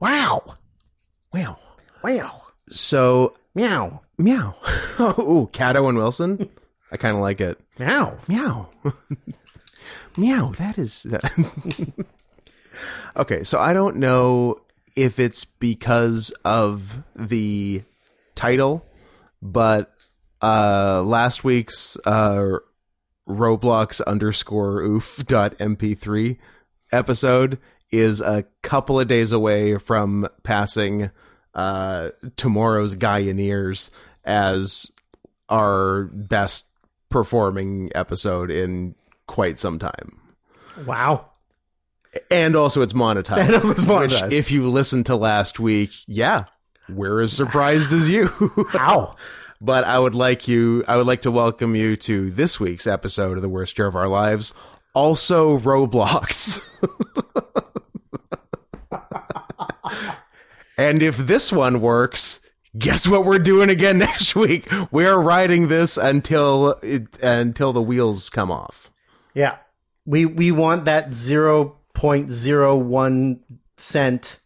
Wow. Wow. Wow. So Meow. meow. oh, Cato and Wilson. I kind of like it. Meow. Meow. meow. That is. that- okay, so I don't know if it's because of the title, but uh, last week's uh, Roblox underscore oof dot mp3 episode is a couple of days away from passing uh, tomorrow's Guyaneers as our best performing episode in quite some time. Wow. And also it's monetized. And also it's monetized. Which if you listen to last week, yeah, we're as surprised as you. How? but I would like you I would like to welcome you to this week's episode of The Worst Year of Our Lives. Also Roblox. and if this one works, guess what we're doing again next week? We're riding this until it, until the wheels come off. Yeah. We we want that 0.01 cent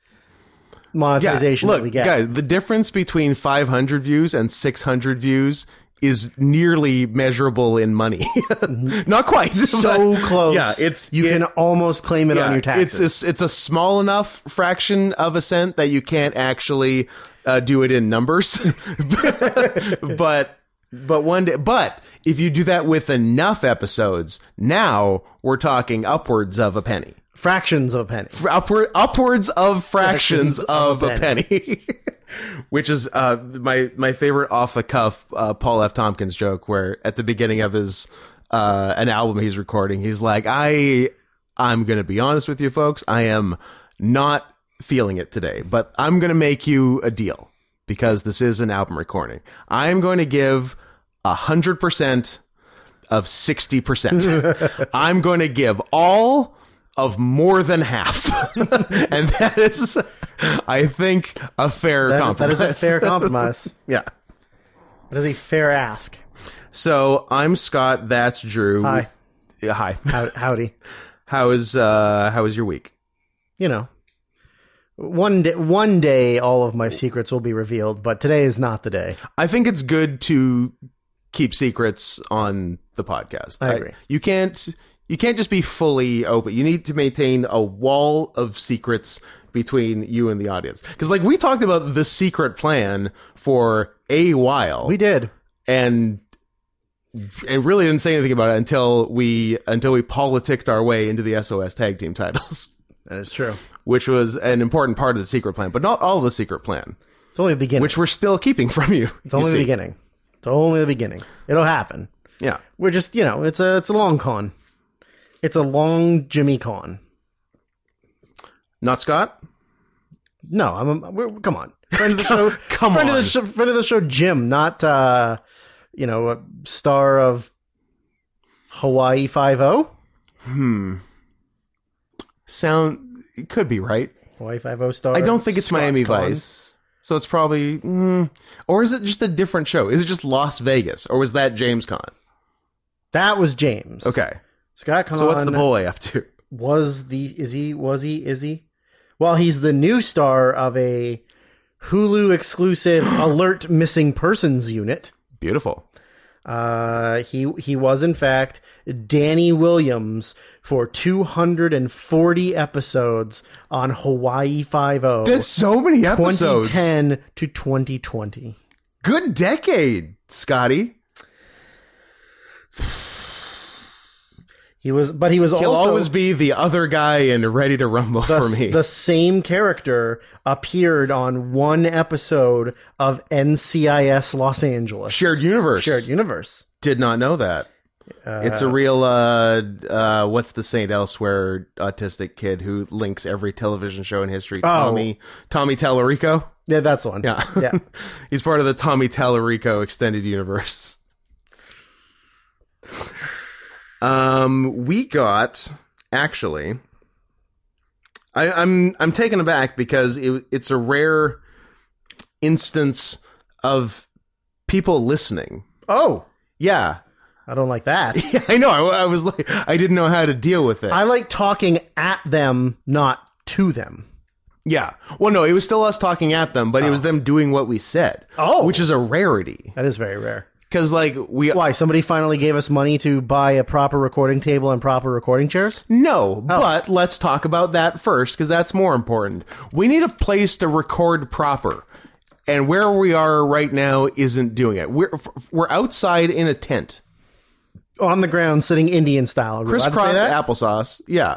monetization look, that we get. guys, the difference between 500 views and 600 views is nearly measurable in money. Not quite. Mm-hmm. so but- close. Yeah, it's you it- can almost claim it yeah, on your taxes. It's a, it's a small enough fraction of a cent that you can't actually uh, do it in numbers, but but one day, but if you do that with enough episodes, now we're talking upwards of a penny, fractions of a penny. Fr- upward upwards of Fractions fractions, of, of a a penny. Which is uh, my my favorite off the cuff uh, Paul F. Tompkins joke, where at the beginning of his uh, an album he's recording, he's like, "I I'm gonna be honest with you folks, I am not feeling it today, but I'm gonna make you a deal because this is an album recording. I am going to give a hundred percent of sixty percent. I'm going to give all of more than half, and that is, I think, a fair That, that is compromise. a fair compromise. yeah. That is a fair ask. So I'm Scott. That's Drew. Hi. Yeah, hi. How, howdy. How is uh how is your week? You know, one day, one day, all of my secrets will be revealed. But today is not the day. I think it's good to keep secrets on the podcast. I agree. you can't you can't just be fully open. You need to maintain a wall of secrets between you and the audience. Cuz like we talked about the secret plan for a while We did. and and really didn't say anything about it until we until we politicked our way into the SOS tag team titles, That is true. which was an important part of the secret plan, but not all of the secret plan, It's only the beginning. which we're still keeping from you. it's only the beginning. It's only the beginning. It'll happen. Yeah. We're just, you know, it's a it's a long con. It's a long Jimmy con. Not Scott? No, I'm. A, we're, come on, friend of the show. come friend on. of the show, friend of the show, Jim. Not uh, you know, a star of Hawaii Five O. sound it could be right. Hawaii Five O star. I don't think it's Scott Miami Con. Vice. So it's probably mm, or is it just a different show? Is it just Las Vegas or was that James Con? That was James. Okay. Scott Con So what's the boy up to? was the is he was he is he? Well, he's the new star of a Hulu exclusive alert missing persons unit. Beautiful. Uh, he he was in fact Danny Williams for 240 episodes on Hawaii Five O, That's so many episodes. 2010 to 2020. Good decade, Scotty. He was, but he was He'll also always be the other guy and ready to rumble the, for me. the same character appeared on one episode of NCIS Los Angeles Shared universe. shared universe. Did not know that. it's a real uh uh what's the saint elsewhere autistic kid who links every television show in history. Oh. Tommy Tommy Tallarico. Yeah, that's the one. Yeah. Yeah. He's part of the Tommy Tallarico extended universe. Um, we got actually. I, I'm I'm taken aback because it, it's a rare instance of people listening. Oh, Yeah, I don't like that. yeah, I know. I, I was like, I didn't know how to deal with it. I like talking at them, not to them. Yeah. Well, no, it was still us talking at them, but it was them doing what we said. Oh. which is a rarity That is very rare. because like we Why? Somebody finally gave us money to buy a proper recording table and proper recording chairs? no, but let's talk about that first because that's more important. We need a place to record proper, and where we are right now isn't doing it. We're f- we're outside in a tent, On the ground, sitting Indian style. Are we allowed to say crisscross that? Uh. applesauce. Yeah,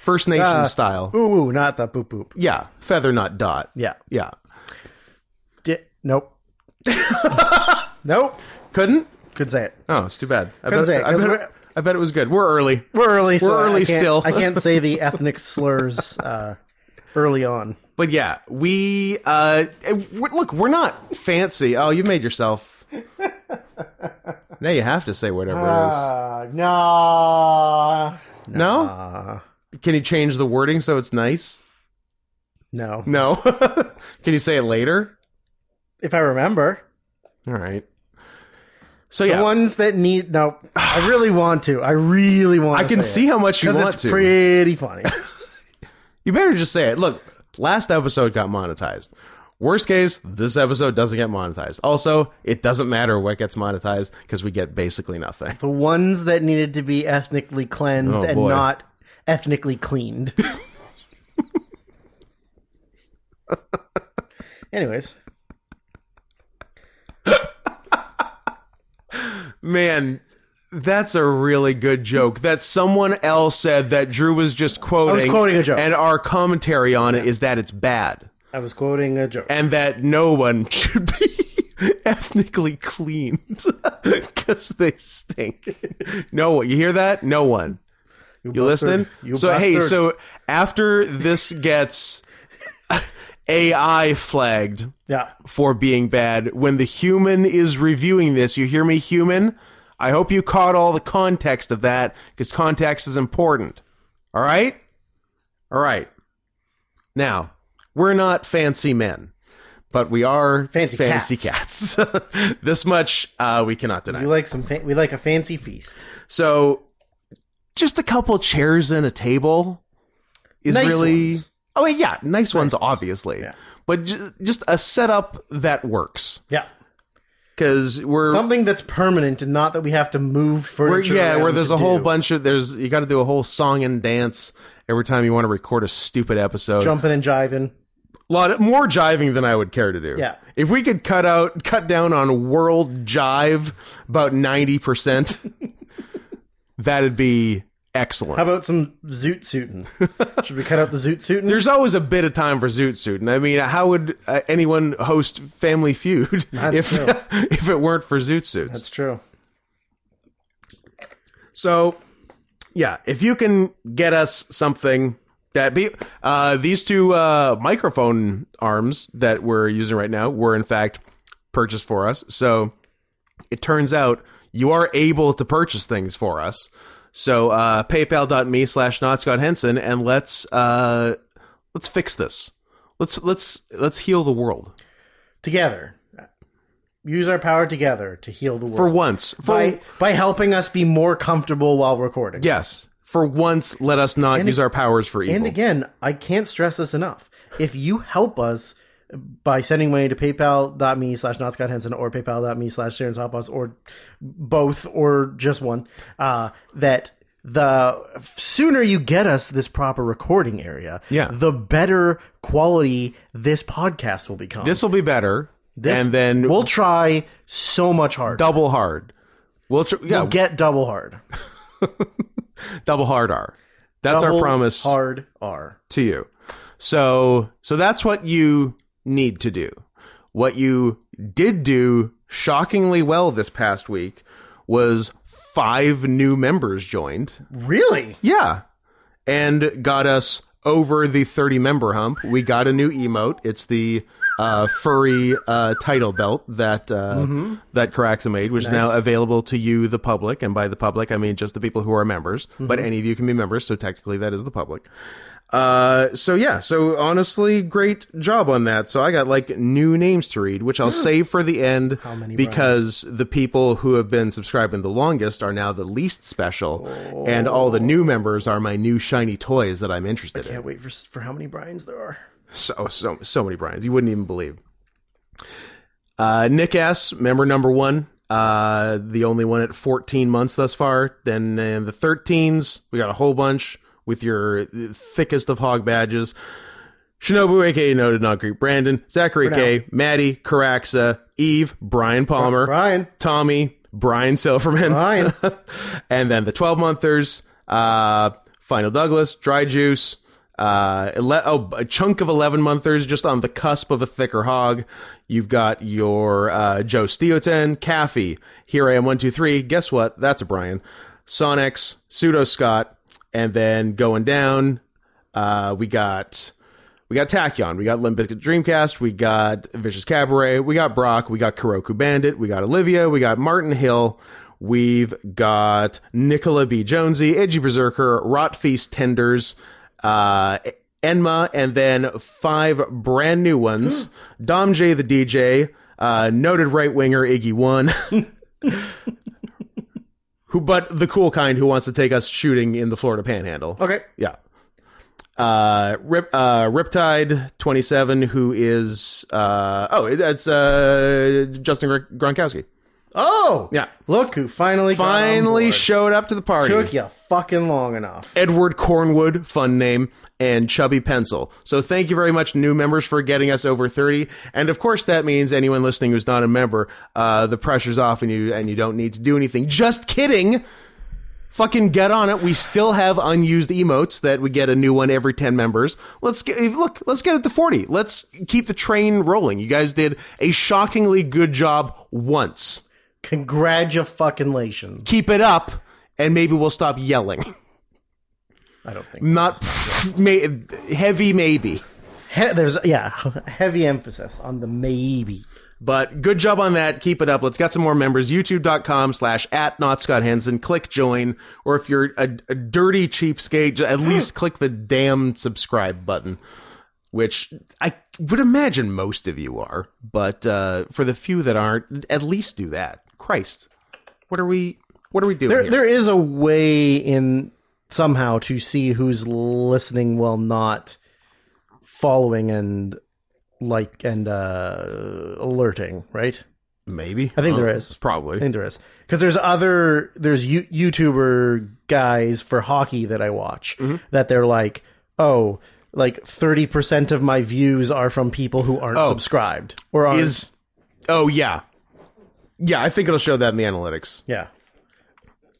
First Nation style. Ooh, ooh, not the boop boop. Yeah, feather not dot. Yeah. Yeah, Di- nope. nope. couldn't. Could say it. Oh, it's too bad. I Couldn't bet, say it, I, 'cause bet, we're- I bet it was good. We're early. We're early. So We're early I can't- still. I can't say the ethnic slurs uh, early on. But yeah, we uh we- look, we're not fancy. Oh, you made yourself. now you have to say whatever it Uh, no. is. No? Can you change the wording so it's nice? No. No. Can you say it later? If I remember. All right. So The yeah, ones that need no. I really want to. I really want. I can see how much you because want it's to. pretty funny. you better just say it. Look, last episode got monetized. Worst case, this episode doesn't get monetized. Also, it doesn't matter what gets monetized because we get basically nothing. the ones that needed to be ethnically cleansed Oh, and boy. not ethnically cleaned. Anyways, Man, that's a really good joke that someone else said that Drew was just quoting. quoting a joke. And our commentary on it is that it's bad I was quoting a joke. and that no one should be ethnically cleaned because they stink. no one. You hear that? No one. You bastard. listening? You so, hey, bastard. so after this gets AI flagged, Yeah. for being bad. When the human is reviewing this, you hear me, human? I hope you caught all the context of that because context is important. All right? All right. Now, we're not fancy men, but we are Fancy cats. this much uh, we cannot deny. We like some. Fa- we like a fancy feast. So, just a couple chairs and a table is Nice really. ones. Oh, wait, yeah, nice, ones, obviously. Yeah. But ju- just a setup that works Yeah. because we're Something that's permanent and not that we have to move Where- furniture. yeah, where around there's to a whole do. bunch of there's you got to do a whole song and dance every time you want to record a stupid episode. jumping and jiving. A lot of- more jiving than I would care to do. Yeah. if we could cut out cut down on world jive about ninety percent, that'd be excellent. How about some zoot suiting? Should we cut out the zoot suiting? there's always a bit of time for Zoot Suit, and I mean, how would uh, anyone host Family Feud if true. if it weren't for Zoot Suits? That's true. So, yeah, if you can get us something that be uh, these two uh, microphone arms that we're using right now were in fact purchased for us. So it turns out you are able to purchase things for us. So uh, PayPal.me slash not Scott Henson and let's uh, let's fix this. Let's let's let's heal the world Together, use our power together to heal the world. for once. For by by helping us be more comfortable while recording. yes, for once, let us not use our powers for evil. And again, I can't stress this enough. If you help us by sending money to paypal.me slash not Scott Henson or paypal.me slash Sharon's Hot Boss or both or just one, uh, that the sooner you get us this proper recording area, Yeah. the better quality this podcast will become. This will be better. and then we'll try so much harder. double hard. We'll tr- yeah, We'll get double hard. double hard R. That's our Double promise Hard R. to you. So so that's what you need to do. What you did do shockingly well this past week was five new members joined. Really? Yeah. And got us over the 30 member hump. We got a new emote. It's the uh, furry uh, title belt that uh, that Caraxa made, which is now available to you, the public, and by the public I mean just the people who are members. But any of you can be members, so technically that is the public. Uh, so yeah, so honestly, great job on that. So I got like new names to read, which I'll save for the end because the people who have been subscribing the longest are now the least special, and all the new members are my new shiny toys that I'm interested in. Can't wait for, for how many Brian's there are. So so so many Brian's. You wouldn't even believe. Uh, Nick S, member number one, uh, the only one at 14 months thus far. Then uh, the 13s, we got a whole bunch with your thickest of hog badges. Shinobu, aka No Did Not Greet Brandon, Zachary For K, Maddie, Caraxa, Eve, Brian Palmer, Brian. Tommy, Brian Silverman, Brian. and then the 12 monthers, uh, Final Douglas, Dry Juice, uh, ele- oh, a chunk of 11 monthers just on the cusp of a thicker hog. You've got your uh, Joe Steoten, Caffey, Here I Am 123. Guess what? That's a Brian. Sonics, Pseudo Scott, and then going down, uh, we got. We got Tachyon, we got Limp Bizkit Dreamcast, we got Vicious Cabaret, we got Brock, we got Kuroku Bandit, we got Olivia, we got Martin Hill, we've got Nicola B. Jonesy, Edgy Berserker, Rot Feast Tenders, uh, Enma, and then five brand new ones Dom J the DJ, uh, noted right winger Iggy One. Who, but the cool kind who wants to take us shooting in the Florida Panhandle. Okay. Yeah. Uh, Rip, uh, Riptide twenty seven, who is uh oh, that's uh Justin Gr- Gronkowski. Oh, Yeah. Look who finally got on Finally board. showed up to the party. took you fucking long enough. Edward Cornwood, fun name, and Chubby Pencil. So thank you very much, new members, for getting us over 30. And of course, that means anyone listening who's not a member, uh, the pressure's off and you, and you don't need to do anything. Just kidding! Fucking get on it. We still have unused emotes that we get a new one every 10 members. Let's get, look, let's get it to 40. Let's keep the train rolling. You guys did a shockingly good job once. Congratulations. Keep it up, and maybe we'll stop yelling. I don't think Not may, heavy, maybe. he- there's yeah heavy emphasis on the maybe. But good job on that. Keep it up. Let's get some more members. YouTube.com slash at not Scott Hansen. Click join. Or if you're a, a dirty cheapskate, ju- at Hmm. least click the damn subscribe button, which I would imagine most of you are. But uh, for the few that aren't, at least do that. Christ. What are we what are we doing There, here? there is a way in somehow to see who's listening while not following and like and uh alerting, right? Maybe. I think Well, there is. Probably. I think there is because there's other there's you, YouTuber guys for hockey that I watch Mm-hmm. that they're like, oh, like thirty percent of my views are from people who aren't subscribed or aren't, Oh. is oh yeah yeah i think it'll show that in the analytics yeah.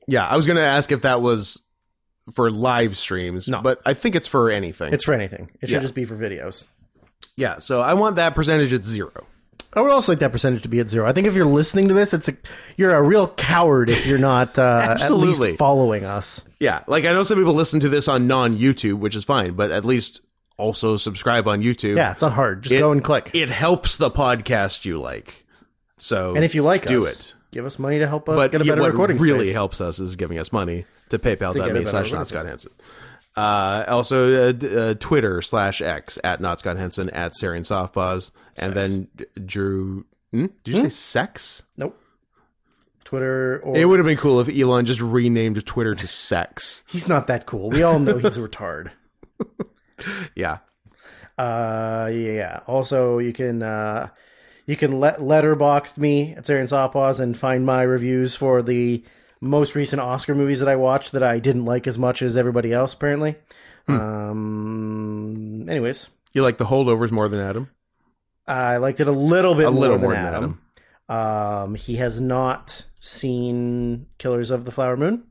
yeah i was gonna ask if that was for live streams No. but i think it's for anything It's for anything. It should Yeah. just be for videos. yeah so i want that percentage at zero I would also like that percentage to be at zero. I think if you're listening to this, it's a, you're a real coward if you're not uh, at Absolutely. least following us. yeah like i know some people listen to this on non-youtube which is fine but at least also subscribe on youtube Yeah, it's not hard. Just go and click. it helps the podcast you like so and if you like do us, it. give us money to help us but get a yeah, better what recording really space. helps us is giving us money to get a paypal.me better slash recording not Scott Hansen. Uh, also, uh, d- uh, Twitter slash X at not Scott Hansen at Sarian Softpaws. And then D- Drew. Hmm? Did you say sex? Nope. Twitter or It would have been cool if Elon just renamed Twitter to sex. he's not that cool. We all know he's a retard. Yeah. Uh, yeah. Also, you can uh, you can let letterboxed me at Sarian Softpaws and find my reviews for the most recent Oscar movies that I watched that I didn't like as much as everybody else. Apparently. Hmm. Um. Anyways, You like the holdovers more than Adam? I liked it a little bit A little more than Adam. Um, he has not seen Killers of the Flower Moon.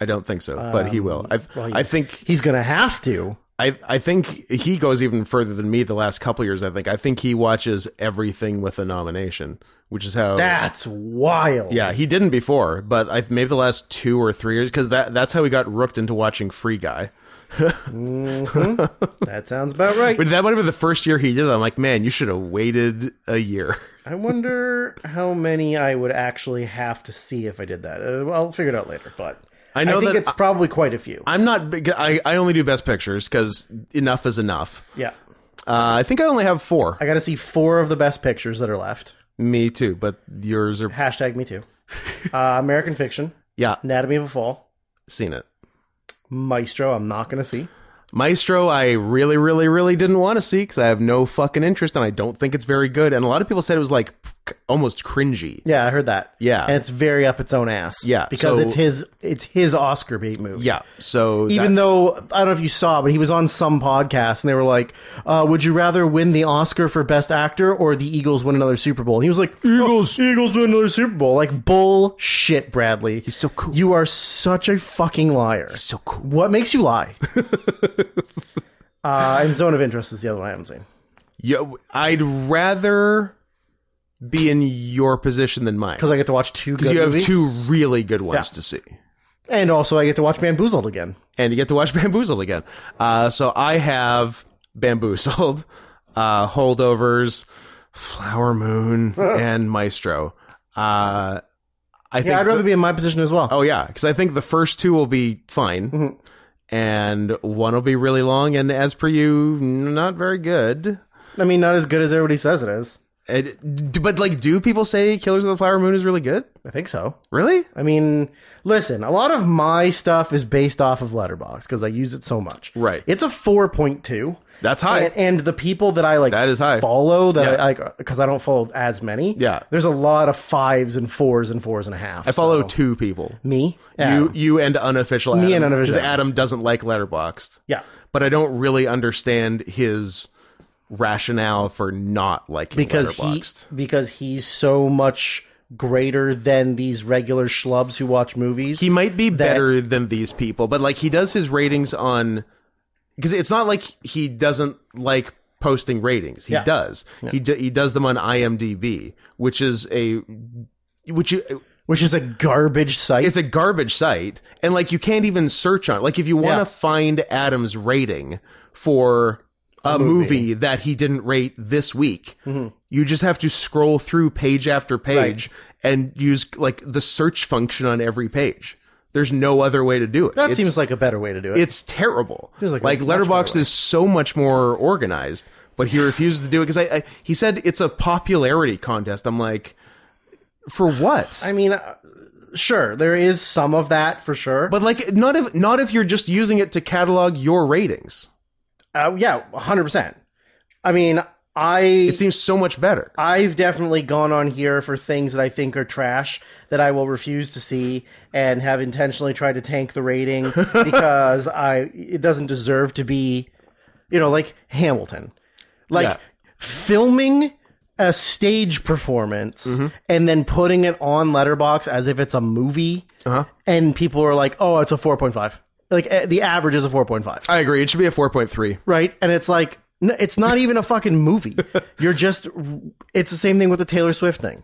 I don't think so, but he will. I, well, he- I think He's gonna have to. I, I think he goes even further than me. The last couple years, I think I think he watches everything with a nomination, which is how That's wild. Oh, Yeah, he didn't before, but I maybe the last two or three years because that that's how he got rooked into watching Free Guy. Mm-hmm. That sounds about right. But that might have been the first year he did. it. I'm like, man, you should have waited a year. I wonder how many I would actually have to see if I did that. Uh, well, I'll figure it out later, but I know think that it's probably quite a few. I'm not. big- I I only do best pictures because enough is enough. yeah. Uh, I think I only have four. I got to see four of the best pictures that are left. Me too, but yours are. Hashtag me too. Uh, American Fiction, Yeah, Anatomy of a Fall, seen it. Maestro, I'm not going to see. Maestro, I really, really, really didn't want to see because I have no fucking interest and I don't think it's very good. And a lot of people said it was like c- almost cringy. Yeah, I heard that. Yeah. and it's very up its own ass. Yeah, because so- it's his it's his Oscar bait movie. Yeah. So Even though I don't know if you saw, but he was on some podcast and they were like, uh, "Would you rather win the Oscar for Best Actor or the Eagles win another Super Bowl?" And he was like, "Eagles, Eagles win another Super Bowl." Like bullshit, Bradley. He's so cool. You are such a fucking liar. so cool. What makes you lie? uh, and Zone of Interest is the other one I haven't seen. Yo, I'd rather be in your position than mine. Because I get to watch two good you have movies. two really good ones Yeah. to see. And also I get to watch Bamboozled again. And you get to watch Bamboozled again. Uh, so I have Bamboozled, uh, Holdovers, Flower Moon, and Maestro. Uh, I think Yeah, I'd rather be in my position as well. Oh yeah, because I think the first two will be fine, Mm-hmm. and one will be really long, and as per you, n- not very good. I mean, not as good as everybody says it is. It, d- but like, do people say Killers of the Flower Moon is really good? I think so. Really? I mean, listen, a lot of my stuff is based off of Letterbox because I use it so much. Right. It's a 4.2. That's high. And, and the people that I like That is high. follow that Yeah. I like because I don't follow as many. Yeah. There's a lot of fives and fours and fours and a half. I follow two people. me. You, Adam. you, and unofficial. Adam, and unofficial Because Adam. Adam doesn't like Letterboxd. Yeah. But I don't really understand his rationale for not liking because he Letterboxd. because he's so much greater than these regular schlubs who watch movies. he might be better than these people, but like he does his ratings on because it's not like he doesn't like posting ratings. He Yeah. does. He do, he does them on IMDb, which is a which you, which is a garbage site. it's a garbage site, and like you can't even search on. Like if you want to Yeah. find Adam's rating for a, movie. movie. Mm-hmm. that he didn't rate this week, you just have to scroll through page after page and use like the search function on every page. There's no other way to do it. that it's, seems like a better way to do it. it's terrible. Seems like Like, a much Letterboxd better way. is so much more organized, but he refused to do it because I, I he said it's a popularity contest. I'm like, for what? I mean, uh, sure, there is some of that for sure. But like, not if not if you're just using it to catalog your ratings. uh, yeah, hundred percent. I mean, I It seems so much better. I've definitely gone on here for things that I think are trash that I will refuse to see and have intentionally tried to tank the rating because I it doesn't deserve to be, you know, like Hamilton, like Yeah. filming a stage performance and then putting it on Letterbox as if it's a movie, and people are like, "Oh, it's a four point five. Like eh, the average is a four point five I agree. It should be a four point three. right? And it's like n- it's not even a fucking movie. You're just it's the same thing with the Taylor Swift thing.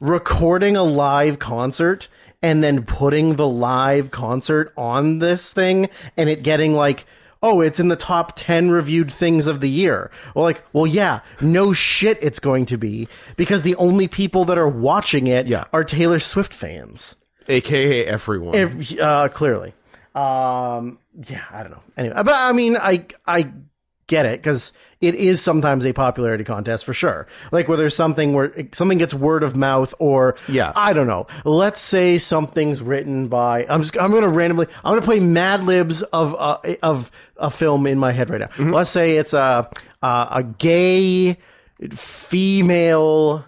Recording a live concert and then putting the live concert on this thing and it getting like Oh, it's in the top 10 reviewed things of the year. Well, like, well, yeah, no shit it's going to be because the only people that are watching it Yeah. are Taylor Swift fans. AKA everyone. If- uh, clearly. Um, yeah, I don't know. Anyway, but I mean, I I get it because it is sometimes a popularity contest for sure. Like where there's something where something gets word of mouth, or Yeah. I don't know. Let's say something's written by. I'm just I'm gonna randomly. I'm gonna play Mad Libs of uh, of a film in my head right now. Let's say it's a uh, a gay female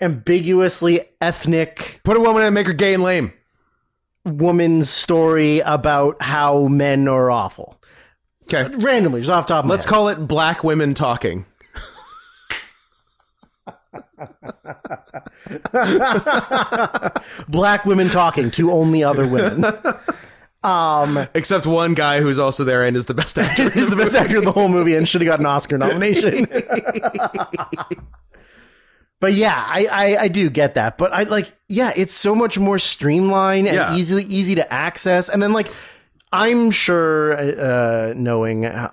ambiguously ethnic Put a woman in and make her gay and lame. woman's story about how men are awful. Okay. Randomly, just off the top of Let's my head. call it black women talking. Black women talking to only other women. Except one guy who's also there and is the best actor. He's the best actor in the whole movie and should have got an Oscar nomination. but yeah, I, I, I do get that. But I like, yeah, it's so much more streamlined and Yeah. easily easy to access. And then like, I'm sure, uh, knowing how,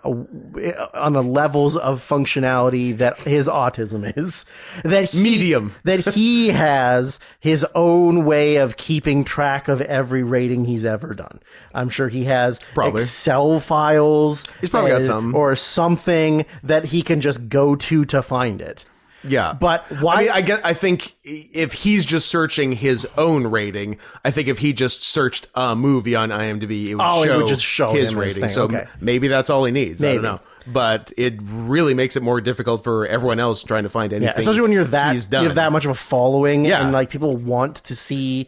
on the levels of functionality that his autism is, that he, Medium. that he has his own way of keeping track of every rating he's ever done. I'm sure he has Probably. Excel files. He's probably got and- some. or something that he can just go to to find it. Yeah. But why? I mean, I get. I think if he's just searching his own rating, I think if he just searched a movie on IMDb, it would, Oh, it show, would just show him his his rating. thing, So okay. m- maybe that's all he needs. I don't Maybe. know, but it really makes it more difficult for everyone else trying to find anything. yeah, especially when you're that he's done. you have that much of a following, Yeah. and like people want to see.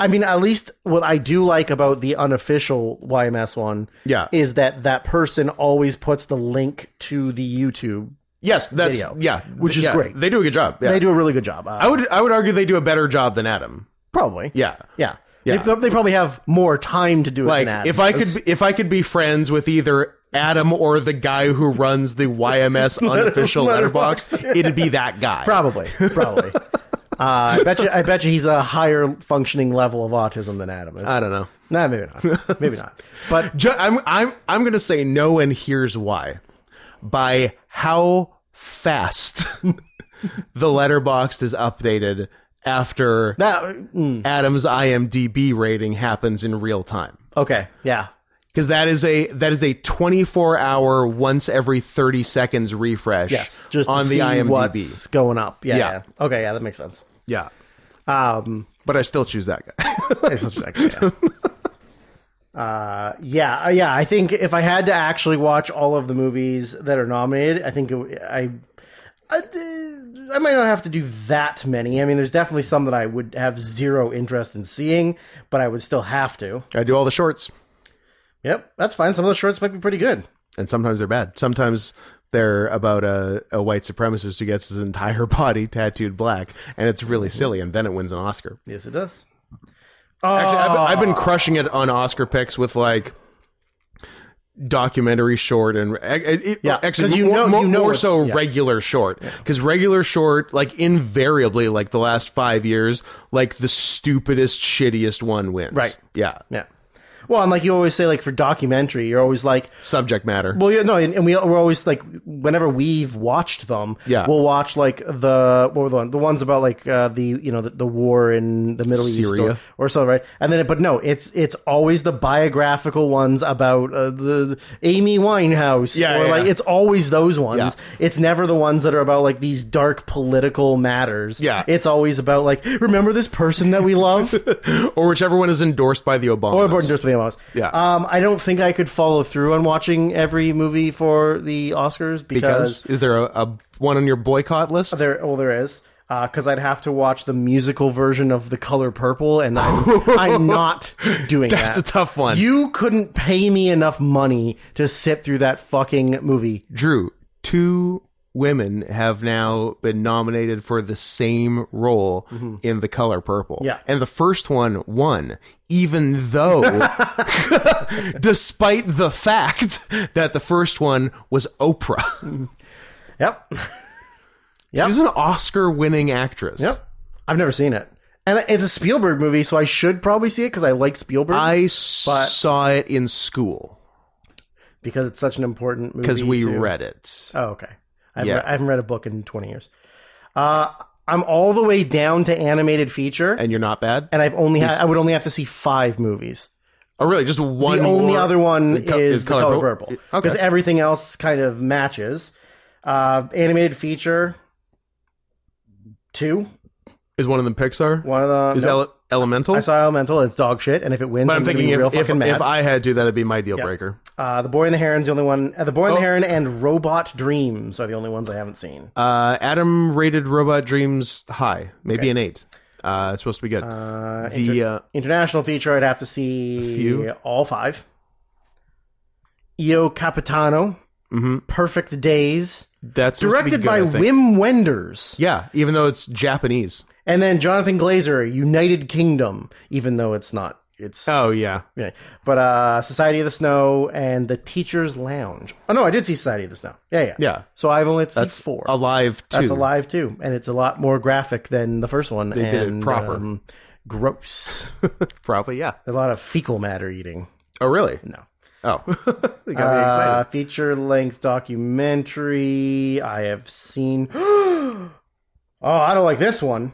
I mean, at least what I do like about the unofficial YMS one, Yeah. is that that person always puts the link to the YouTube. yes, that's video, yeah, which is yeah, great. They do a good job. Yeah. They do a really good job. Uh, I would I would argue they do a better job than Adam. probably, Yeah. yeah, Yeah. They, they probably have more time to do it. Like than that. if I could if I could be friends with either Adam or the guy who runs the YMS unofficial letterbox, it'd be that guy. Probably, probably. uh, I bet you. I bet you he's a higher functioning level of autism than Adam is. I don't know. nah, maybe not. Maybe not. But Ju- I'm I'm I'm gonna say no, and here's why: by how fast the letterboxd is updated after that. mm, Adam's IMDb rating happens in real time. okay. Yeah. Because that is a that is a 24 hour once every 30 seconds refresh Yes. Just to on the see IMDb. what's going up. Yeah, Yeah. yeah. Okay. Yeah, that makes sense. Yeah, Um. but I still choose that guy. it's such a good idea. Uh, yeah, uh, yeah. I think if I had to actually watch all of the movies that are nominated, I think it, w- I, I, d- I might not have to do that many. I mean, there's definitely some that I would have zero interest in seeing, but I would still have to. I do all the shorts, Yep, that's fine. Some of the shorts might be pretty good. and sometimes they're bad. Sometimes they're about a, a white supremacist who gets his entire body tattooed black, and it's really silly. And then it wins an Oscar. Yes, it does. Uh, Actually, I've, been- I've been Ah. crushing it on Oscar picks with like documentary short and eh, it, it- Yeah, actually 'cause you more, know- more, you know more what- so yeah. regular short because regular short like invariably like the last five years like the stupidest shittiest one wins Right. yeah Yeah. Well, and like you always say, like for documentary, you're always like, subject matter Well, yeah, no, and, and we we're always like, whenever we've watched them, Yeah. we'll watch like the what were the, one, the ones about like uh, the you know the, the war in the Middle East Syria. or, or so, right? And then, but no, it's it's always the biographical ones about uh, the Amy Winehouse, Yeah, or yeah, like yeah. it's always those ones. Yeah. It's never the ones that are about like these dark political matters. Yeah. it's always about like remember this person that we love. or whichever one is endorsed by the Obamas Or Born Dirty Amos. Yeah. Um, I don't think I could follow through on watching every movie for the Oscars because, because is there a, a one on your boycott list there, well, there is. Because I'd have to watch the musical version of The Color Purple, and I'm, I'm not doing that's that. a tough one You couldn't pay me enough money to sit through that fucking movie. Drew, two women have now been nominated for the same role in The Color Purple. Mm-hmm. Yeah. And the first one won, even though, despite the fact that the first one was Oprah. Yep. She's an Oscar winning actress. Yep. I've never seen it. And it's a Spielberg movie, so I should probably see it because I like Spielberg I saw it in school because it's such an important movie. because we to- read it. Oh, okay. I've Yeah. re- I haven't read a book in 20 years. Uh, I'm all the way down to animated feature, And you're not bad? and I've only ha- I would only have to see five movies. oh, really? Just The one only more- other one co- is, is the Color color Purple? purple Okay. because everything else kind of matches. Uh, animated feature two, Is one of them Pixar? one of the Is no, Ele- Elemental? I saw Elemental. It's dog shit, and if it wins, But I'm, I'm thinking gonna be real if, if, fucking mad. if I had to, that'd be my deal breaker. uh, the Boy and the Heron's the only one. Uh, the Boy and Oh. the Heron and Robot Dreams are the only ones I haven't seen. Uh, Adam rated Robot Dreams high, maybe an eight. Uh, it's supposed to be good. Uh, the uh, International feature, I'd have to see few. all five. Io Capitano, mhm. Perfect Days, that's supposed to be directed good, by I think. Wim Wenders, Yeah, even though it's Japanese. and then Jonathan Glazer, United Kingdom, even though it's not. It's Oh yeah, yeah. but uh, Society of the Snow and The Teacher's Lounge. Oh no, I did see Society of the Snow. Yeah, yeah, yeah. So I've only seen That's four. Alive too. That's alive too, and it's a lot more graphic than the first one. They did it proper. gross. Probably yeah. a lot of fecal matter eating. Oh really? No. Oh, they got me excited. Uh, feature length documentary. I have seen. oh, I don't like this one.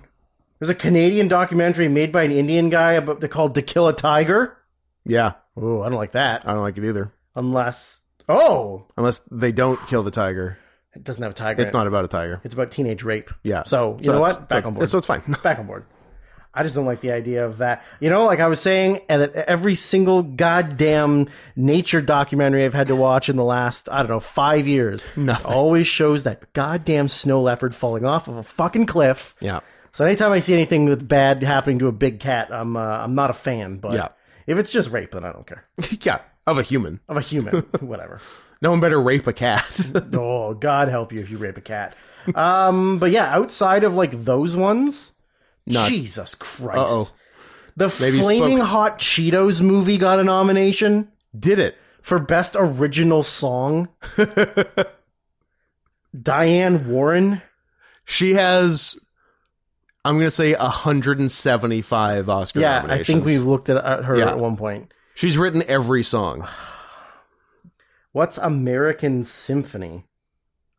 There's a Canadian documentary made by an Indian guy about called "To Kill a Tiger." Yeah, Oh, I don't like that. I don't like it either. Unless, oh, Unless they don't kill the tiger. It doesn't have a tiger. It's not about a tiger. It's about teenage rape. Yeah. So you know that's- what? Back so on it's- board. So it's fine. back on board. I just don't like the idea of that. You know, like I was saying, and that every single goddamn nature documentary I've had to watch in the last, I don't know, five years always shows that goddamn snow leopard falling off of a fucking cliff. Yeah. So anytime I see anything that's bad happening to a big cat, I'm uh, I'm not a fan. But Yeah. if it's just rape, then I don't care. yeah. Of a human. I'm a human, whatever. No one better rape a cat. Oh, God help you if you rape a cat. Um, but yeah, outside of like those ones, Jesus Christ. Uh-oh. The Maybe Flaming spoke- Hot Cheetos movie got a nomination Did it. for Best Original Song. Diane Warren. She has, I'm going to say, 175 Oscar Yeah, I nominations. think we looked at at her Yeah. at one point. She's written every song. What's American Symphony?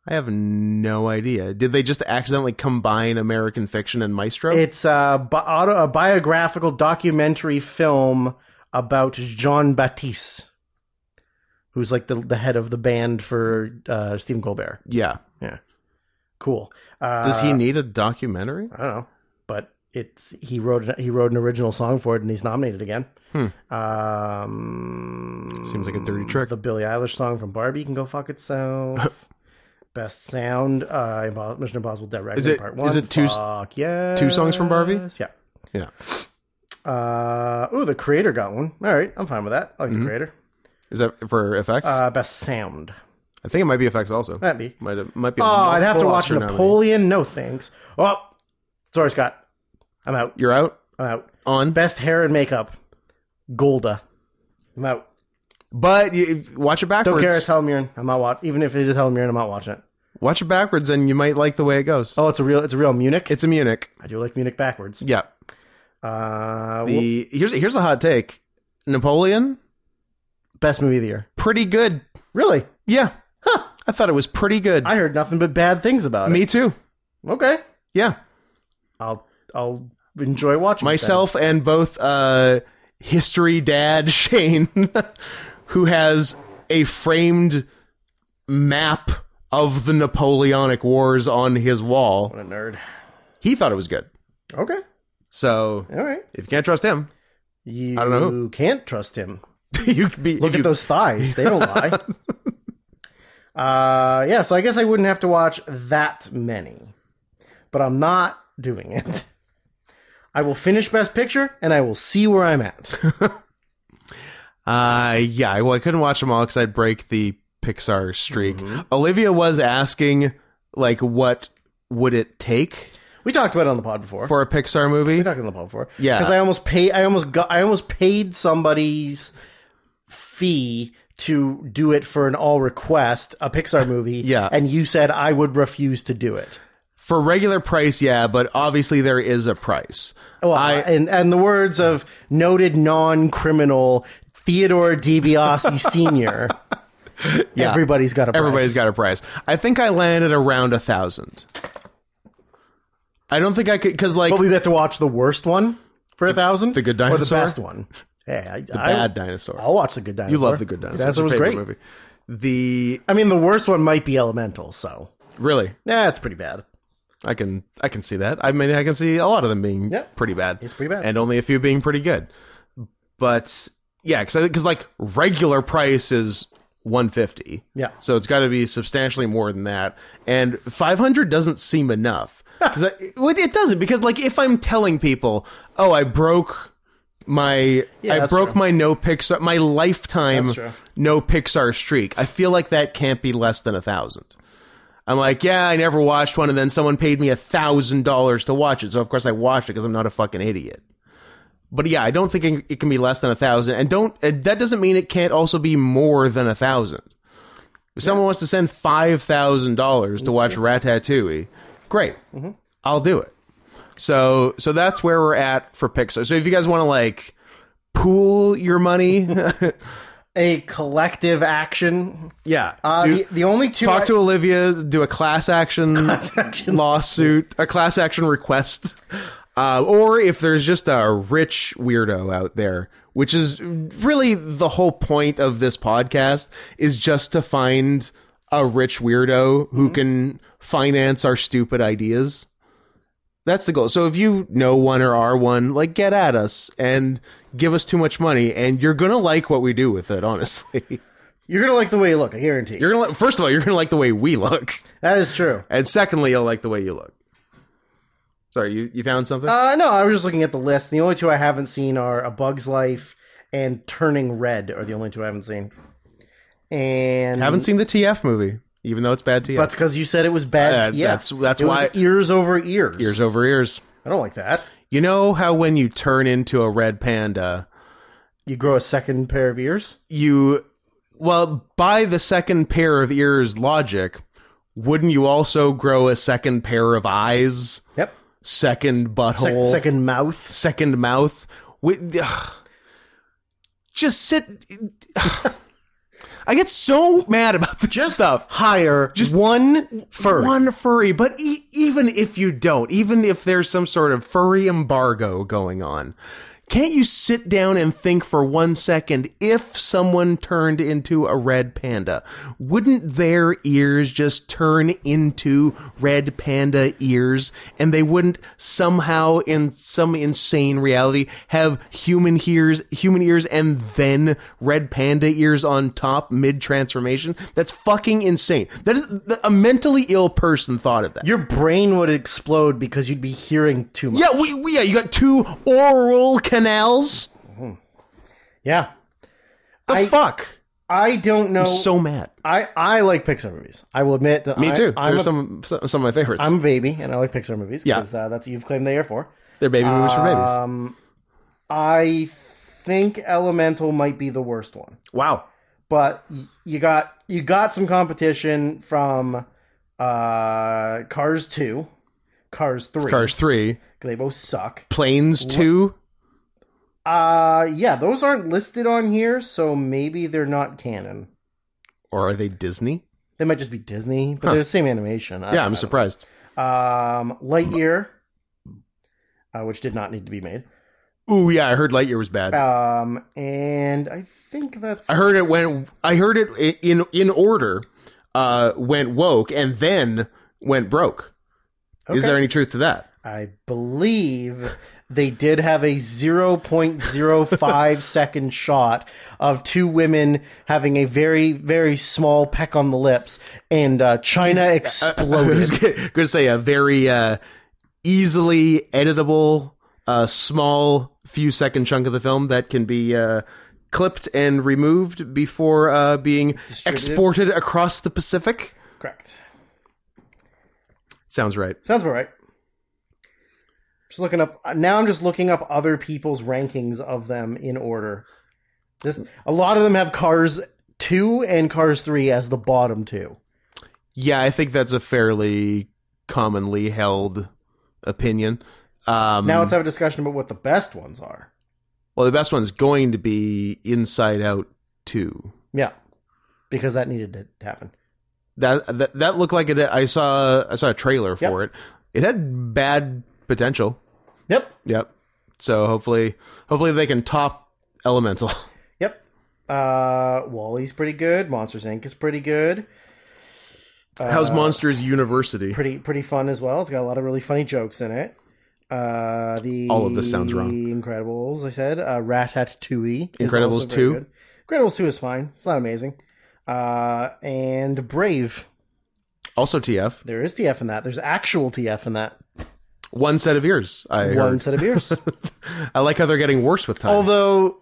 I have no idea. Did they just accidentally combine American Fiction and Maestro? It's a, bi- auto, a biographical documentary film about Jean Baptiste, who's like the, the head of the band for uh, Stephen Colbert. yeah. Cool. Uh, Does he need a documentary? I don't know, but it's he wrote he wrote an original song for it, and he's nominated again. Hmm. Um, Seems like a dirty trick. The Billie Eilish song from Barbie can go fuck itself. Best sound, uh, Impo- Mission Impossible Dead Reckoning Is it- Part is One. it two- Fuck yes. two songs from Barbie? Yeah. Yeah. Uh, ooh, the creator got one. All right, I'm fine with that. I like Mm-hmm. the creator. Is that for effects? Uh, best sound. I think it might be effects also. That'd be. Might have, might be. Oh, a I'd have to multiple watch Oscar nominee. Napoleon. No thanks. Oh, sorry, Scott. I'm out. You're out I'm out. on, Best hair and makeup, Golda. I'm out. but you, watch it Don't backwards. care. It's Helen I'm not watching. Even if it is Helen I'm not watching it. Watch it backwards, and you might like the way it goes. Oh, it's a real. It's a real Munich. It's a Munich. I do like Munich backwards. Yeah. Uh, well, The here's here's a hot take. Napoleon, best movie of the year. pretty good. Really? Yeah. Huh. I thought it was pretty good. I heard nothing but bad things about Me too. it. Okay. Yeah. I'll I'll enjoy watching it then. Myself and both uh history dad Shane who has a framed map of the Napoleonic Wars on his wall. What a nerd. He thought it was good. Okay. So All right. if you can't trust him, You don't know. can't trust him. you could be Look you, at those thighs. They don't lie. Uh, yeah, so I guess I wouldn't have to watch that many, but I'm not doing it. I will finish Best Picture and I will see where I'm at. Uh, yeah. Well, I couldn't watch them all because I'd break the Pixar streak. Mm-hmm. Olivia was asking, like, what would it take We talked about it on the pod before. for a Pixar movie? we talked on the pod before. Yeah. because I almost pay. I almost got. I almost paid somebody's fee to do it for an all request a Pixar movie. Yeah. and you said I would refuse to do it. For regular price, yeah, but obviously there is a price. Well, and and the words of noted non-criminal Theodore DiBiase Senior. Everybody's got a. Price. Everybody's got a price. I think I landed around a thousand. I don't think I could because like But we got to watch the worst one for a thousand. The Good or the Dinosaur? best one. Hey, I, the bad dinosaur. I'll watch the good dinosaur. you love the good dinosaur. It's Dinosaur your was favorite great. Movie. The I mean, the worst one might be Elemental. So really, yeah, it's pretty bad. I can I can see that. I mean, I can see a lot of them being Yep. pretty bad. It's pretty bad. and only a few being pretty good. But yeah, because like regular price is one fifty. Yeah. so it's got to be substantially more than that. And five hundred doesn't seem enough because it doesn't because like if I'm telling people, oh, I broke my Yeah, I that's broke true. my no Pixar my lifetime That's true. no Pixar streak. I feel like that can't be less than a thousand. I'm like, yeah, I never watched one, and then someone paid me a thousand dollars to watch it, so of course I watched it because I'm not a fucking idiot. But yeah, I don't think it- it can be less than a thousand, and don't uh, that doesn't mean it can't also be more than a thousand. If someone wants to send five thousand dollars to watch Ratatouille, great, Mm-hmm. I'll do it. So, so that's where we're at for Pixar. So, if you guys want to like pool your money, A collective action. yeah, Uh, do- the, the only two. talk I- to Olivia, do a class action, action lawsuit, a class action request, uh, or if there's just a rich weirdo out there, which is really the whole point of this podcast, is just to find a rich weirdo who can finance our stupid ideas. That's the goal. So if you know one or are one, like get at us and give us too much money, and you're gonna like what we do with it. Honestly, You're gonna like the way you look, I guarantee. you're gonna like, first of all, you're gonna like the way we look, That is true. and secondly, you'll like the way you look. Sorry, you you found something? Uh, no, I was just looking at the list. The only two I haven't seen are A Bug's Life and Turning Red are the only two I haven't seen. And Haven't seen the TF movie, even though it's bad TF. But because you said it was bad. Uh, yeah, that's- that's It was why- ears over ears. ears over ears. I don't like that. You know how when you turn into a red panda, You grow a second pair of ears. you well, by the second pair of ears logic, wouldn't you also grow a second pair of eyes, Yep. second Sec- butthole, second mouth. second mouth? With, ugh. just sit. I get so mad about this stuff. Higher. Just one fur. One furry, but e- even if you don't, even if there's some sort of furry embargo going on, can't you sit down and think for one second if someone turned into a red panda? Wouldn't their ears just turn into red panda ears and they wouldn't somehow in some insane reality have human ears, human ears and then red panda ears on top mid transformation? That's fucking insane. That is th- a mentally ill person thought of that. Your brain would explode because you'd be hearing too much. yeah, we, we, yeah, you got two oral canals. Yeah. The I- fuck? I don't know. So mad. I I like Pixar movies. I will admit that. Me I, too. I'm They're a, some, some some of my favorites. I'm a baby, and I like Pixar movies. Yeah. 'cause, uh, that's what you've claimed they are for. They're baby movies for babies. Um, I think Elemental might be the worst one. Wow. but y- you got you got some competition from uh Cars 2, Cars 3. Cars three, They both suck. Planes two. Uh yeah, those aren't listed on here, so maybe they're not canon. or are they Disney? They might just be Disney, but they're the same animation. I yeah, don't I'm know. surprised. Um Lightyear uh, which did not need to be made. Ooh, yeah, I heard Lightyear was bad. Um and I think that's I heard it went. I heard it i- in in order. Uh, went woke and then went broke. Is Okay. there any truth to that? I believe they did have a 0.05 second shot of two women having a very, very small peck on the lips, and uh, China I was exploded. going to say a very uh, easily editable, uh, small, few second chunk of the film that can be uh, clipped and removed before uh, being exported across the Pacific. Correct. Sounds right. Sounds about right. Just looking up uh, now. I'm just looking up other people's rankings of them in order. This a lot of them have Cars two and Cars three as the bottom two. Yeah, I think that's a fairly commonly held opinion. Um, Now let's have a discussion about what the best ones are. well, the best one's going to be Inside Out Two. Yeah, because that needed to happen. That that, that looked like it. I saw I saw a trailer for it. It had bad potential. Yep. Yep. So hopefully, hopefully they can top Elemental. Yep. Uh, Wally's pretty good. Monsters Inc. is pretty good. How's Monsters University? Uh, Pretty pretty fun as well. It's got a lot of really funny jokes in it. Uh, the All of this sounds wrong. Incredibles, I said. Uh, Ratatouille. E is Incredibles also very 2. good. Incredibles two is fine. It's not amazing. Uh, and Brave. Also TF. There is TF in that. There's actual TF in that. One set of ears. I One heard. set of ears. I like how they're getting worse with time. Although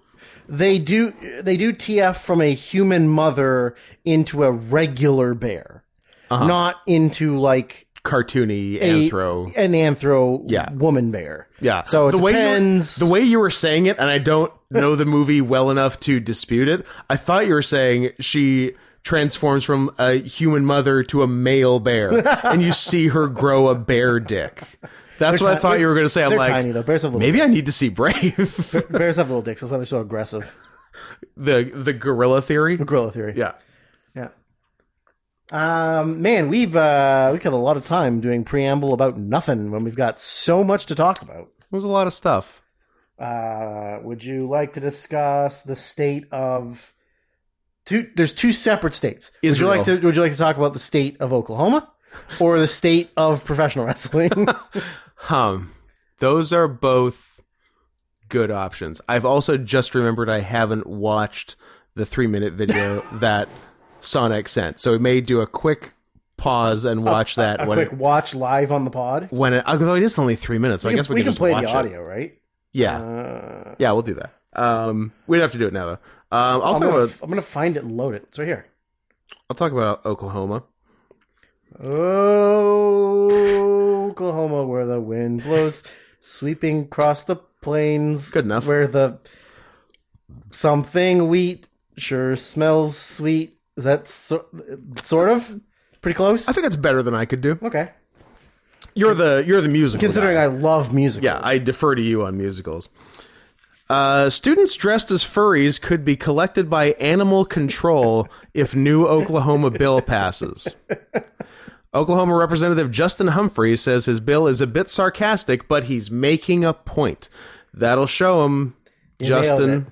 they do they do TF from a human mother into a regular bear, Uh-huh. not into like Cartoony a- anthro. an anthro Yeah. woman bear. Yeah. So it the depends. way you, the way you were saying it, and I don't know the movie well enough to dispute it. I thought you were saying she transforms from a human mother to a male bear, and you see her grow a bear dick. That's what I ti- thought you were going to say. I'm They're like, tiny though. Bears have little maybe I need to see Brave. bears have little dicks. That's why they're so aggressive. the the gorilla theory. Gorilla theory. Yeah. Yeah. Um, man, we've uh, we got a lot of time doing preamble about nothing when we've got so much to talk about. It was a lot of stuff. Uh, would you like to discuss the state of two there's two separate states. Would Israel. you like to would you like to talk about the state of Oklahoma or the state of professional wrestling? Hum. Those are both good options. I've also just remembered I haven't watched the three minute video that Sonic sent. So we may do a quick pause and watch that a when quick it, watch live on the pod. when it, although it is only three minutes, so I guess we, we can, just play watch the it. audio, right? Yeah. Uh, yeah, we'll do that. Um, we'd have to do it now though. I'm, Um, I'll talk gonna, about f- I'm gonna find it and load it. It's right here. I'll talk about Oklahoma. Oh, Oklahoma, where the wind blows, sweeping across the plains. Good enough. Where the something wheat sure smells sweet. Is that so, sort of pretty close? I think that's better than I could do. okay. You're the you're the musical. Considering guy. I love musicals. Yeah, I defer to you on musicals. Uh, students dressed as furries could be collected by animal control if new Oklahoma bill passes. Oklahoma Representative Justin Humphrey says his bill is a bit sarcastic, but he's making a point. That'll show him, nailed it. Justin.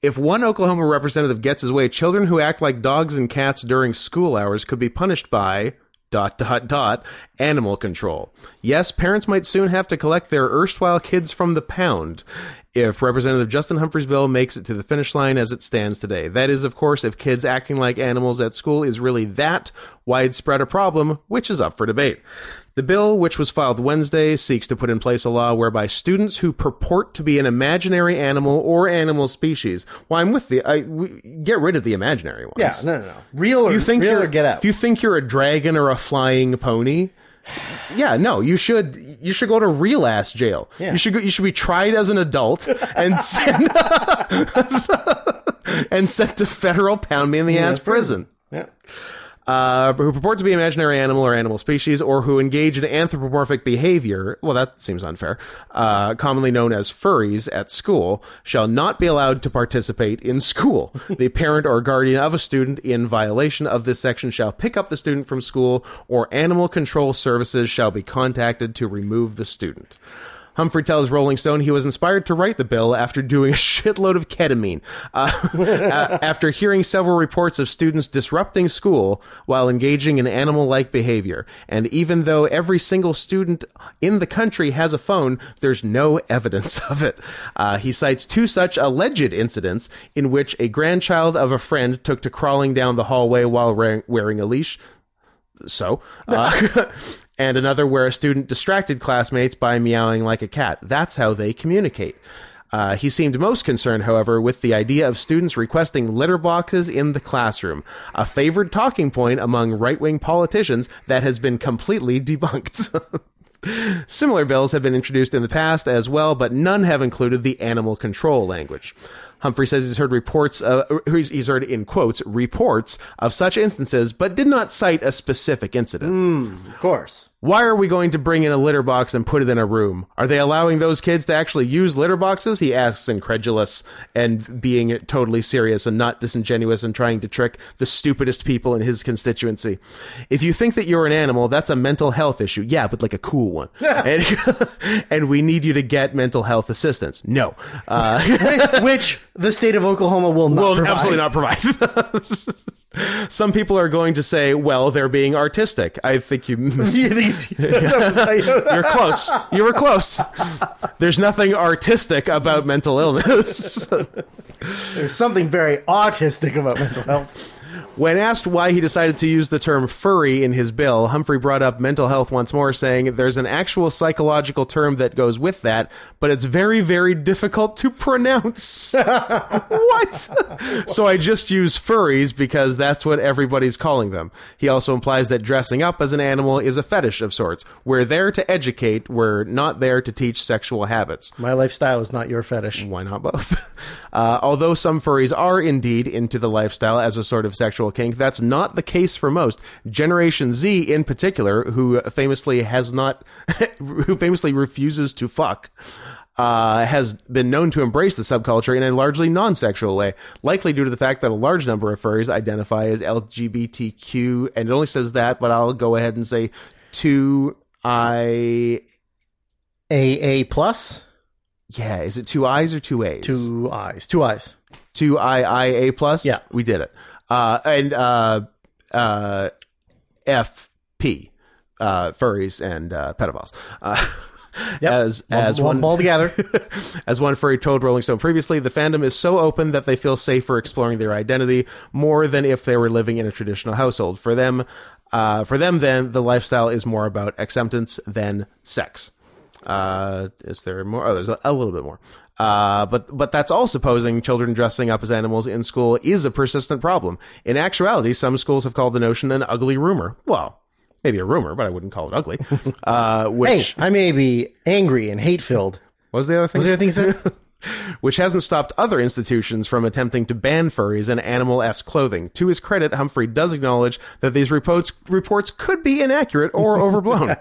If one Oklahoma representative gets his way, children who act like dogs and cats during school hours could be punished by dot dot dot animal control. Yes, parents might soon have to collect their erstwhile kids from the pound if Representative Justin Humphrey's bill makes it to the finish line as it stands today. That is, of course, if kids acting like animals at school is really that widespread a problem, which is up for debate. The bill, which was filed Wednesday, seeks to put in place a law whereby students who purport to be an imaginary animal or animal species. Well, I'm with the. I we, get rid of the imaginary ones. Yeah, no, no, no. Real or, You think real you're or get out. If you think you're a dragon or a flying pony, yeah, no, you should you should go to real ass jail. You should go, you should be tried as an adult and sent and sent to federal pound me in the ass prison yeah. uh, who purport to be imaginary animal or animal species, or who engage in anthropomorphic behavior, well, that seems unfair, uh, commonly known as furries at school, shall not be allowed to participate in school. the parent or guardian of a student in violation of this section shall pick up the student from school, or animal control services shall be contacted to remove the student. Humphrey tells Rolling Stone he was inspired to write the bill after doing a shitload of ketamine, uh, a- after hearing several reports of students disrupting school while engaging in animal like behavior. And even though every single student in the country has a phone, there's no evidence of it. Uh, he cites two such alleged incidents in which a grandchild of a friend took to crawling down the hallway while wearing, wearing a leash so uh, and another where a student distracted classmates by meowing like a cat that's how they communicate uh, he seemed most concerned, however, with the idea of students requesting litter boxes in the classroom, a favored talking point among right wing politicians that has been completely debunked. Similar bills have been introduced in the past as well, but none have included the animal control language. Humphrey says he's heard reports, uh, he's he's heard in quotes, reports of such instances, but did not cite a specific incident. Of course. Why are we going to bring in a litter box and put it in a room? Are they allowing those kids to actually use litter boxes? He asks, incredulous and being totally serious and not disingenuous and trying to trick the stupidest people in his constituency. If you think that you're an animal, that's a mental health issue. Yeah, but like a cool one. and, and we need you to get mental health assistance. No. Uh, Which the state of Oklahoma will not well, provide. absolutely not provide. Some people are going to say, well, they're being artistic. I think you mis- You're close. You were close. There's nothing artistic about mental illness. There's something very autistic about mental health. when asked why he decided to use the term furry in his bill, Humphrey brought up mental health once more, saying, There's an actual psychological term that goes with that, but it's very, very difficult to pronounce. what? so I just use furries because that's what everybody's calling them. He also implies that dressing up as an animal is a fetish of sorts. We're there to educate, we're not there to teach sexual habits. My lifestyle is not your fetish. Why not both? Uh, although some furries are indeed into the lifestyle as a sort of sexual kink, that's not the case for most. Generation Z, in particular, who famously has not, who famously refuses to fuck, uh, has been known to embrace the subculture in a largely non-sexual way, likely due to the fact that a large number of furries identify as LGBTQ, and it only says that, but I'll go ahead and say two I. AA plus Yeah, is it two I's or two A's? two eyes. Two eyes. to IIA plus. Yeah. we did it. uh, and uh, uh, FP uh, furries and uh, pedophiles. Uh, Yep. As as all, one all together. as one furry told Rolling Stone previously, the fandom is so open that they feel safer exploring their identity more than if they were living in a traditional household. For them, uh, for them, then the lifestyle is more about acceptance than sex. Uh, is there more? Oh, there's a, a little bit more. Uh, but but that's all supposing children dressing up as animals in school is a persistent problem. In actuality, some schools have called the notion an ugly rumor. Well, maybe a rumor, but I wouldn't call it ugly. Uh, hey, which I may be angry and hate filled. what was the other thing? Was there anything said? which hasn't stopped other institutions from attempting to ban furries and animal esque clothing. To his credit, Humphrey does acknowledge that these reports, reports could be inaccurate or overblown,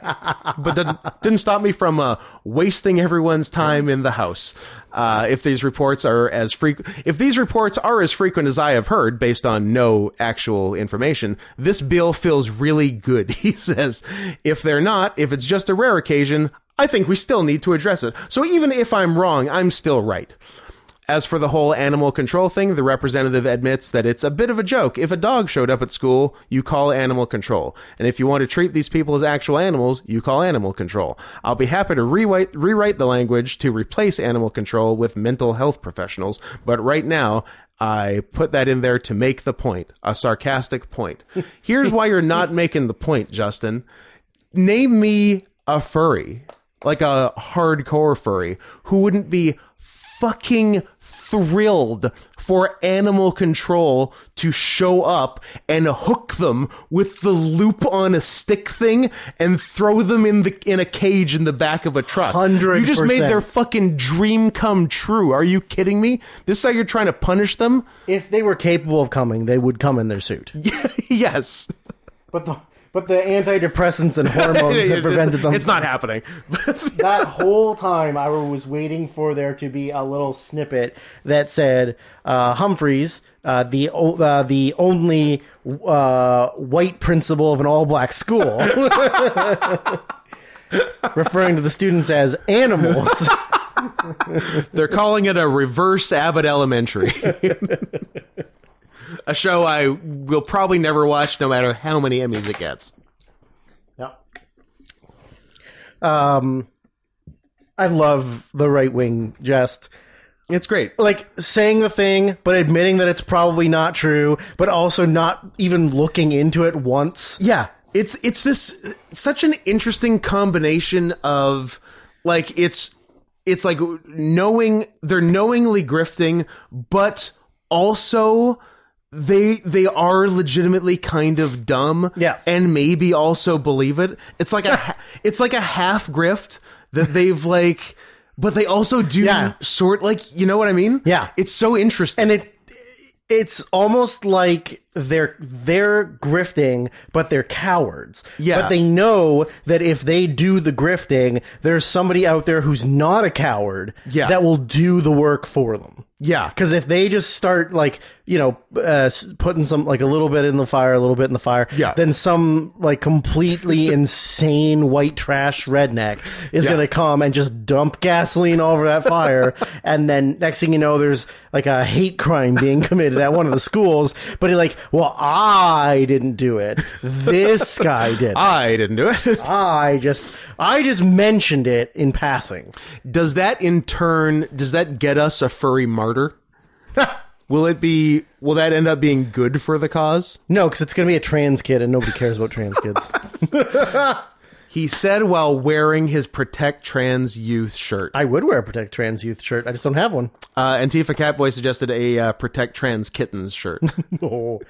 but didn't, didn't stop me from uh, wasting everyone's time in the house. Uh, if these reports are as frequent, if these reports are as frequent as I have heard, based on no actual information, this bill feels really good. He says, if they're not, if it's just a rare occasion, I think we still need to address it. So even if I'm wrong, I'm still right. As for the whole animal control thing, the representative admits that it's a bit of a joke. If a dog showed up at school, you call animal control. And if you want to treat these people as actual animals, you call animal control. I'll be happy to rewrite, rewrite the language to replace animal control with mental health professionals. But right now, I put that in there to make the point, a sarcastic point. Here's why you're not making the point, Justin name me a furry, like a hardcore furry, who wouldn't be fucking thrilled for animal control to show up and hook them with the loop on a stick thing and throw them in the in a cage in the back of a truck. You just made 100%. their fucking dream come true. Are you kidding me? This is how you're trying to punish them? If they were capable of coming, they would come in their suit. yes. But the but the antidepressants and hormones have prevented it's, them. it's not happening. that whole time I was waiting for there to be a little snippet that said uh, Humphreys, uh, the o- uh, the only uh, white principal of an all black school, referring to the students as animals. They're calling it a reverse Abbott Elementary. a show I will probably never watch no matter how many Emmys it gets. Yeah. Um, I love the right wing jest. It's great. like saying the thing but admitting that it's probably not true but also not even looking into it once Yeah. It's it's this such an interesting combination of like it's it's like knowing they're knowingly grifting but also they they are legitimately kind of dumb Yeah. and maybe also believe it. It's like a ha- it's like a half grift that they've like but they also do Yeah. sort like you know what I mean? Yeah. It's so interesting. and it it's almost like they're they're grifting but they're cowards Yeah. but they know that if they do the grifting there's somebody out there who's not a coward Yeah. that will do the work for them yeah. because if they just start like you know uh, s- putting some like a little bit in the fire a little bit in the fire Yeah. then some like completely insane white trash redneck is gonna come and just dump gasoline all over that fire and then next thing you know there's like a hate crime being committed at one of the schools but he like well i didn't do it this guy did it. I didn't do it. i just i just mentioned it in passing Does that in turn does that get us a furry martyr? will it be will that end up being good for the cause? no because it's gonna be a trans kid and nobody cares about trans kids He said while wearing his Protect Trans Youth shirt. I would wear a Protect Trans Youth shirt. I just don't have one. Uh, Antifa Catboy suggested a uh, Protect Trans Kittens shirt. Oh.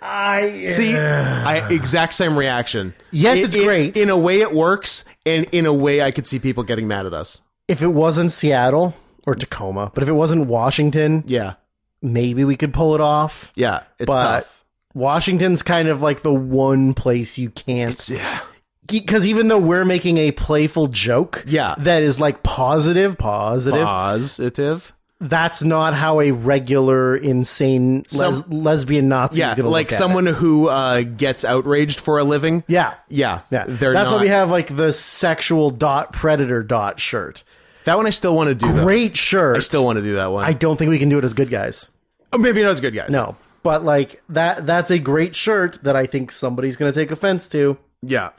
I uh, See, I, exact same reaction. Yes, In- it's in- great. In a way, it works, and in a way, I could see people getting mad at us. if it wasn't Seattle or Tacoma, but if it wasn't Washington, Yeah, maybe we could pull it off. yeah, it's But- tough. Washington's kind of like the one place you can't Yeah, because even though we're making a playful joke, Yeah. that is like positive, positive. positive. That's not how a regular insane les- lesbian Nazi Yeah, is going to like look at someone who uh, gets outraged for a living. It. Yeah, Yeah, yeah. They're That's not. why we have like the sexual dot predator dot shirt. That one I still want to do. Though. Great shirt. I still want to do that one. I don't think we can do it as good guys. oh, maybe not as good guys. No. but like that that's a great shirt that I think somebody's going to take offense to. Yeah.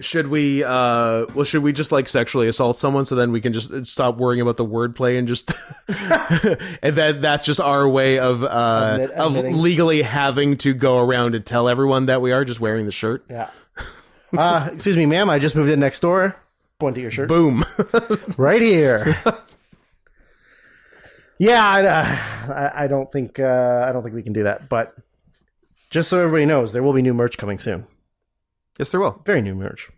Should we uh well should we just like sexually assault someone so then we can just uh, stop worrying about the wordplay and just and then that's just our way of uh Admit- of admitting. legally having to go around and tell everyone that we are just wearing the shirt. Yeah. Uh, excuse me, ma'am. I just moved in next door. Point to your shirt. Boom. right here. yeah, I, I, I don't think uh, I don't think we can do that. But just so everybody knows, there will be new merch coming soon. yes there will. Very new merch.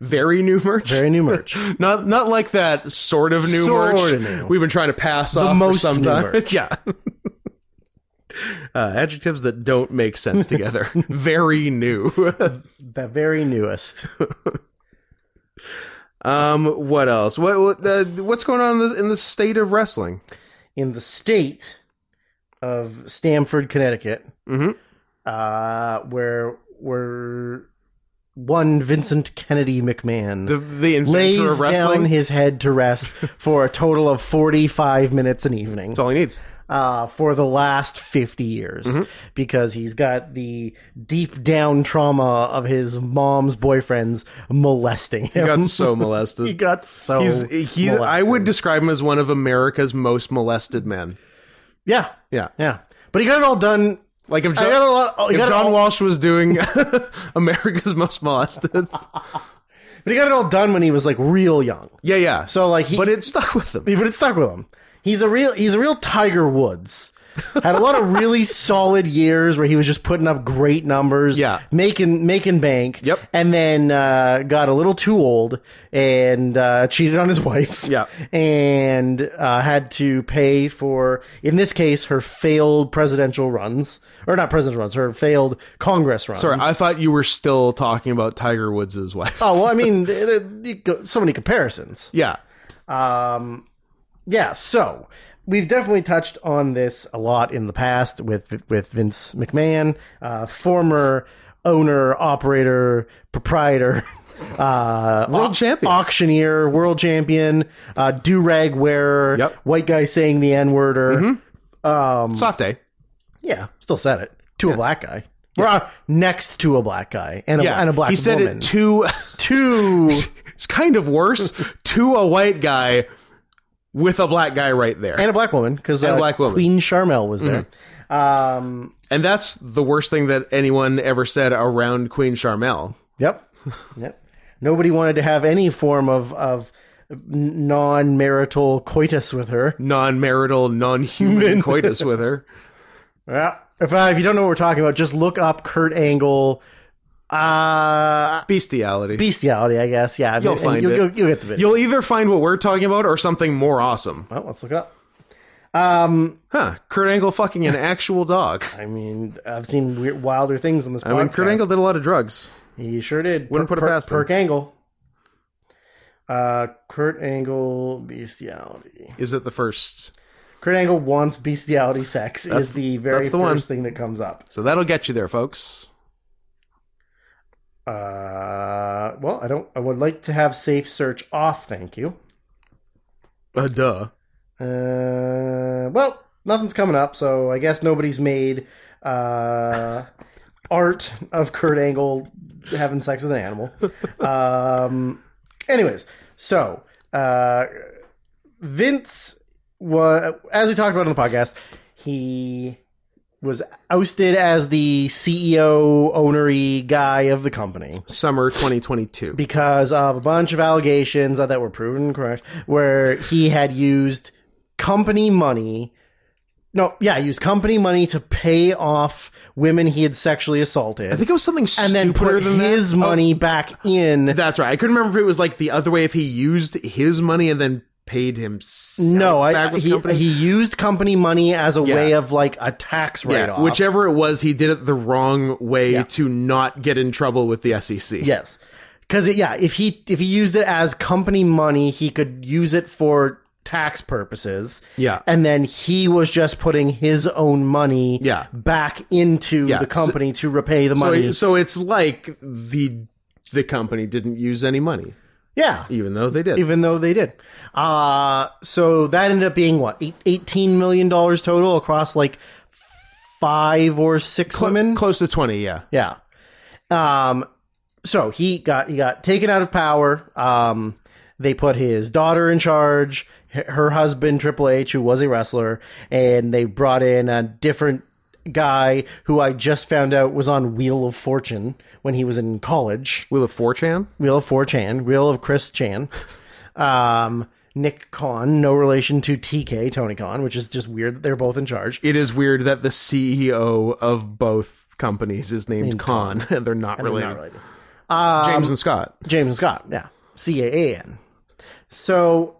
Very new merch. Very new merch. not not like that sort of new Sort merch of new. we've been trying to pass off most for some new time. merch. yeah. Uh, adjectives that don't make sense together. Very new. the very newest. Um, what else? What, what uh, what's going on in the, in the state of wrestling? In the state of Stamford, Connecticut, Mm-hmm. uh, where where one Vincent Kennedy McMahon The the inventor lays of down wrestling. his head to rest for a total of 45 minutes an evening That's all he needs. uh, for the last 50 years Mm-hmm. because he's got the deep down trauma of his mom's boyfriend's molesting him. He got so He molested. got so. He's he. I molested. would describe him as one of America's most molested men. Yeah. Yeah, Yeah. But he got it all done. like if I got John, a lot. He if got it John all, Walsh was doing America's most molested. but he got it all done when he was like real young. Yeah, yeah. So, So like he, but it stuck with him. but it stuck with him. He's a real he's a real Tiger Woods. Had a lot of really solid years where he was just putting up great numbers, Yeah. making making bank. Yep. And then uh, got a little too old and uh, cheated on his wife. Yeah. And uh, had to pay for, in this case, her failed presidential runs or not presidential runs, her failed Congress runs. Sorry, I thought you were still talking about Tiger Woods' wife. oh well, I mean, th- th- you go- so many comparisons. Yeah, Yeah, so we've definitely touched on this a lot in the past with with Vince McMahon, uh, former owner, operator, proprietor, uh, World champion. auctioneer, world champion, uh, do rag wearer, Yep. Mm-hmm. white guy saying the n worder. soft day. Yeah, still said it to a black guy. Or, uh, next to a black guy and a, Yeah, and a black he said woman. it to. two. it's kind of worse to a white guy with a black guy right there. And, And a black woman, because a uh, black woman. Queen Charmel was there. Um, that's the worst thing that anyone ever said around Queen Charmel. Yep. Yep. Nobody wanted to have any form of of non marital coitus with her. Non marital, non human coitus with her. Yeah. If uh, if you don't know what we're talking about, just look up Kurt Angle. Uh Bestiality. bestiality, I guess. Yeah, You'll and find you'll, it. You'll, you'll get the video. You'll either find what we're talking about or something more awesome. well, let's look it up. Huh. Kurt Angle fucking an actual dog. I mean, I've seen weird, wilder things on this. I mean, Kurt Angle did a lot of drugs. He sure did. Wouldn't put it past him. Kirk Angle. Uh, Kurt Angle bestiality. Is it the first? Kurt Angle wants bestiality sex That's- is the very that's the one. first thing that comes up. So that'll get you there, folks. Uh, well, I don't. I would like to have safe search off. Thank you. Uh, duh. Uh, well, nothing's coming up, so I guess nobody's made uh, art of Kurt Angle having sex with an animal. Um, anyways, so uh, Vince was, as we talked about on the podcast, he was ousted as the CEO ownery guy of the company. Summer 2022. because of a bunch of allegations that were proven correct, where he had used company money. No, yeah, used company money to pay off women he had sexually assaulted, I think it was something and then stupider put than that. Oh. his money back in. That's right. I couldn't remember if it was like the other way if he used his money and then paid himself. no, back I, with the he company. he used company money as a way of like a tax Yeah, write off. whichever it was, he did it the wrong way to not get in trouble with the E SEC. yes, because yeah, if he if he used it as company money, he could use it for tax purposes. Yeah. and then he was just putting his own money Yeah. back into Yeah. the company to repay the So, money. so it's like the the company didn't use any money. Yeah. even though they did. Even though they did. Uh, so that ended up being what? Eight, $18 million total across like five or six women? Close to 20, yeah. Yeah. Um, so he got he got taken out of power. Um, they put his daughter in charge, h- her husband Triple H, who was a wrestler, and they brought in a different guy who I just found out was on Wheel of Fortune when he was in college. Wheel of 4chan? Wheel of Four Chan, Wheel of Chris Chan. Um, Nick Khan, no relation to TK Tony Khan, which is just weird that they're both in charge. It is weird that the CEO of both companies is named, Khan, and they're not related. Not Um, related. James and Scott. James Scott, yeah. C A A N. So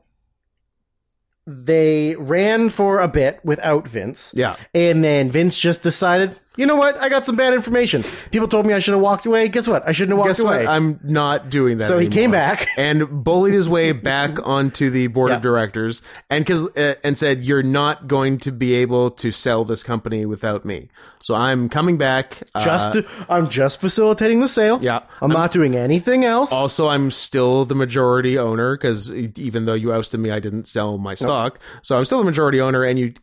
they ran for a bit without Vince. Yeah. And then Vince just decided, you know what? I got some bad information. People told me I should have walked away. Guess what? I shouldn't have walked Guess away. what? I'm not doing that. so he anymore. came back. and bullied his way back onto the board Yeah. of directors and cause, uh, and said you're not going to be able to sell this company without me so i'm coming back uh, Just I'm just facilitating the sale. Yeah. I'm, not doing anything else. also i'm still the majority owner because even though you ousted me i didn't sell my stock so i'm still the majority owner and you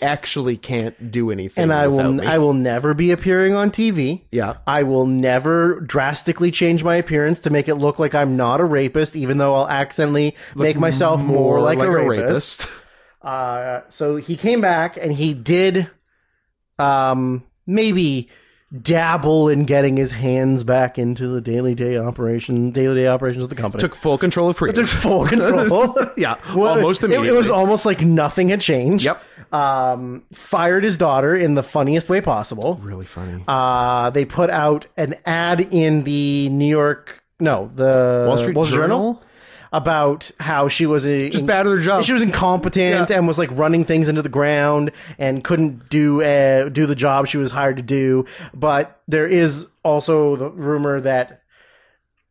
actually can't do anything and I without will me. I will never be appearing on TV. yeah I will never drastically change my appearance to make it look like I'm not a rapist, even though I'll accidentally make myself more, like, a rapist. Uh, so he came back and he did um, maybe dabble in getting his hands back into the daily day operation, daily day operations of the company. took full control of Prius. Took full control. yeah Well, almost it- immediately It, was almost like nothing had changed. Yep. Um, fired his daughter in the funniest way possible. really funny Uh, they put out an ad in the New York, no, the wall street, journal? about how she was a, Just bad at her job. she was incompetent Oh. Yeah. and was like running things into the ground and couldn't do uh, do the job she was hired to do. But there is also the rumor that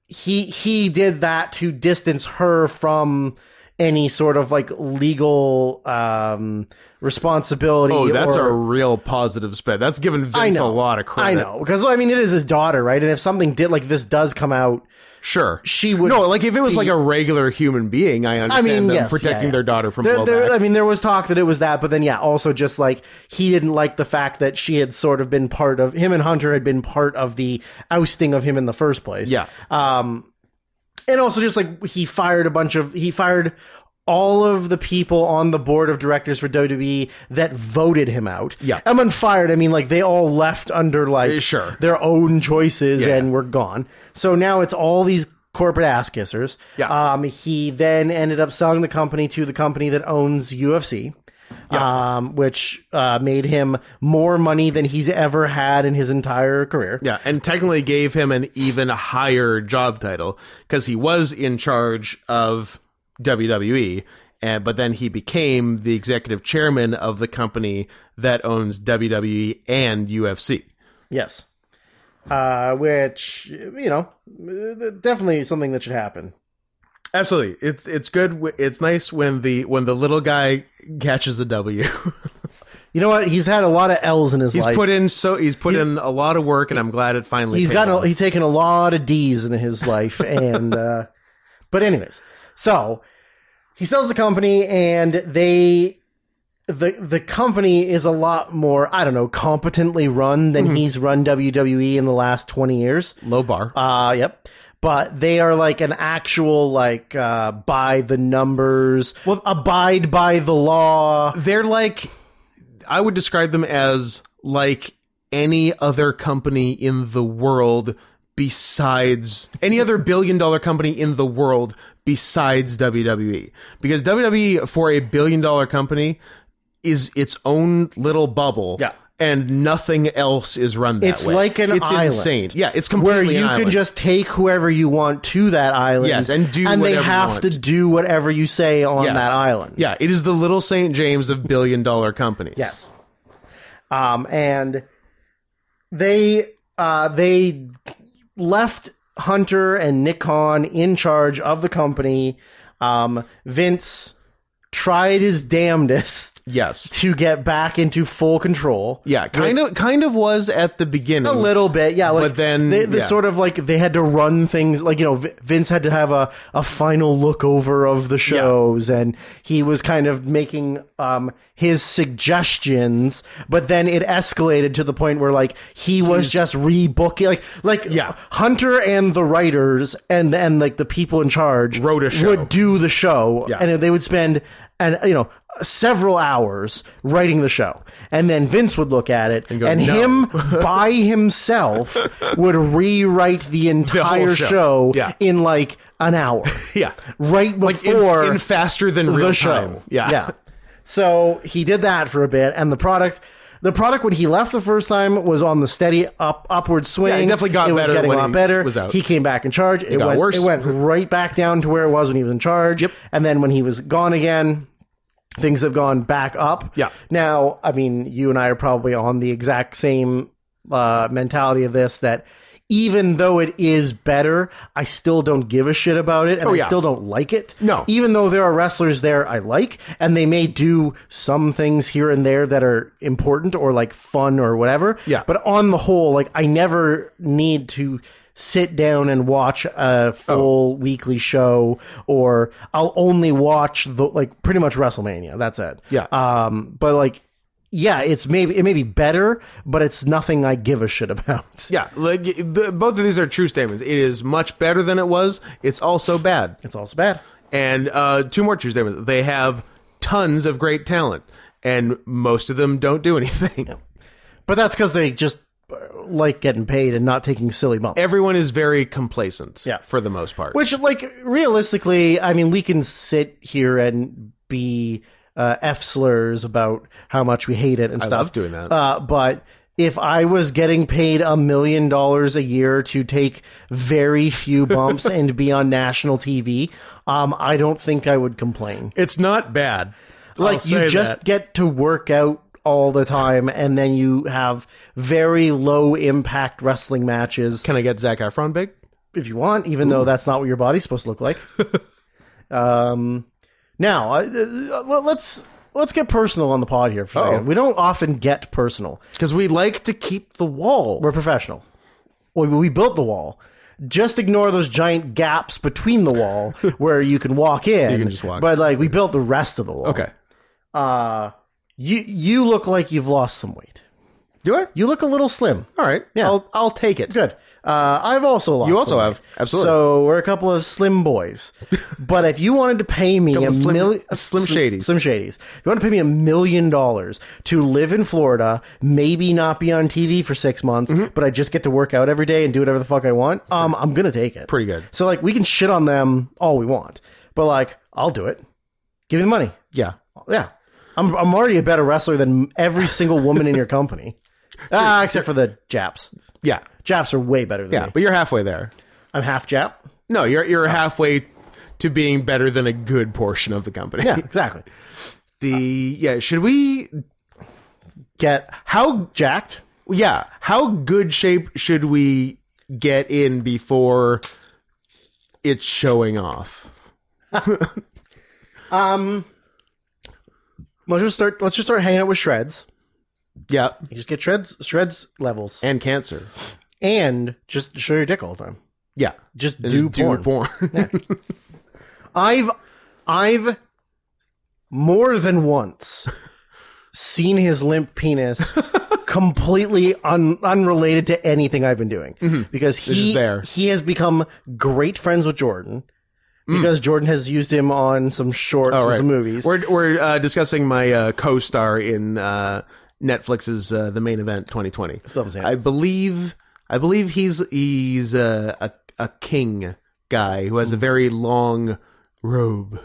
he he did that to distance her from any sort of like legal um responsibility Oh, that's or, a real positive spin. That's given Vince a know. lot of credit. I know because well, I mean it is his daughter, right? And if something did like this does come out, Sure. she would. No, like if it was like a regular human being, I understand mean, them yes, protecting yeah, yeah. their daughter from there, blowback. there, I mean, there was talk that it was that, but then yeah, also just like he didn't like the fact that she had sort of been part of him and Hunter had been part of the ousting of him in the first place. yeah. Um, and also just like he fired a bunch of he fired all of the people on the board of directors for WWE that voted him out. Yeah. Eh, and when fired, I mean like they all left under like Sure. their own choices Yeah. and were gone. So now it's all these corporate ass kissers. Yeah. Um, he then ended up selling the company to the company that owns UFC. Um, which uh, made him more money than he's ever had in his entire career. Yeah. And technically gave him an even higher job title because he was in charge of WWE. And, but then he became the executive chairman of the company that owns WWE and UFC. Yes. Uh, which, you know, uh, definitely something that should happen. Absolutely, it's it's good. w- It's nice when the when the little guy catches a W. You know what? He's had a lot of L's in his He's life. put in so he's put in a lot of work, and I'm glad it finally. he's paid got off. a, he's taken a lot of D's in his life and uh but anyways. So, he sells the company and they the the company is a lot more, I don't know, competently run Mm-hmm. than he's run WWE in the last 20 years. low bar. Uh yep. But they are like an actual like uh by the numbers, Well- abide by the law. They're like, I would describe them as like any other company in the world besides any other billion dollar company in the world besides WWE. Because WWE for a billion dollar company is its own little bubble. Yeah. And nothing else is run that It's way. like an it's island insane. Yeah, it's completely Where you an can island. just take whoever you want to that island, Yes, and do and they whatever you have want. to do whatever you say on Yes. that island. Yeah, it is the little St. James of billion dollar companies. Yes. Um, and they uh, they left Hunter and Nikon in charge of the company. Um, Vince tried his damnedest Yes. to get back into full control. Yeah, kind of kind of was at the beginning. A little bit, yeah. Like But then- they, they yeah. sort of like they had to run things like you know V- Vince had to have a, a final look over of the shows, and he was kind of making um, his suggestions. But then it escalated to the point where like he was just rebooking, like like Yeah. Hunter and the writers and and like the people in charge Wrote a show. would do the show, Yeah. and they would spend and you know. Several hours writing the show, and then Vince would look at it, go, and "No." him by himself would rewrite the entire whole show, show. Yeah. in like an hour. Yeah. Right in, before in faster than real the show. time. Yeah. Yeah. So he did that for a bit and the product the product when he left the first time was on the steady up upward swing. definitely got it was better getting when a lot he better. was out. He came back in charge. It, got went worse. it went right back down to where it was when he was in charge. Yep. And then when he was gone again, things have gone back up. Yeah. Now, I mean, you and I are probably on the exact same uh, mentality of this that even though it is better, I still don't give a shit about it and Oh, yeah. I still don't like it. No. Even though there are wrestlers there I like and they may do some things here and there that are important or like fun or whatever. Yeah. But on the whole, like I never need to sit down and watch a full Oh. weekly show or I'll only watch the like pretty much WrestleMania. That's it. Yeah. Um but like yeah, it's maybe it may be better, but it's nothing I give a shit about. Yeah, like the, both of these are true statements. It is much better than it was. It's also bad. It's also bad. And uh, two more true statements. They have tons of great talent, and most of them don't do anything. But that's because they just uh, like getting paid and not taking silly bumps. Everyone is very complacent. Yeah. for the most part. Which, like, realistically, I mean, we can sit here and be uh, f slurs about how much we hate it and stuff. love doing that. Uh, but if I was getting paid a million dollars a year to take very few bumps and be on national TV, um, I don't think I would complain. it's not bad. Like, you just get to work out all the time, and then you have very low impact wrestling matches can I get Zach Efron big? if you want, even though that's not what your body's supposed to look like. um, now, uh, uh, well, let's let's get personal on the pod here for a Oh. second. We don't often get personal. Because we like to keep the wall. We're professional. We, we built the wall. Just ignore those giant gaps between the wall where you can walk in. You can just walk. But like we built the rest of the wall. Okay. You you look like you've lost some weight. Do I? You look a little slim. All right. Yeah. I'll I'll take it. Good. Uh, I've also lost. You also some weight. have. Absolutely. So we're a couple of slim boys. but if you wanted to pay me a slim- million, slim shadies. slim shadies, if you want to pay me a million dollars to live in Florida, maybe not be on TV for six months, Mm-hmm. but I just get to work out every day and do whatever the fuck I want, um, I'm gonna take it. Pretty good. So like, we can shit on them all we want, but like, I'll do it. Give me the money. Yeah. Yeah. I'm, I'm already a better wrestler than every single woman in your company. Ah, except for the Japs. Yeah. Japs are way better than Yeah. me. But you're halfway there. Oh. I'm half Jap. No, you're you're halfway to being better than a good portion of the company. Yeah, exactly. The yeah, should we Get how jacked. yeah, how good shape should we get in before it's showing off? Let's just start. Let's just start hanging out with shreds. Yeah. You just get shreds, shreds levels, And cancer. and just show your dick all the time. Yeah. Just And do just porn. porn. I've, I've, more than once, seen his limp penis. completely un- unrelated to anything I've been doing because he just there. he has become great friends with Jordan because Jordan has used him on some shorts and All right. some movies. We're we're uh, discussing my uh, co-star in uh, Netflix's uh, The Main Event 2020. That's what I'm saying. I believe I believe he's he's a a, a king guy who Hmm. has a very long robe.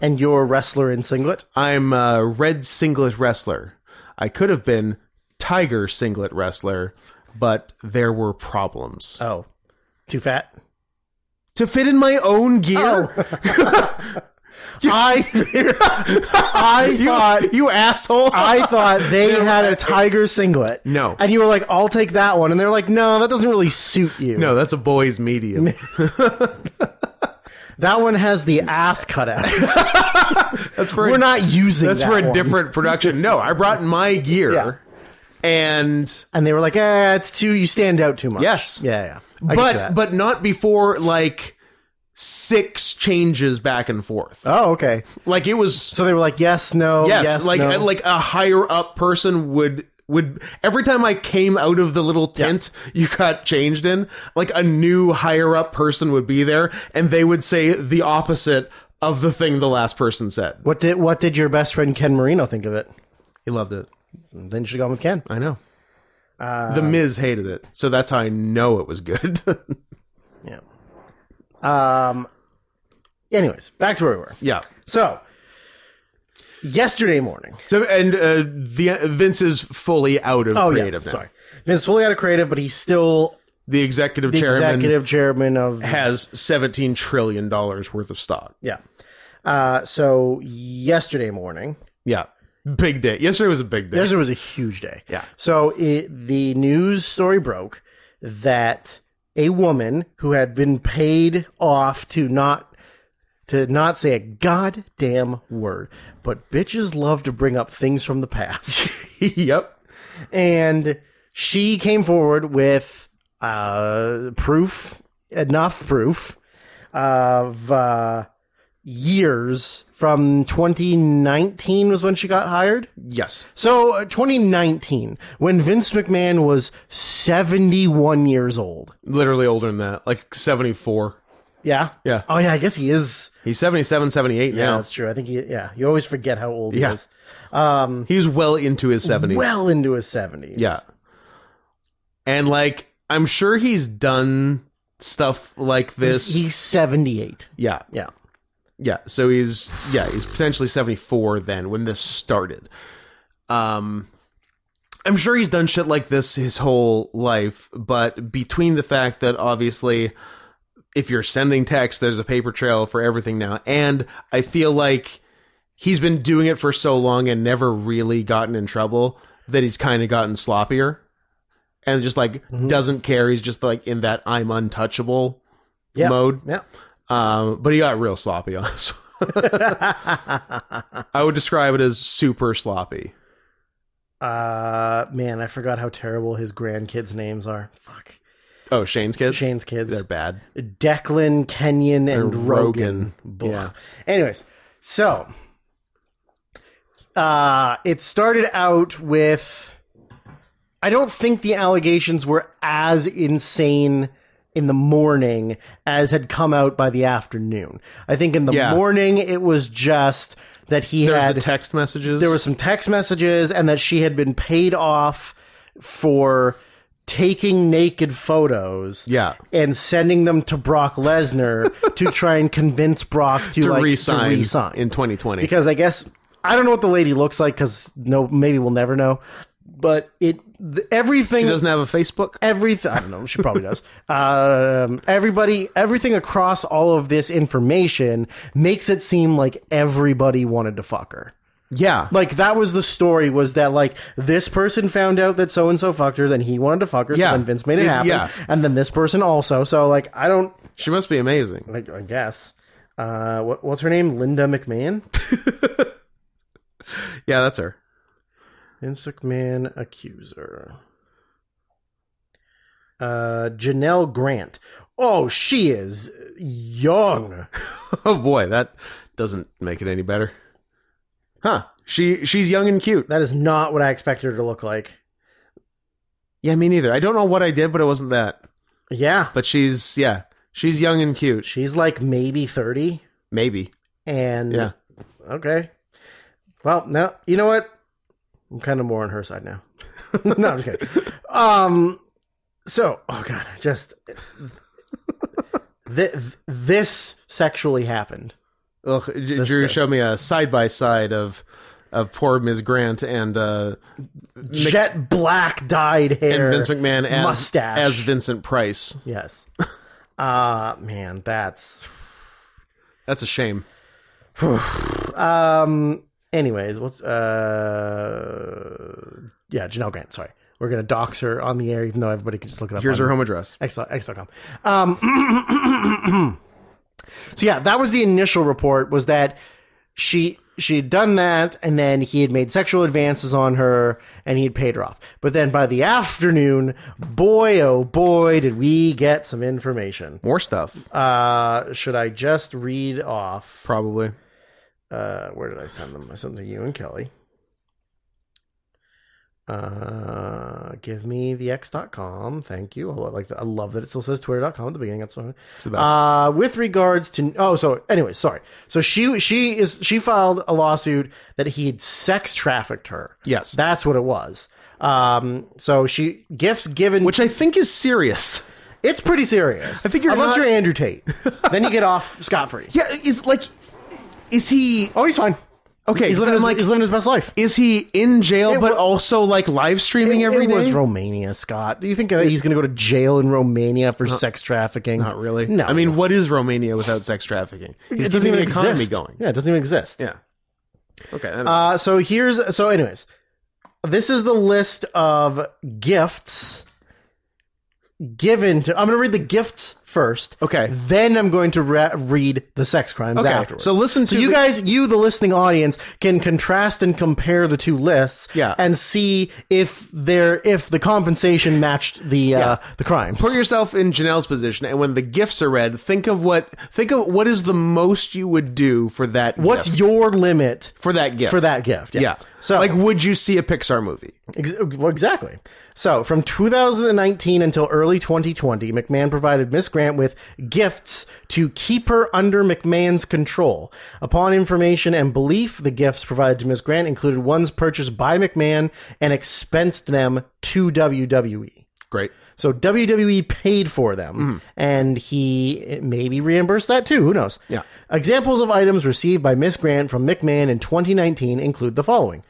and you're a wrestler in singlet. I'm a red singlet wrestler. I could have been tiger singlet wrestler, but there were problems. Oh, too fat. to fit in my own gear? Oh. I I thought you, you asshole. I thought they had a tiger singlet. No. and you were like, "I'll take that one," and they're like, "No, that doesn't really suit you." no, that's a boy's medium. That one has the ass cut out. That's for We're not using That's that for a one. different production. No, I brought my gear, Yeah. and And they were like, eh, it's too, you stand out too much. Yes. Yeah, yeah. I can see but that. but not before like six changes back and forth. oh, okay. Like it was So they were like, yes, no, yes, yes, like no. like a higher up person would would every time I came out of the little tent you got changed in, like a new higher up person would be there and they would say the opposite of the thing the last person said. what did what did your best friend Ken Marino think of it? He loved it. Then you should have gone with Ken. I know. Uh, the Miz hated it, so that's how I know it was good. Yeah. Um. Anyways, back to where we were. yeah. So, yesterday morning. So and uh, the Vince is fully out of Oh creative yeah, now. sorry. Vince fully out of creative, but he's still The executive the chairman executive chairman of has seventeen trillion dollars worth of stock. yeah. Uh, so yesterday morning, Yeah, big day. Yesterday was a big day. yesterday was a huge day. Yeah. So it, the news story broke that a woman who had been paid off to not to not say a goddamn word, but bitches love to bring up things from the past. yep. and she came forward with uh, proof, enough proof of uh, years from 2019 was when she got hired. Yes. So uh, 2019, when Vince McMahon was 71 years old. Literally older than that, like seventy four. Yeah. Yeah. Oh yeah, I guess he is. He's 77, 78 Yeah, now. that's true. I think he. Yeah, you always forget how old Yeah. he is. Um, He's well into his seventies. well into his 70s. Yeah. And like, I'm sure he's done stuff like this. He's 78. yeah. Yeah. Yeah, so he's yeah, he's potentially 74 then when this started. Um I'm sure he's done shit like this his whole life, but between the fact that obviously if you're sending text, there's a paper trail for everything now. And I feel like he's been doing it for so long and never really gotten in trouble that he's kind of gotten sloppier and just like Mm-hmm. doesn't care. He's just like in that I'm untouchable Yeah. mode. Yeah. Um, but he got real sloppy on this. one. I would describe it as super sloppy. Uh, man, I forgot how terrible his grandkids' names are. Fuck. Oh, Shane's kids. Shane's kids. They're bad. Declan, Kenyon, and And Rogan. Rogan. Blah. Yeah. Anyways, so uh it started out with I don't think the allegations were as insane in the morning as had come out by the afternoon. I think in the Yeah. morning it was just that he There's had the text messages. there were some text messages and that she had been paid off for taking naked photos Yeah. and sending them to Brock Lesnar to try and convince Brock to, to like resign, to resign in 2020. because I guess I don't know what the lady looks like cuz no maybe we'll never know but it th- everything he doesn't have a Facebook. everything i don't know she probably does um, everybody everything across all of this information makes it seem like everybody wanted to fuck her Yeah. like that was the story was that like this person found out that so and so fucked her, then he wanted to fuck her, Yeah. so then Vince made it It- happen, yeah. and then this person also. So like I don't, She must be amazing. like, I guess. Uh, what, what's her name? Linda McMahon. Yeah, that's her. Vince McMahon accuser. Uh, Janelle Grant. Oh, she is young. Oh boy, that doesn't make it any better. Huh. She she's young and cute. That is not what I expected her to look like. Yeah, me neither. I don't know what I did, but it wasn't that. Yeah, But she's yeah, she's young and cute. she's like maybe thirty. Maybe. And Yeah. okay. Well, now you know what? I'm kind of more on her side now. no, I'm just kidding. Um, so oh god, I just th- th- this sexually happened. Ugh, J- Drew this. showed me a side by side of of poor Ms. Grant and uh, Jet black dyed hair. and Vince McMahon as mustache. as Vincent Price. yes. Uh man, that's That's a shame. um. Anyways, what's uh? Yeah, Janelle Grant. Sorry, we're gonna dox her on the air, even though everybody can just look it up. Here's on her home address. X.com. Um, So yeah, that was the initial report was that she she had done that and then he had made sexual advances on her and he had paid her off. But then by the afternoon, boy oh boy did we get some information. More stuff, Uh should I just read off probably. uh where did I send them? I sent them to you and Kelly. Uh give me the x.com. Thank you. I like that. I love that it still says twitter.com at the beginning. That's what It's the best. uh, with regards to oh, so anyway, sorry. So she she is she filed a lawsuit that he had sex trafficked her. yes, That's what it was. Um, so she gifts given, which I think is serious. it's pretty serious. I think you're unless not- you're Andrew Tate, then you get off scot free. Yeah, is like, is he Oh, he's fine. okay? He's so living, I'm his, like, he's living his best life. is he in jail but wa- also like live streaming It- every it day? was Romania, Scott. Do you think uh, he's going to go to jail in Romania for sex trafficking? Not really. No, I mean, what is Romania without sex trafficking? He's it doesn't keeping even the economy exist. going. Yeah, it doesn't even exist. Yeah. Okay. that makes- Uh, so here's so anyways, this is the list of gifts given to. I'm going to read the gifts first. okay. Then I'm going to re- read the sex crimes Okay. afterwards. So listen to So you the- guys, you the listening audience, can contrast and compare the two lists, Yeah. and see if there if the compensation matched the uh, the crimes. Put yourself in Janelle's position, and when the gifts are read, think of what think of what is the most you would do for that. What's gift, your limit for that gift? for that gift? yeah. So like, would you see a Pixar movie? Ex- well, exactly. So, from 2019 until early 2020, McMahon provided Miss Grant with gifts to keep her under McMahon's control. Upon information and belief, the gifts provided to Miss Grant included ones purchased by McMahon and expensed them to E. WWE. Great. So WWE paid for them, Mm-hmm. and he maybe reimbursed that too. Who knows? Yeah. Examples of items received by Miss Grant from McMahon in 2019 include the following: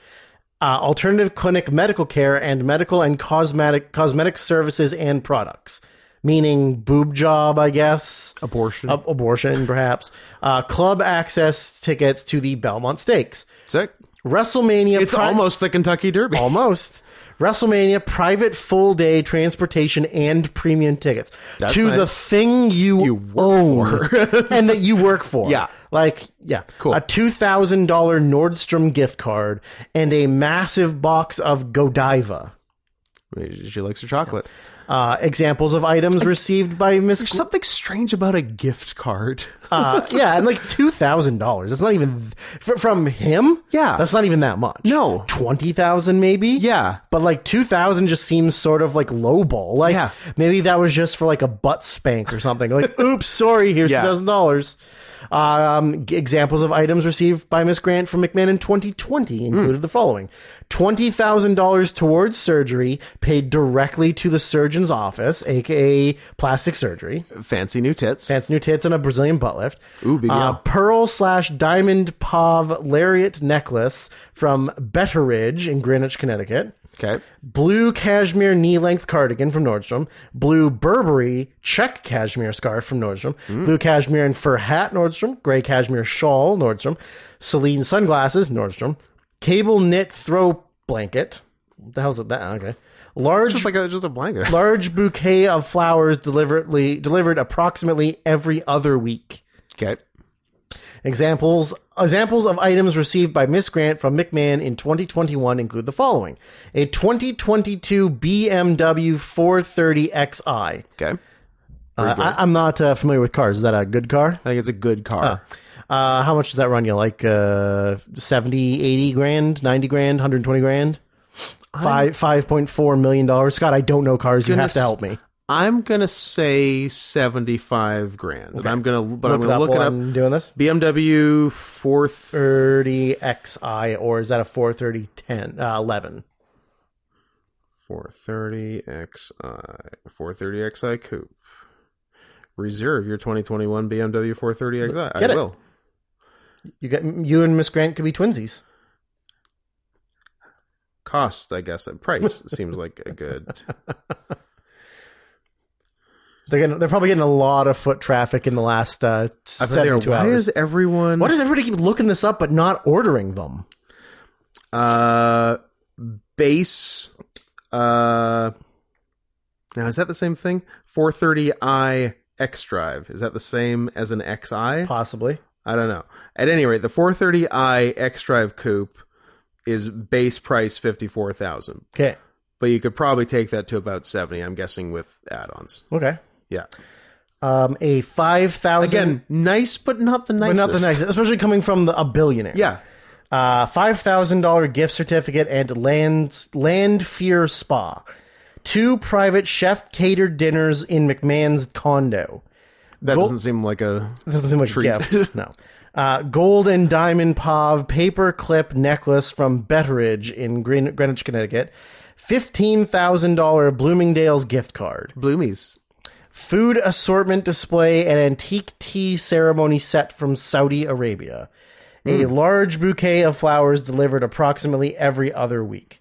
uh, alternative clinic medical care and medical and cosmetic cosmetic services and products, meaning boob job, I guess. Abortion. Ab- Abortion, perhaps. Uh, club access tickets to the Belmont Stakes. Sick. WrestleMania. It's pri- almost the Kentucky Derby. almost WrestleMania private full day transportation and premium tickets That's to the nice. thing you, own and that you work for. Yeah. like yeah, Cool. A two thousand dollar Nordstrom gift card and a massive box of Godiva. She likes her chocolate. Uh, examples of items received by Miss. There's something strange about a gift card. uh, yeah, and like two thousand dollars. That's not even f- from him. Yeah. that's not even that much. No. twenty thousand maybe. yeah. But like 2000 just seems sort of like lowball. Like Yeah. maybe that was just for like a butt spank or something. Like, oops, sorry, here's Yeah. $2,000. Um, g- examples of items received by Miss Grant from McMahon in Hmm. 2020 included the following $20,000 towards surgery paid directly to the surgeon's office, aka plastic surgery. Fancy new tits. That's new tits and a Brazilian butt lift. Ooh, big uh, deal. pearl slash diamond pav lariat necklace from Betteridge in Greenwich, Connecticut okay. blue cashmere knee length cardigan from Nordstrom, blue Burberry check cashmere scarf from Nordstrom, Mm. blue cashmere and fur hat Nordstrom, gray cashmere shawl Nordstrom, Celine sunglasses Nordstrom, cable knit throw blanket. What the hell's it that? Okay. Large Just like a just a blanket. large bouquet of flowers deliberately delivered approximately every other week. Okay. Examples examples of items received by Miss Grant from McMahon in 2021 include the following: a 2022 BMW 430xi. Okay. Uh, I, I'm not uh, familiar with cars. Is that a good car? I think it's a good car. Uh, how much does that run you? Like uh, 70, 80 grand, 90 grand, 120 grand, five 5.4 million dollars. Scott, I don't know cars. you have Goodness. to help me. I'm gonna say seventy-five grand. And I'm gonna, but I'm gonna look it while up. I'm doing this. BMW four thirty. 30xi, or is that a 430 10, uh, 11? 430 XI 430 XI coupe. Reserve your 2021 BMW 430 XI. Get I it. will. You get you and Miss Grant could be twinsies. Cost, I guess, at price seems like a good. They're getting, they're probably getting a lot of foot traffic in the last uh, I've been there. seventy-two Why hours. is everyone? Why does everybody keep looking this up but not ordering them? uh base? Uh, now is that the same thing? 430i xDrive. Is that the same as an XI? possibly. I don't know. At any rate, the 430i xDrive Coupe is base price 54,000, Okay. but you could probably take that to about 70, I'm guessing with add-ons. Okay. Yeah. Um, a five thousand. Again, nice but not the but nicest. not the nicest, especially coming from the, a billionaire. Yeah. Uh, five thousand dollar gift certificate and land land fear spa, two private chef catered dinners in McMahon's condo. That doesn't seem like a Doesn't seem like a gift. No. Uh, gold and diamond pav paper clip necklace from Betteridge in Green- Greenwich, Connecticut. $15,000 Bloomingdale's gift card. bloomies. Food assortment display and antique tea ceremony set from Saudi Arabia. A large bouquet of flowers delivered approximately every other week.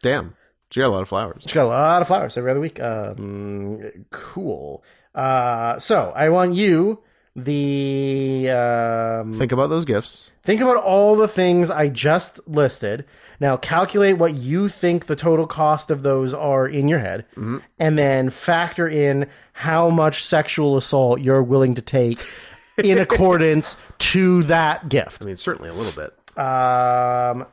Damn. She got a lot of flowers. She got a lot of flowers every other week. Um, cool. Uh, so I want you, the um, Think about those gifts. Think about all the things I just listed. Now calculate what you think the total cost of those are in your head, and then factor in how much sexual assault you're willing to take in accordance to that gift. I mean, certainly a little bit. Um,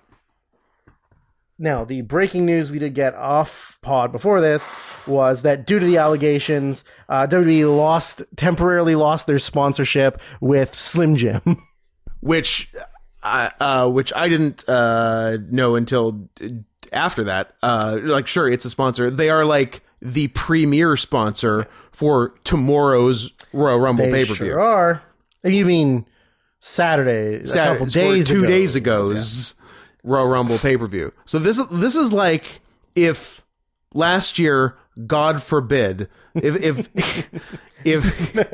now, the breaking news we did get off pod before this was that due to the allegations, uh, WWE lost temporarily lost their sponsorship with Slim Jim. which I uh, which I didn't uh, know until after that. Uh, like, sure, it's a sponsor. They are like the premier sponsor for tomorrow's Royal Rumble They pay per view. Sure are. You mean Saturday? a couple days, two ago. days ago's Royal Rumble pay per view. So this is this is like if last year, God forbid, if if if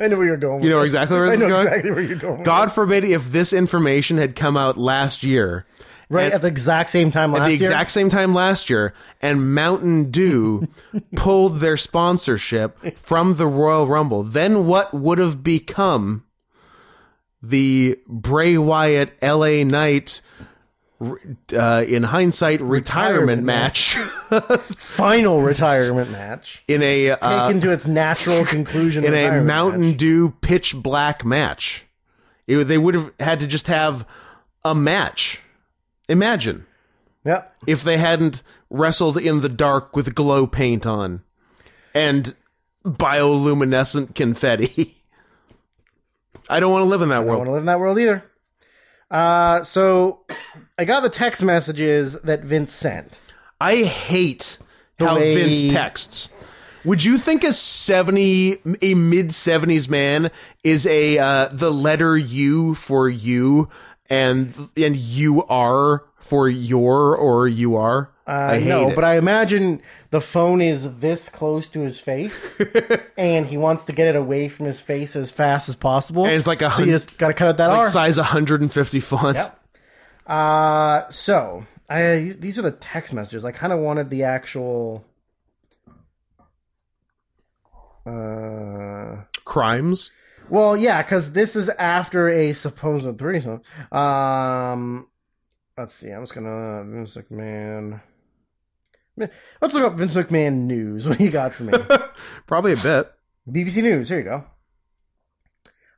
I know where you're going. you know with exactly where this. this I is know going. exactly where you're going. with God forbid if this information had come out last year. this. right at the exact same time last the year. exact same time last year, and Mountain Dew pulled their sponsorship from the Royal Rumble, then what would have become the Bray Wyatt LA Knight, uh, in hindsight, retirement, Retirement match Final retirement match in a uh, taken to its natural conclusion. in a retirement Mountain match. Dew pitch black match. It- they would have had to just have a match. Imagine. Yep. if they hadn't wrestled in the dark with glow paint on and bioluminescent confetti. I don't want to live in that I don't want world. to live in that world either. Uh, so I got the text messages that Vince sent. I hate how way- Vince texts. Would you think a 70 a mid 70s man is a uh, the letter U for you and and you are for your or you are? I hate Uh, no, it. but I imagine the phone is this close to his face, and he wants to get it away from his face as fast as possible. And it's like a so you hun- just gotta cut out that like R. size 150 font. uh, so I these are the text messages. I kind of wanted the actual. Uh, Crimes? well, yeah, because this is after a supposed threesome. Um, let's see. I'm just gonna Vince McMahon. Let's look up Vince McMahon news. What do you got for me? Probably a bit. BBC News. Here you go.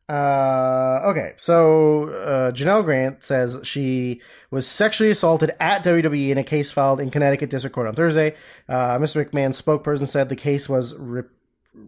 Uh, okay, so uh, Janelle Grant says she was sexually assaulted at WWE in a case filed in Connecticut District Court on Thursday. Uh, Mr. McMahon's spokesperson said the case was rep-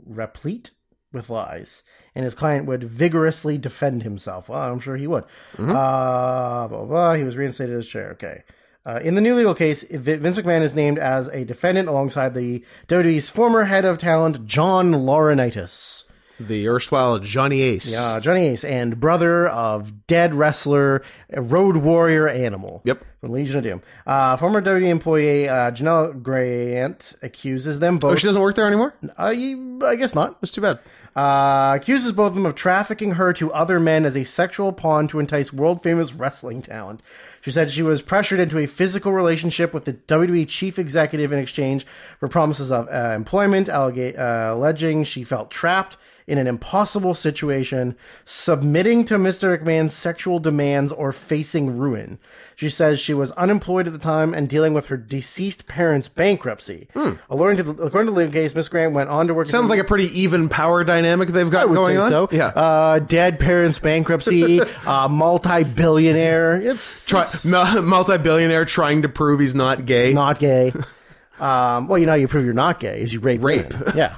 replete with lies, and his client would vigorously defend himself. Well, I'm sure he would. Mm-hmm. Uh, blah, blah, blah. He was reinstated as chair. Okay. Uh, in the new legal case, Vin- Vince McMahon is named as a defendant alongside the WWE's former head of talent, John Laurinaitis. The erstwhile Johnny Ace. Uh, Johnny Ace and brother of dead wrestler, uh, road warrior animal. Yep. From Legion of Doom. Uh, former WWE employee uh, Janelle Grant accuses them both. Oh, she doesn't work there anymore? Uh, you- I guess not. That's too bad. Uh, accuses both of them of trafficking her to other men as a sexual pawn to entice world famous wrestling talent. She said she was pressured into a physical relationship with the WWE chief executive in exchange for promises of uh, employment, allega- uh, alleging she felt trapped in an impossible situation, submitting to Mr. McMahon's sexual demands or facing ruin. She says she was unemployed at the time and dealing with her deceased parents' bankruptcy. According to the according to the legal case, Miss Grant went on to work. at the- Sounds like a pretty even power dynamic they've got I would going say on. so. Yeah. Uh, dead parents, bankruptcy, uh, multi-billionaire. It's, Try, it's mu- multi-billionaire trying to prove he's not gay. not gay. Um, well, you know, how you prove you're not gay is you rape. Rape. women. Yeah.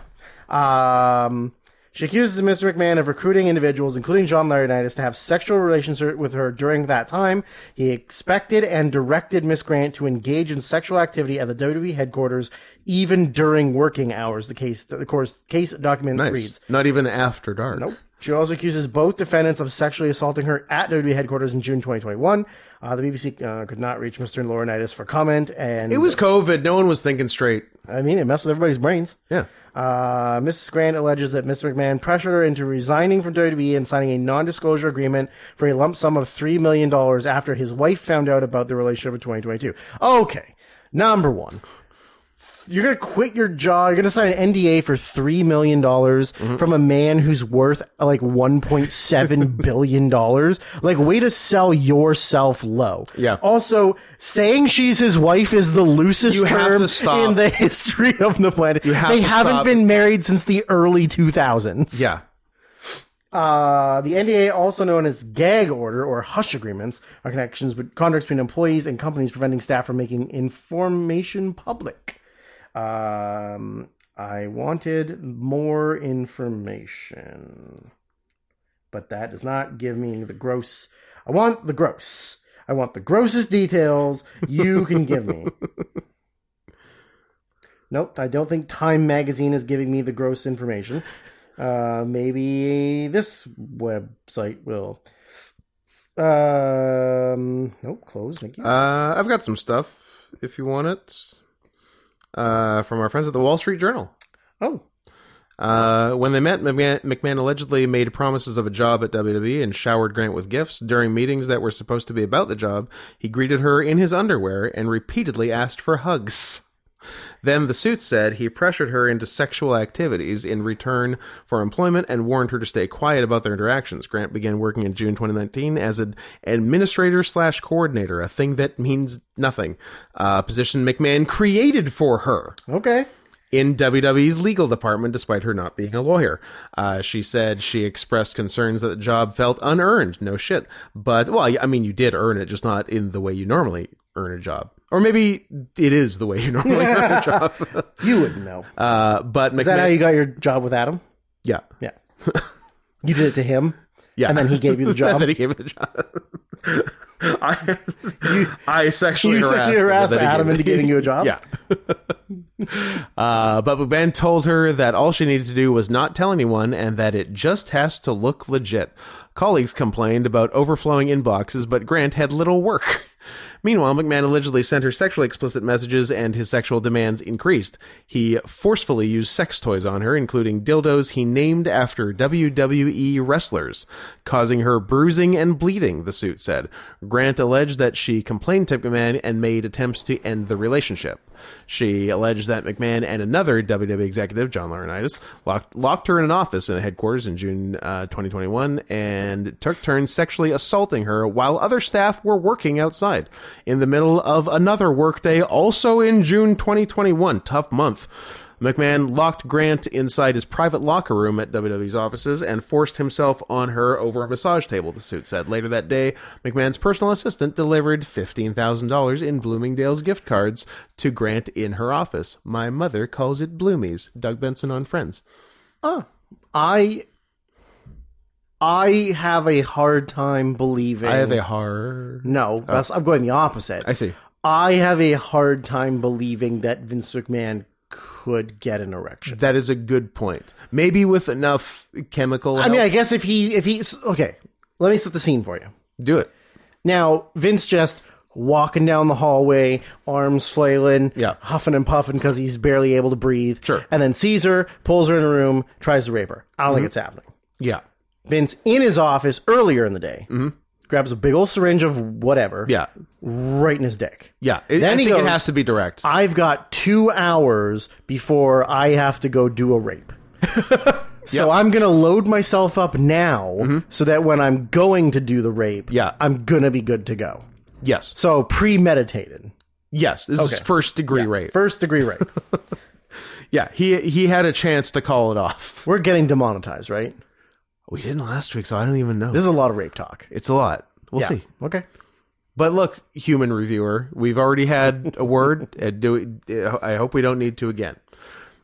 Um, she accuses Mr. McMahon of recruiting individuals, including John Laurinaitis, to have sexual relations her- with her during that time. He expected and directed Miss Grant to engage in sexual activity at the WWE headquarters, even during working hours. The case, the course, case document Nice. reads. Not even after dark. Nope. She also accuses both defendants of sexually assaulting her at WWE headquarters in June 2021. Uh, the BBC uh, could not reach Mr. Laurinaitis for comment, and It was COVID. No one was thinking straight. I mean, it messed with everybody's brains. Yeah. Uh, Mrs. Grant alleges that Mr. McMahon pressured her into resigning from WWE and signing a non-disclosure agreement for a lump sum of three million dollars after his wife found out about the relationship in 2022. Okay, number one, you're gonna quit your job. You're gonna sign an NDA for three million dollars Mm-hmm. from a man who's worth uh, like 1.7 billion dollars. Like, way to sell yourself low. Yeah. Also, saying she's his wife is the loosest You have to term stop. in the history of the planet have they to haven't stop. been married since the early 2000s. Yeah. Uh, the NDA, also known as gag order or hush agreements, are connections with contracts between employees and companies preventing staff from making information public. Um, I wanted more information, but that does not give me the gross. I want the gross. I want the grossest details you can give me. Nope, I don't think Time Magazine is giving me the gross information. Uh, maybe this website will. Um, nope, close. Thank you. Uh, I've got some stuff if you want it uh, from our friends at the Wall Street Journal. oh, Uh, when they met, McMahon, McMahon allegedly made promises of a job at WWE and showered Grant with gifts. During meetings that were supposed to be about the job, he greeted her in his underwear and repeatedly asked for hugs. Then the suit said he pressured her into sexual activities in return for employment and warned her to stay quiet about their interactions. Grant began working in June 2019 as an administrator slash coordinator, a thing that means nothing, Uh, a position McMahon created for her okay. in WWE's legal department, despite her not being a lawyer. Uh, she said she expressed concerns that the job felt unearned. No shit. But, well, I mean, you did earn it, just not in the way you normally earn a job. Or maybe it is the way you normally earn a job. You wouldn't know. Uh, but Is that McMahon- how you got your job with Adam? yeah. Yeah. You did it to him, Yeah. and then he gave you the And job. then he gave it the job. I, I sexually you sexually harassed, him, and harassed then he Adam gave it- into giving you a job. Yeah. uh, but McMahon told her that all she needed to do was not tell anyone and that it just has to look legit. Colleagues complained about overflowing inboxes, but Grant had little work. Meanwhile, McMahon allegedly sent her sexually explicit messages and his sexual demands increased. He forcefully used sex toys on her, including dildos he named after WWE wrestlers, causing her bruising and bleeding, the suit said. Grant alleged that she complained to McMahon and made attempts to end the relationship. She alleged that McMahon and another WWE executive, John Laurinaitis, locked, locked her in an office in the headquarters in June uh, 2021 and took turns sexually assaulting her while other staff were working outside. In the middle of another workday, also in June 2021, tough month. McMahon locked Grant inside his private locker room at WWE's offices and forced himself on her over a massage table, the suit said. Later that day, McMahon's personal assistant delivered $15,000 in Bloomingdale's gift cards to Grant in her office. My mother calls it Bloomies. Doug Benson on Friends. I. I have a hard time believing. I have a hard. no. That's, I'm going the opposite. I see. I have a hard time believing that Vince McMahon could get an erection. That is a good point. Maybe with enough chemical. I help, mean, I guess if he if he's okay, let me set the scene for you. do it. Now, Vince just walking down the hallway, arms flailing, Yeah. huffing and puffing because he's barely able to breathe. Sure. Mm-hmm. And then Caesar pulls her in a room, tries to rape her. I don't think it's happening. Yeah. Vince in his office earlier in the day grabs a big old syringe of whatever, Mm-hmm. Yeah. right in his dick. Yeah. It, Then I he think it goes- "Uh, has to be direct. I've got two hours before I have to go do a rape. so I'm gonna load myself up now so that when I'm going to do the rape, Mm-hmm. Yeah. I'm gonna be good to go. yes. So premeditated. Yes. This is first degree rape. First degree rape. yeah, he he had a chance to call it off. We're getting demonetized, right? We didn't last week, so I don't even know. This is a lot of rape talk. it's a lot. We'll yeah. see. Okay. But look, human reviewer, we've already had a word. and do I hope we don't need to again.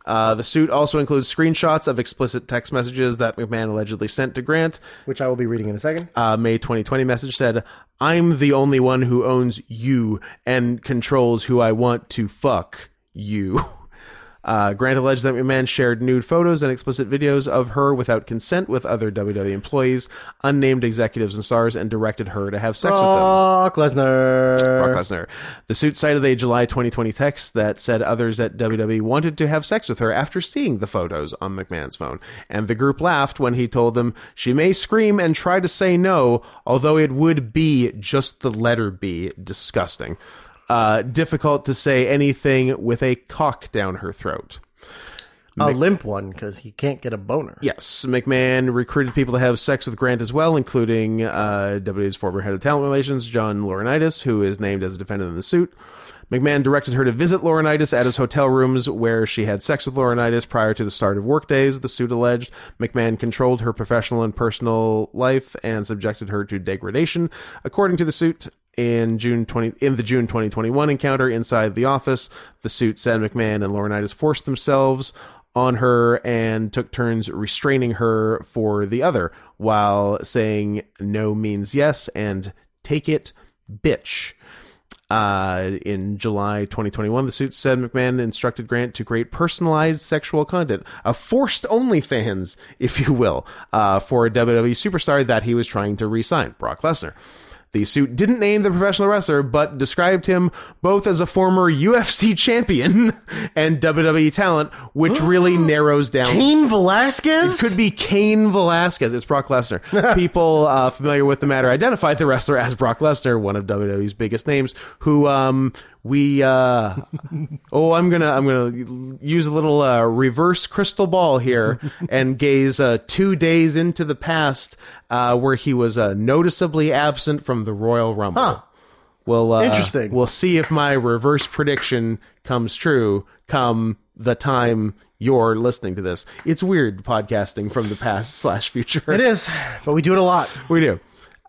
Uh, the suit also includes screenshots of explicit text messages that McMahon allegedly sent to Grant. Which I will be reading in a second. Uh, May 2020 message said, "I'm the only one who owns you and controls who I want to fuck you." Uh, Grant alleged that McMahon shared nude photos and explicit videos of her without consent with other WWE employees, unnamed executives, and stars, and directed her to have sex with them. Brock Lesnar. Brock Lesnar. The suit cited a July 2020 text that said others at WWE wanted to have sex with her after seeing the photos on McMahon's phone, and the group laughed when he told them she may scream and try to say no, although it would be just the letter B. Disgusting. Uh, difficult to say anything with a cock down her throat. A limp one because he can't get a boner. Yes, McMahon recruited people to have sex with Grant as well, including uh, WWE's former head of talent relations, John Laurinaitis, who is named as a defendant in the suit. McMahon directed her to visit Laurinaitis at his hotel rooms where she had sex with Laurinaitis prior to the start of workdays, the suit alleged. McMahon controlled her professional and personal life and subjected her to degradation. According to the suit, in June 20 in the June 2021 encounter inside the office, the suit said McMahon and Laurinaitis forced themselves on her and took turns restraining her for the other while saying no means yes and take it bitch. Uh, in July 2021, the suit said McMahon instructed Grant to create personalized sexual content, a forced OnlyFans, if you will, uh, for a WWE superstar that he was trying to re-sign, Brock Lesnar. The suit didn't name the professional wrestler, but described him both as a former UFC champion and WWE talent, which really narrows down Cain Velasquez? could be Kane Velasquez. It's Brock Lesnar. People uh, familiar with the matter identified the wrestler as Brock Lesnar, one of WWE's biggest names, who um, we. Uh, oh, I'm gonna I'm gonna use a little uh, reverse crystal ball here and gaze uh, two days into the past, uh, where he was uh, noticeably absent from the Royal Rumble. Huh. We'll uh, Interesting. We'll see if my reverse prediction comes true. Come the time you're listening to this, it's weird podcasting from the past slash future. It is, but we do it a lot. We do.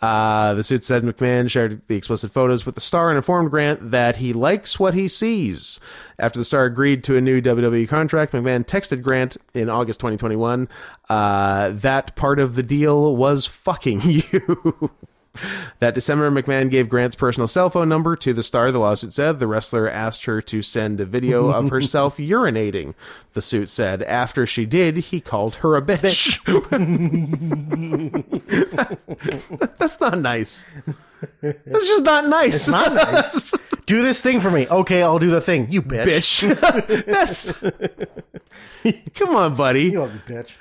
Uh, the suit said McMahon shared the explicit photos with the star and informed Grant that he likes what he sees. After the star agreed to a new WWE contract, McMahon texted Grant in August 2021 uh, that part of the deal was fucking you. That December, McMahon gave Grant's personal cell phone number to the star, the lawsuit said. The wrestler asked her to send a video of herself urinating, the suit said. After she did, he called her a bitch. That's not nice. That's just not nice. Not nice. do this thing for me. Okay, I'll do the thing. You bitch. bitch. That's. Come on, buddy. You ugly bitch.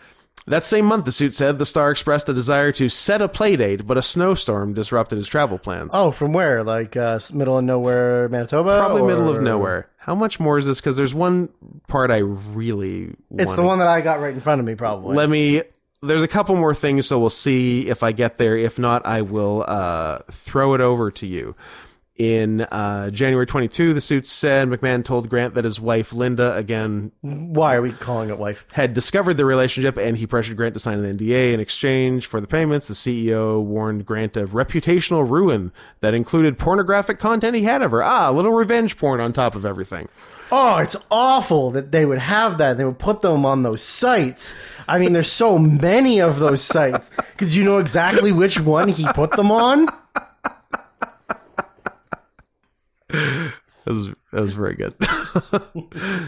That same month, the suit said, the star expressed a desire to set a play date, but a snowstorm disrupted his travel plans. Oh, from where? Like uh, middle of nowhere, Manitoba? Probably middle of or- nowhere. How much more is this? Because there's one part I really want. It's the one that I got right in front of me, probably. Let me. There's a couple more things, so we'll see if I get there. If not, I will uh, throw it over to you. In uh, January 22, the suit said McMahon told Grant that his wife Linda, again Why are we calling it wife? had discovered the relationship and he pressured Grant to sign an NDA in exchange for the payments. The CEO warned Grant of reputational ruin that included pornographic content he had of her. Ah, a little revenge porn on top of everything. Oh, it's awful that they would have that. They would put them on those sites. I mean, there's so many of those sites. Could you know exactly which one he put them on? That was, that was very good.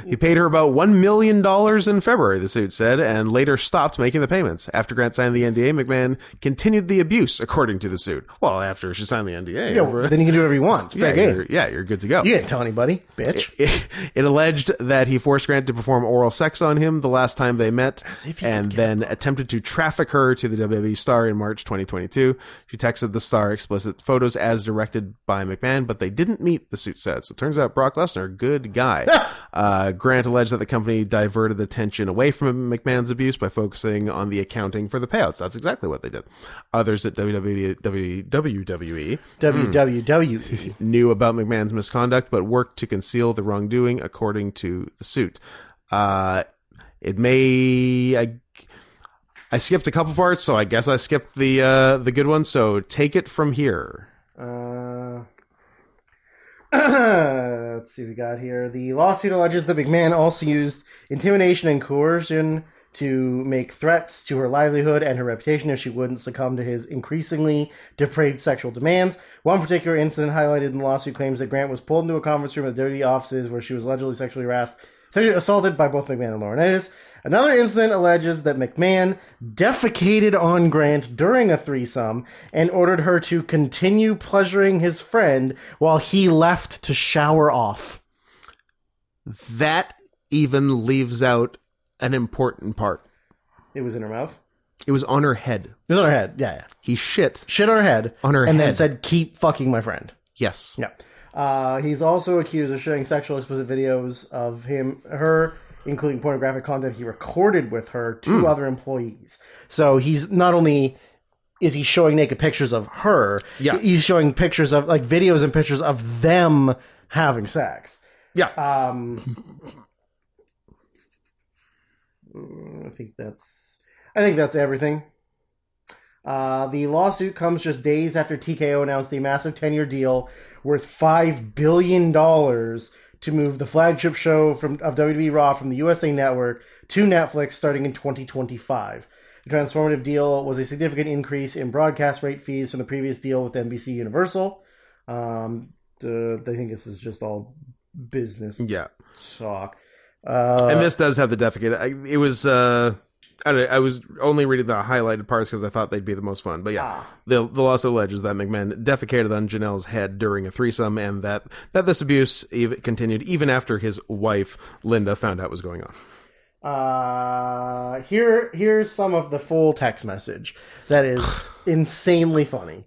he paid her about $1 million in February, the suit said, and later stopped making the payments. After Grant signed the NDA, McMahon continued the abuse, according to the suit. Well, after she signed the NDA. Yeah, well, then you can do whatever you want. It's fair yeah, game. you're, yeah, you're good to go. You can't tell anybody, bitch. it, it alleged that he forced Grant to perform oral sex on him the last time they met, if he and then attempted to traffic her to the WWE star in March 2022. She texted the star explicit photos as directed by McMahon, but they didn't meet. The suit said. So it turns out Brock Lesnar, good guy. uh, Grant alleged that the company diverted attention away from McMahon's abuse by focusing on the accounting for the payouts. That's exactly what they did. Others at E, WWE, WWE WWE. knew about McMahon's misconduct but worked to conceal the wrongdoing, according to the suit. Uh, it may I I skipped a couple parts, so I guess I skipped the uh, the good one. So take it from here. Uh, let's see what we got here. The lawsuit alleges that McMahon also used intimidation and coercion to make threats to her livelihood and her reputation if she wouldn't succumb to his increasingly depraved sexual demands. One particular incident highlighted in the lawsuit claims that Grant was pulled into a conference room at dirty offices where she was allegedly sexually harassed, sexually assaulted by both McMahon and Lauren Ennis. Another incident alleges that McMahon defecated on Grant during a threesome and ordered her to continue pleasuring his friend while he left to shower off. That even leaves out an important part. It was in her mouth. It was on her head. It was on her head. Yeah, yeah. He shit. Shit on her head. On her and then head. said, keep fucking my friend. Yes. Yeah. Uh, he's also accused of showing sexual explicit videos of him, her, including pornographic content he recorded with her to other employees. So he's not only is he showing naked pictures of her, Yeah. he's showing pictures of like videos and pictures of them having sex. Yeah. Um, mm, I think that's I think that's everything. Uh, the lawsuit comes just days after TKO announced a massive 10 year deal worth $5 billion to move the flagship show from, of WWE Raw from the USA Network to Netflix starting in 2025. The transformative deal was a significant increase in broadcast rate fees from the previous deal with NBC Universal. Um, uh, I think this is just all business yeah. talk. Uh, and this does have the defecate. I, it was. Uh, I, don't know, I was only reading the highlighted parts because I thought they'd be the most fun. But yeah, Ah. the the lawsuit alleges that McMahon defecated on Janelle's head during a threesome, and that that this abuse ev- continued even after his wife Linda found out what was going on. Uh, here, here's some of the full text message that is insanely funny.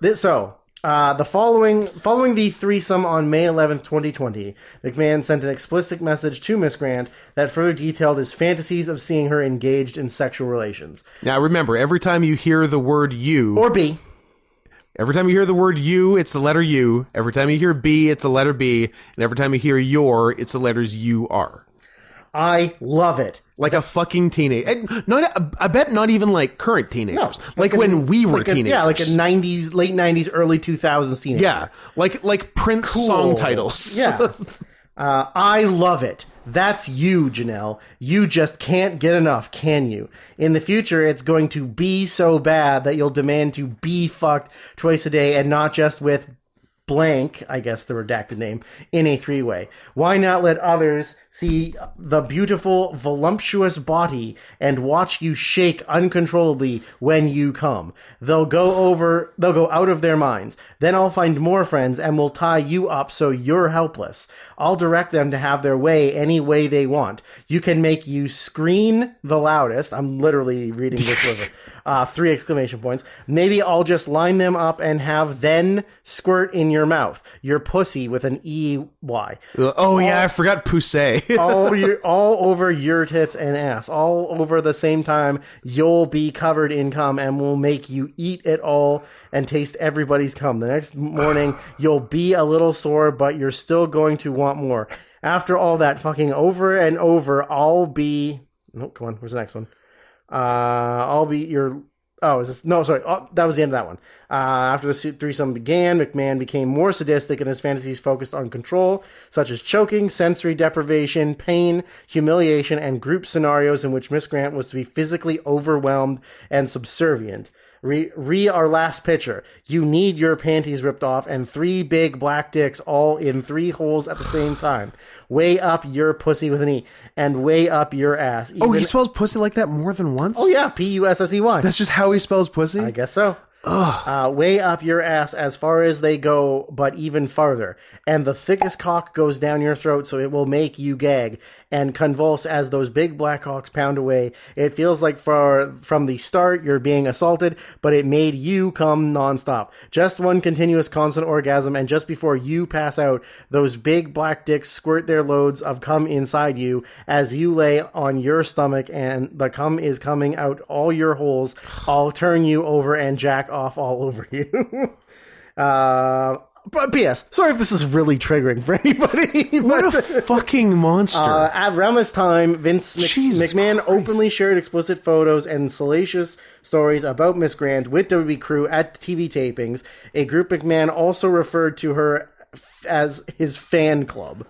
This, so, uh, the following following the threesome on May 11th, 2020, McMahon sent an explicit message to Miss Grant that further detailed his fantasies of seeing her engaged in sexual relations. Now remember, every time you hear the word "you," Or B. every time you hear the word "you," it's the letter "u." Every time you hear "b," it's the letter "b," and every time you hear "your," it's the letters "u r." I love it. Like a fucking teenage, and not I bet not even like current teenagers. like, when an- we were like a- teenagers. yeah, like a 90s, late 90s, early 2000s teenager. Yeah, like like Prince song titles. Yeah. Uh, I love it. That's you, Janelle. You just can't get enough, can you? In the future, it's going to be so bad that you'll demand to be fucked twice a day and not just with blank, I guess the redacted name, in a three way. Why not let others see the beautiful, voluptuous body and watch you shake uncontrollably when you come? They'll go over, they'll go out of their minds. Then I'll find more friends and will tie you up so you're helpless. I'll direct them to have their way any way they want. You can make you scream the loudest. I'm literally reading this with uh, three exclamation points. Maybe I'll just line them up and have then squirt in your mouth. Your pussy with an E Y. Oh yeah, I forgot Poussey. All your, all over your tits and ass. All over the same time. You'll be covered in cum and will make you eat it all and taste everybody's cum. The next morning you'll be a little sore, but you're still going to want more. After all that fucking over and over, I'll be. No, come on. Where's the next one? Uh, I'll be your. Oh, is this no? Sorry, oh, that was the end of that one. Uh, after the suit threesome began, McMahon became more sadistic, and his fantasies focused on control, such as choking, sensory deprivation, pain, humiliation, and group scenarios in which Miss Grant was to be physically overwhelmed and subservient. Re, re our last picture. You need your panties ripped off and three big black dicks all in three holes at the same time. Way up your pussy with an E and way up your ass. Oh, Even- he spells pussy like that more than once. Oh yeah, P U S S E Y. that's just how he spells pussy. I guess so. Uh, way up your ass as far as they go, but even farther. And the thickest cock goes down your throat, so it will make you gag and convulse as those big black hawks pound away. It feels like for, from the start you're being assaulted, but it made you come nonstop. Just one continuous constant orgasm, and just before you pass out, those big black dicks squirt their loads of cum inside you as you lay on your stomach, and the cum is coming out all your holes. I'll turn you over and jack off all over you. uh, But P.S. Sorry if this is really triggering for anybody. What but- a fucking monster. Uh, at around this time, Vince Mc- Jesus McMahon Christ. openly shared explicit photos and salacious stories about Miss Grant with WWE crew at TV tapings. A group McMahon also referred to her f- as his fan club.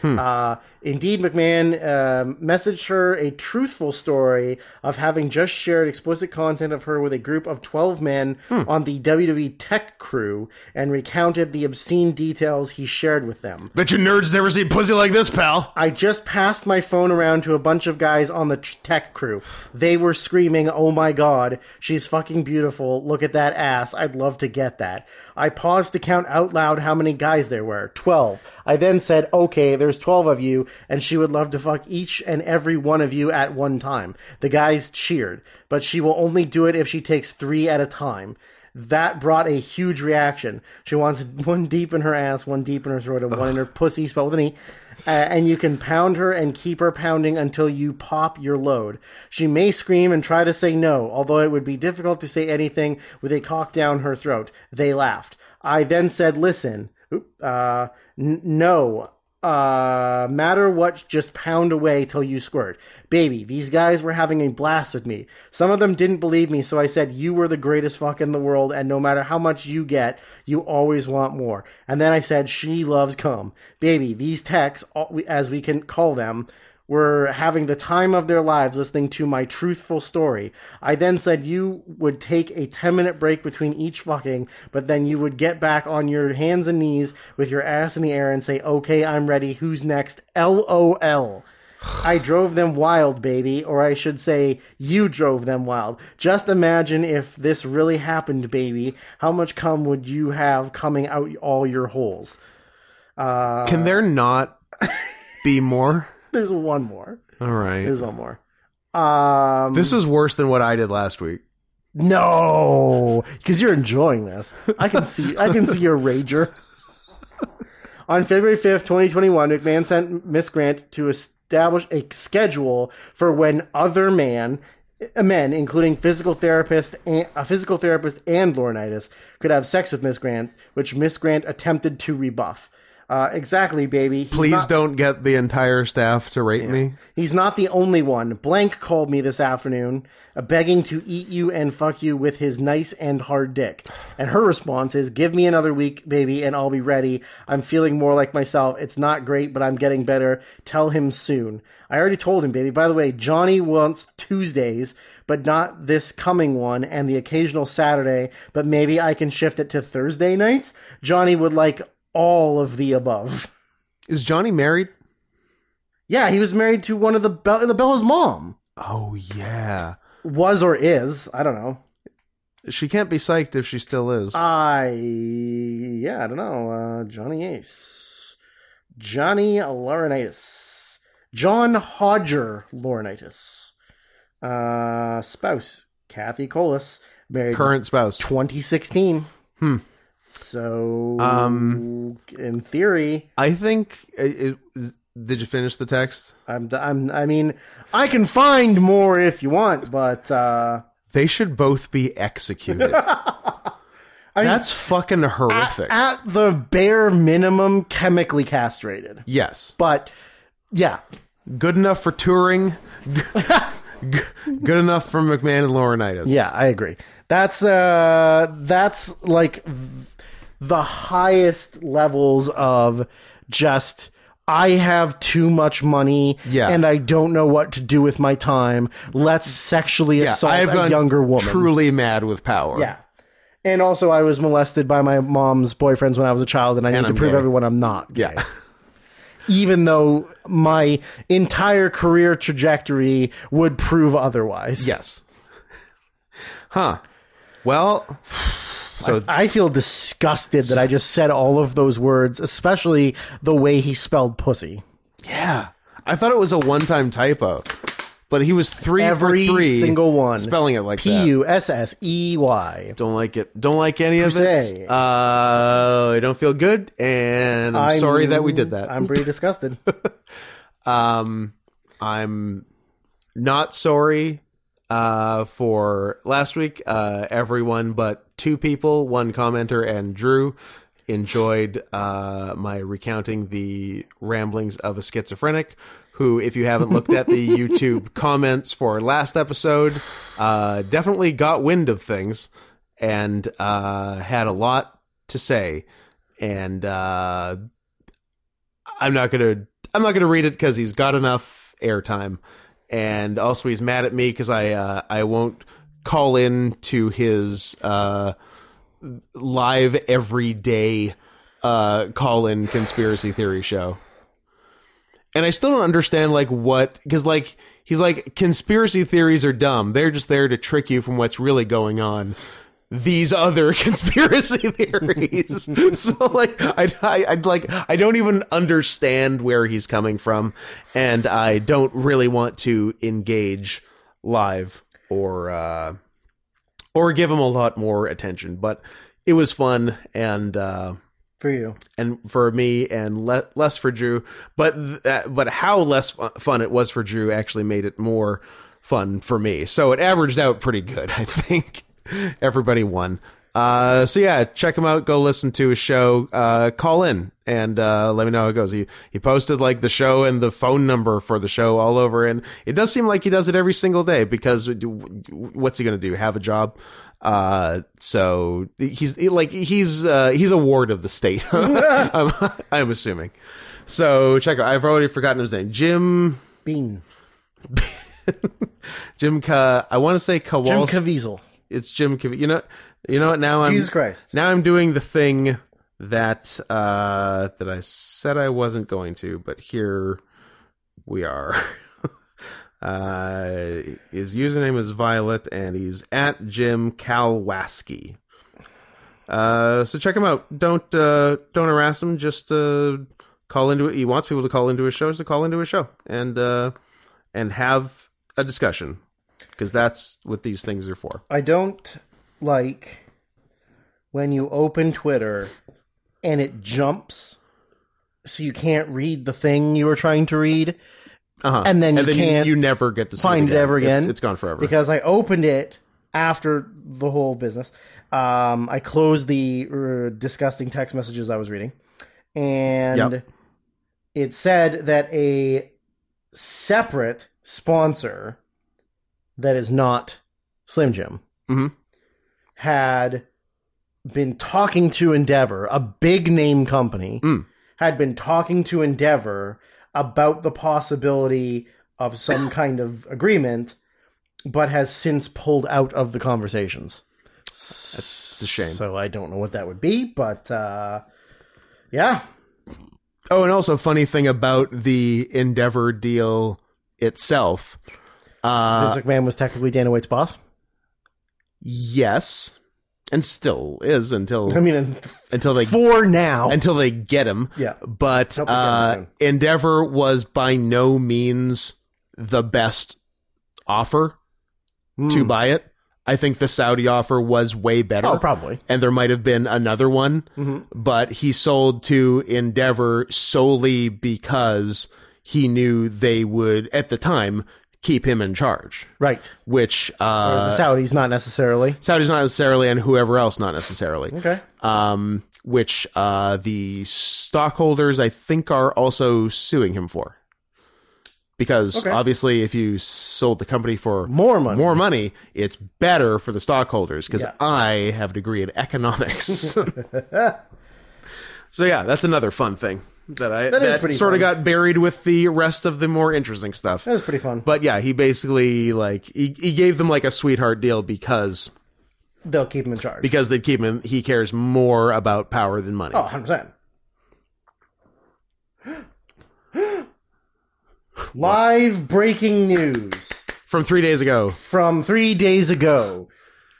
Hmm. Uh, indeed, McMahon um messaged her a truthful story of having just shared explicit content of her with a group of 12 men Hmm. on the WWE tech crew and recounted the obscene details he shared with them. Bet you nerds never seen pussy like this, pal. I just passed my phone around to a bunch of guys on the tr- tech crew. They were screaming, Oh my god, she's fucking beautiful. Look at that ass. I'd love to get that. I paused to count out loud how many guys there were 12. I then said, Okay, there's 12 of you, and she would love to fuck each and every one of you at one time. The guys cheered, but she will only do it if she takes three at a time. That brought a huge reaction. She wants one deep in her ass, one deep in her throat, and one in her pussy, spelled with an E. Uh, and you can pound her and keep her pounding until you pop your load. She may scream and try to say no, although it would be difficult to say anything with a cock down her throat. They laughed. I then said, Listen, oop, uh, n- no, uh, matter what, just pound away till you squirt. Baby, these guys were having a blast with me. Some of them didn't believe me, so I said, You were the greatest fuck in the world, and no matter how much you get, you always want more. And then I said, She loves cum. Baby, these techs, all- we- as we can call them, were having the time of their lives listening to my truthful story. I then said you would take a 10 minute break between each fucking, but then you would get back on your hands and knees with your ass in the air and say, okay, I'm ready. Who's next? LOL. I drove them wild, baby, or I should say, you drove them wild. Just imagine if this really happened, baby. How much cum would you have coming out all your holes? Can there not be more? There's one more. All right. There's one more. Um, This is worse than what I did last week. No, because you're enjoying this. I can see. I can see your rager. On February 5th, 2021, McMahon sent Miss Grant to establish a schedule for when other man, uh, men, including physical therapist and, a physical therapist and Laurinaitis, could have sex with Miss Grant, which Miss Grant attempted to rebuff. Uh, exactly, baby. He's Please not- don't get the entire staff to rate me. He's not the only one. Blank called me this afternoon, uh, begging to eat you and fuck you with his nice and hard dick. And her response is, "Give me another week, baby, and I'll be ready. I'm feeling more like myself. It's not great, but I'm getting better. Tell him soon." I already told him, baby. By the way, Johnny wants Tuesdays, but not this coming one and the occasional Saturday, but maybe I can shift it to Thursday nights. Johnny would like all of the above. Is Johnny married? Yeah, he was married to one of the Bell- the Bella's mom. Oh yeah. was or is i don't know She can't be psyched if she still is. i yeah i don't know uh johnny ace johnny laurinaitis john hodger laurinaitis uh spouse kathy colas married Current spouse. 2016 hmm so um in theory I think. uh, It, it, did you finish the text? i'm i'm i mean i can find more if you want but uh They should both be executed. That's fucking horrific. at the bare minimum chemically castrated yes. But yeah, Good enough for touring. G- g- Good enough for McMahon and Laurinaitis. yeah, I agree. That's uh that's like th- the highest levels of just I have too much money Yeah. and I don't know what to do with my time. Let's sexually Yeah, assault I've a gone younger woman. truly mad with power. Yeah. And also I was molested by my mom's boyfriends when I was a child and I need to I'm prove gay. everyone I'm not. Yeah. gay. Even though my entire career trajectory would prove otherwise. yes. Huh. Well, so I feel disgusted that I just said all of those words, especially the way he spelled pussy. yeah, I thought it was a one-time typo, but he was three Every for three. single one. spelling it like P that. U S S E Y. Don't like it. Don't like any of se. it. Uh, I don't feel good, and I'm, I'm- sorry that we did that. I'm pretty disgusted. Um, I'm not sorry uh, for last week. Uh, everyone but two people, one commenter and Drew, enjoyed uh, my recounting the ramblings of a schizophrenic. Who, if you haven't looked at the YouTube comments for last episode, uh, definitely got wind of things and uh, had a lot to say. And uh, I'm not gonna I'm not gonna read it because he's got enough airtime, and also he's mad at me because I uh, I won't call in to his uh, live everyday uh, call in conspiracy theory show. And I still don't understand like what because like he's like conspiracy theories are dumb. They're just there to trick you from what's really going on. These other conspiracy theories. so like I, I I'd like I don't even understand where he's coming from, and I don't really want to engage live or uh, or give him a lot more attention. But it was fun and. Uh, for you. and for me and le- less for Drew. But th- uh, but how less fu- fun it was for Drew actually made it more fun for me. So it averaged out pretty good, I think. Everybody won. Uh, so yeah, check him out. Go listen to his show. Uh, call in and uh, let me know how it goes. He he posted like the show and the phone number for the show all over, and it does seem like he does it every single day because w- w- what's he gonna do? Have a job? Uh, so he's he- like he's uh, he's a ward of the state. I'm, I'm assuming. So check out. I've already forgotten his name. Jim Bean. Jim Ka. I want to say Jim Kowalski. Caviezel. it's Jim. Ka- you know. You know what? Now I'm Jesus Christ. now I'm doing the thing that uh, that I said I wasn't going to, but here we are. uh, his username is Violet, and he's at Jim Kalwaski. Uh, so check him out. Don't uh, don't harass him. Just uh, call into it. He wants people to call into his shows to call into his show and uh, and have a discussion because that's what these things are for. I don't like when you open Twitter and it jumps so you can't read the thing you were trying to read Uh-huh. And then you can't you, never get to see find it again. ever It's- again. it's gone forever. because I opened it after the whole business. Um, I closed the uh, disgusting text messages I was reading, and Yep. it said that a separate sponsor that is not Slim Jim Mhm. had been talking to Endeavor, a big name company, Mm. had been talking to Endeavor about the possibility of some kind of agreement, but has since pulled out of the conversations. That's a shame. So I don't know what that would be, but uh, yeah, Oh, and also funny thing about the Endeavor deal itself. Uh, Vince McMahon was technically Dana White's boss. yes, and still is until I mean, until they for now, until they get him. yeah, But Hope they get him uh, soon. Endeavor was by no means the best offer to Mm. buy it. I think the Saudi offer was way better. oh, probably. and there might have been another one, Mhm. but he sold to Endeavor solely because he knew they would, at the time, keep him in charge. Right. Which Whereas uh, the Saudis, not necessarily. Saudi's not necessarily, and whoever else not necessarily. Okay. Um, which uh, the stockholders, I think, are also suing him for. Because Okay. obviously, if you sold the company for More money. more money, it's better for the stockholders because Yeah. I have a degree in economics. so yeah, that's another fun thing that I that, is pretty sort of fun. got buried with the rest of the more interesting stuff. That was pretty fun. But yeah, he basically like he, he gave them like a sweetheart deal because They'll keep him in charge. because they keep him he cares more about power than money. oh, 100%. Live breaking news. From 3 days ago. from three days ago.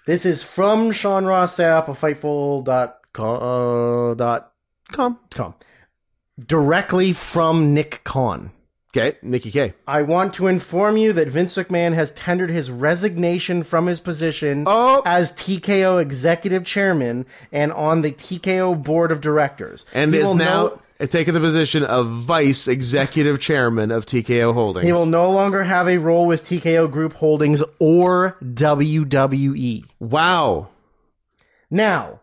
This is from Sean Ross Sapp of Fightful.com. Uh, dot Come. com. Directly from Nick Kahn. Okay, Nikki K. I want to inform you that Vince McMahon has tendered his resignation from his position Oh. as TKO executive chairman and on the TKO board of directors. And He is will now no- taking the position of vice executive chairman of TKO Holdings. he will no longer have a role with TKO Group Holdings or E. WWE. wow. Now,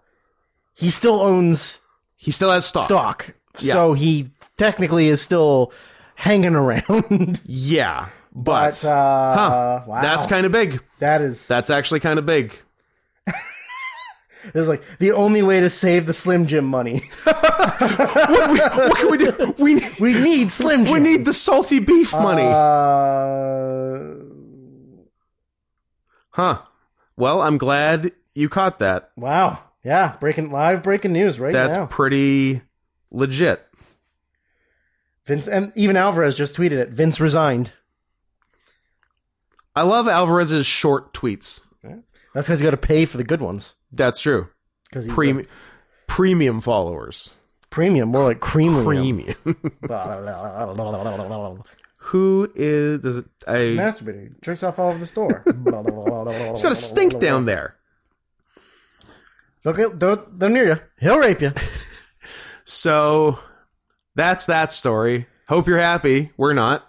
he still owns He still has stock. stock. So he technically is still hanging around. Yeah, but, but uh, huh, wow. that's kind of big. that is That's actually kind of big. It's like the only way to save the Slim Jim money. What, we, what can we do? We need, We need Slim Jim. we need the salty beef money, Uh, huh? Well, I'm glad you caught that. wow. Yeah, breaking live breaking news right That's now. pretty legit. Vince and even Alvarez just tweeted it. Vince resigned. I love Alvarez's short tweets. That's because you got to pay for the good ones. That's true. Because Prem- premium followers. premium, more like cream. Premium. Masturbating, Who is? Does it? I. jerks off all over the store. It's got a stink down there. Don't, get- don't, don't near you. He'll rape you. So that's that story. Hope you're happy. We're not.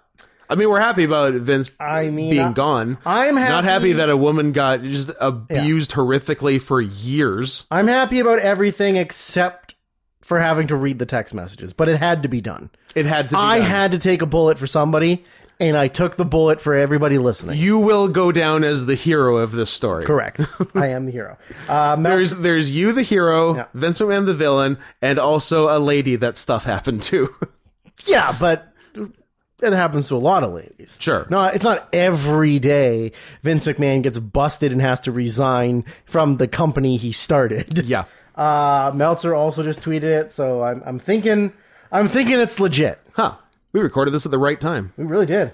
I mean, we're happy about Vince I mean, being I- gone. I'm happy. Not happy that a woman got just abused horrifically for years. I'm happy about everything except for having to read the text messages, but it had to be done. It had to. Be I done. had to take a bullet for somebody, and I took the bullet for everybody listening. You will go down as the hero of this story. Correct. I am the hero. Uh, Mel- There's there's you, the hero, Yeah. Vince McMahon, the villain, and also a lady that stuff happened to. yeah, but it happens to a lot of ladies. sure. No, it's not every day Vince McMahon gets busted and has to resign from the company he started. Yeah. Uh, Meltzer also just tweeted it, so I'm, I'm thinking, I'm thinking it's legit. Huh. We recorded this at the right time. We really did.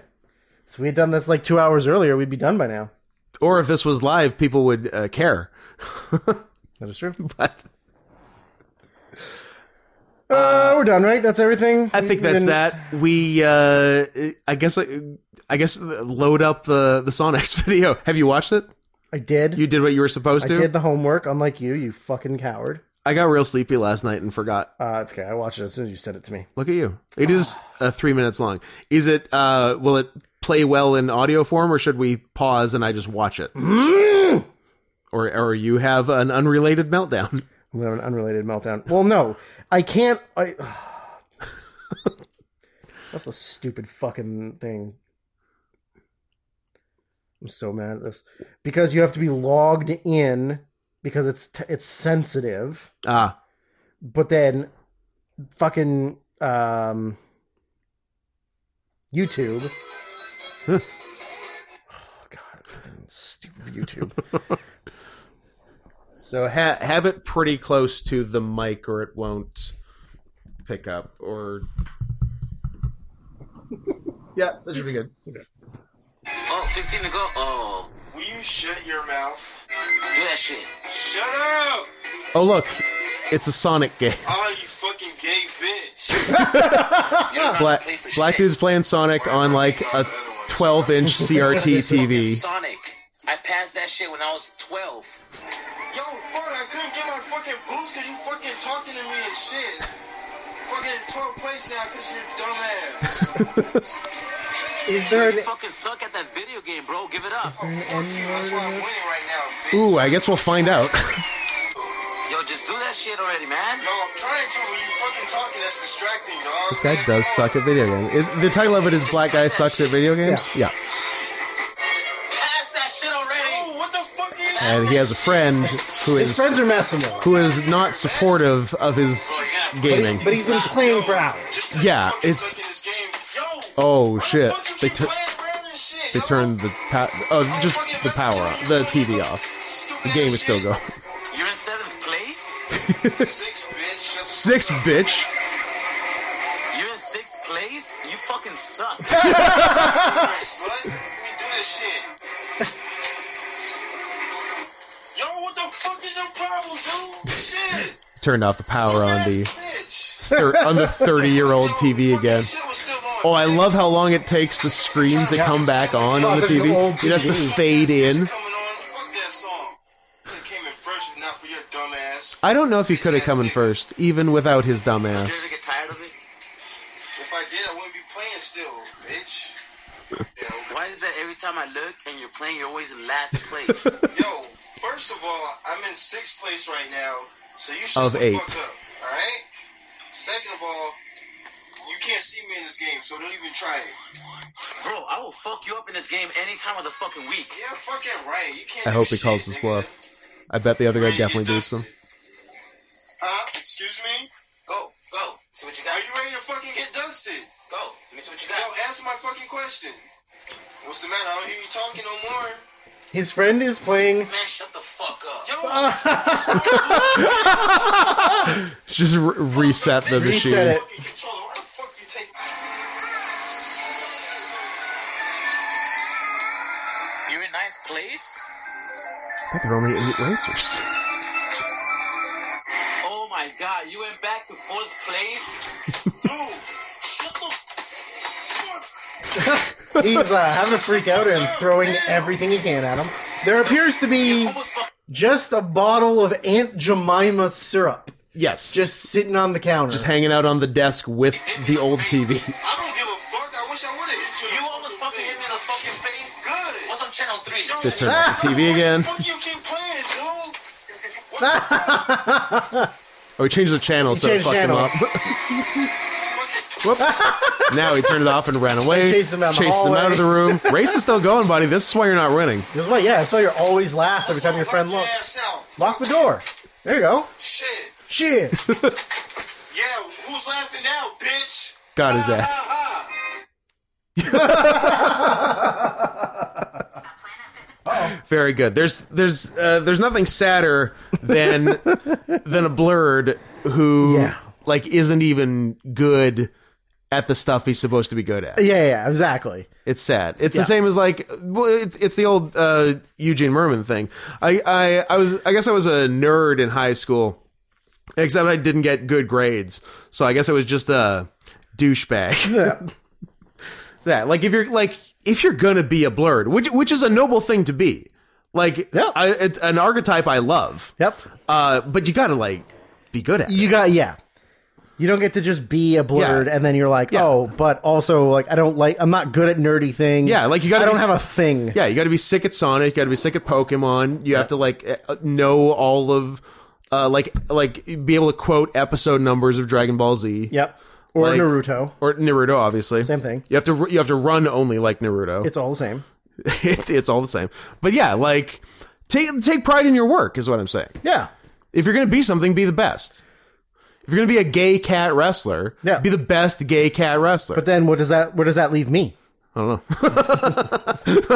So we had done this like two hours earlier, we'd be done by now. Or if this was live, people would uh, care. That is true. But Uh, we're done, right? That's everything. I think that's that. We, uh, I guess, I guess, uh, load up the the Sonics video. Have you watched it? I did. You did what you were supposed I to. did the homework, unlike you, you fucking coward. I got real sleepy last night and forgot. Uh, it's okay. I watched it as soon as you sent it to me. Look at you. It is uh, three minutes long. Is it? Uh, will it play well in audio form, or should we pause and I just watch it? Mm. Or, or you have an unrelated meltdown. I'm gonna have an unrelated meltdown. Well, no, I can't. I. That's a stupid fucking thing. I'm so mad at this because you have to be logged in because it's t- it's sensitive, Ah, but then fucking um YouTube. oh god, fucking stupid YouTube. so ha- have it pretty close to the mic, or it won't pick up. Or yeah, that should be good. Oh, 15 to go. Oh, Will you shut your mouth? do that shit. Shut up! Oh look, it's a Sonic game. Oh, you fucking gay bitch. You don't Black play for Black shit. dude's playing Sonic on like a 12 inch CRT TV. Sonic. I passed that shit when I was 12. Yo, fuck, I couldn't get my fucking boots because you fucking talking to me and shit. Fucking 12 plates now because you're dumbass. Is there You fucking suck at that video game, bro. Give it up. Fuck you, that's why I'm winning right now, bitch. Ooh, I guess we'll find out. Yo, just do that shit already, man. No, I'm trying to, when you fucking talking, that's distracting, dog. This guy does suck at video games. It, the title of it is "Black Guy Sucks at Video Games." Yeah. Just pass that shit already. Oh, what the fuck is and he has a friend who His is friends are messing with him. who is not supportive of his gaming. But he's been playing for hours. Just Yeah, fucking it's- suck in this game. Yo, Oh why the shit! fuck you They keep tur- playing around and shit, they yo? turned the pa- oh, just the power off, the TV off. The Stupid game ass is still shit. going. You're in seventh place? Six, bitch. Shut the Six, bitch. You're in sixth place? You fucking suck. slut. Let me do this shit. Yo, what the fuck is your problem, dude? Shit. Turned off the power on the the thir- on the thirty year old TV again. Oh, I love how long it takes the screen to come back on on the Fucking old TV. It has to TV. fade in. I don't know if he could have come in first, even without his dumb Do you ever ass. get tired of it? If I did, I wouldn't be playing still, bitch. Yo, Why is it that every time I look and you're playing, you're always in last place? yo, first of all, I'm in sixth place right now, so you shut Of the eight. fuck up, alright? Second of all, you can't see me in this game, so don't even try it. Bro, I will fuck you up in this game any time of the fucking week. Yeah, fucking right. You can't. I do hope he shit, calls his nigga. bluff. I bet the other guy Right, you definitely beats him. dusted. Huh? Excuse me? Go, go. See what you got. Are you ready to fucking get dusted? Go. Let me see what you Yo, eh. got. answer my fucking question. What's the matter? I don't hear you talking no more. His friend is playing. Man, shut the fuck up. Yo, Just re- reset the Reset machine. it. fucking controller. Why the fuck you take? You in ninth place? But there are only eight racers. Oh my god, you went back to fourth place? Dude, shut the fuck. He's uh, having a freak out and throwing everything he can at him. There appears to Mm. be Almost fuck- just a bottle of Aunt Jemima syrup Yes. just Just sitting on the counter. just hanging out on the desk with the old TV. I don't give a fuck. I wish I would have hit you. in You the almost fucking hit me in the face. fucking face? Good. What's on channel 3? Yo, They turn off the TV why again. the fuck you keep playing, dude? What the fuck? Oh, he changed the channel, so it changed fucked channel. him up. Fucking- Whoops. now he turned it off and ran away. chased him down the chased him out of the room. Race is still going, buddy. This is why you're not winning. That's why, yeah, that's why you're always last every time your Lock friend looks. ass out. Lock the door. There you go. Shit. Shit. Yeah, who's laughing now, bitch? Got his Ha, ass. ha, ha. Very good. There's there's uh, there's nothing sadder than than a blurred who Yeah. like isn't even good at the stuff he's supposed to be good at. Yeah, yeah, yeah, exactly. It's sad. It's the same as like well, it, it's the old uh, Eugene Merman thing. I, I I was I guess I was a nerd in high school, except I didn't get good grades. So I guess I was just a douchebag. It's that like if you're like if you're gonna be a blurred, which which is a noble thing to be, like Yeah. I, it, an archetype I love. Yep. Uh, but you gotta like be good at. it. You got yeah. You don't get to just be a blurred Yeah. and then you're like, Yeah. oh, but also like I don't like I'm not good at nerdy things. Yeah, like, you gotta I don't be- have a thing. Yeah, you got to be sick at Sonic. You got to be sick at Pokemon. You have to like uh, know all of, uh, like like be able to quote episode numbers of Dragon Ball Z. Yep. Or Like- Naruto. Or Naruto, obviously. Same thing. You have to you have to run only like Naruto. It's all the same. It's it's all the same. But yeah, like take take pride in your work is what I'm saying. Yeah. If you're gonna be something, be the best. If you're gonna be a gay cat wrestler, Yeah. be the best gay cat wrestler. But then what does that where does that leave me? I don't know.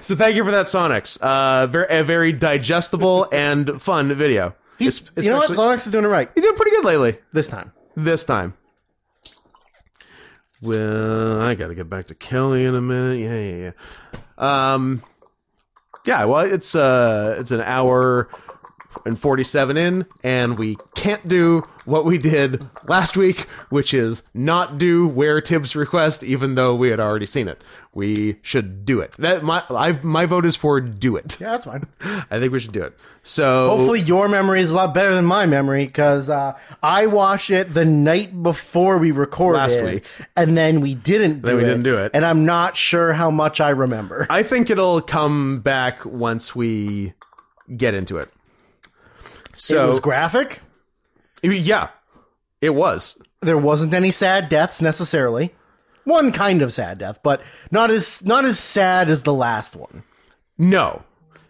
so thank you for that, Sonics. Uh, very, a very digestible and fun video. He's Es- you know what? especially- Sonics is doing it right He's doing pretty good lately. this time. This time. Well, I got to get back to Kelly in a minute. Yeah, yeah, yeah. Um, yeah. Well, it's uh, it's an hour and forty-seven in, and we can't do what we did last week, which is not do where Tibbs request, even though we had already seen it. We should do it. That my I my vote is for do it. Yeah, that's fine. I think we should do it. So Hopefully, your memory is a lot better than my memory because uh, I watched it the night before we recorded Last week. and then we didn't. do we it, didn't do it. and I'm not sure how much I remember. I think it'll come back once we get into it. So it was graphic. yeah, it was. There wasn't any sad deaths necessarily. One kind of sad death, but not as not as sad as the last one. No,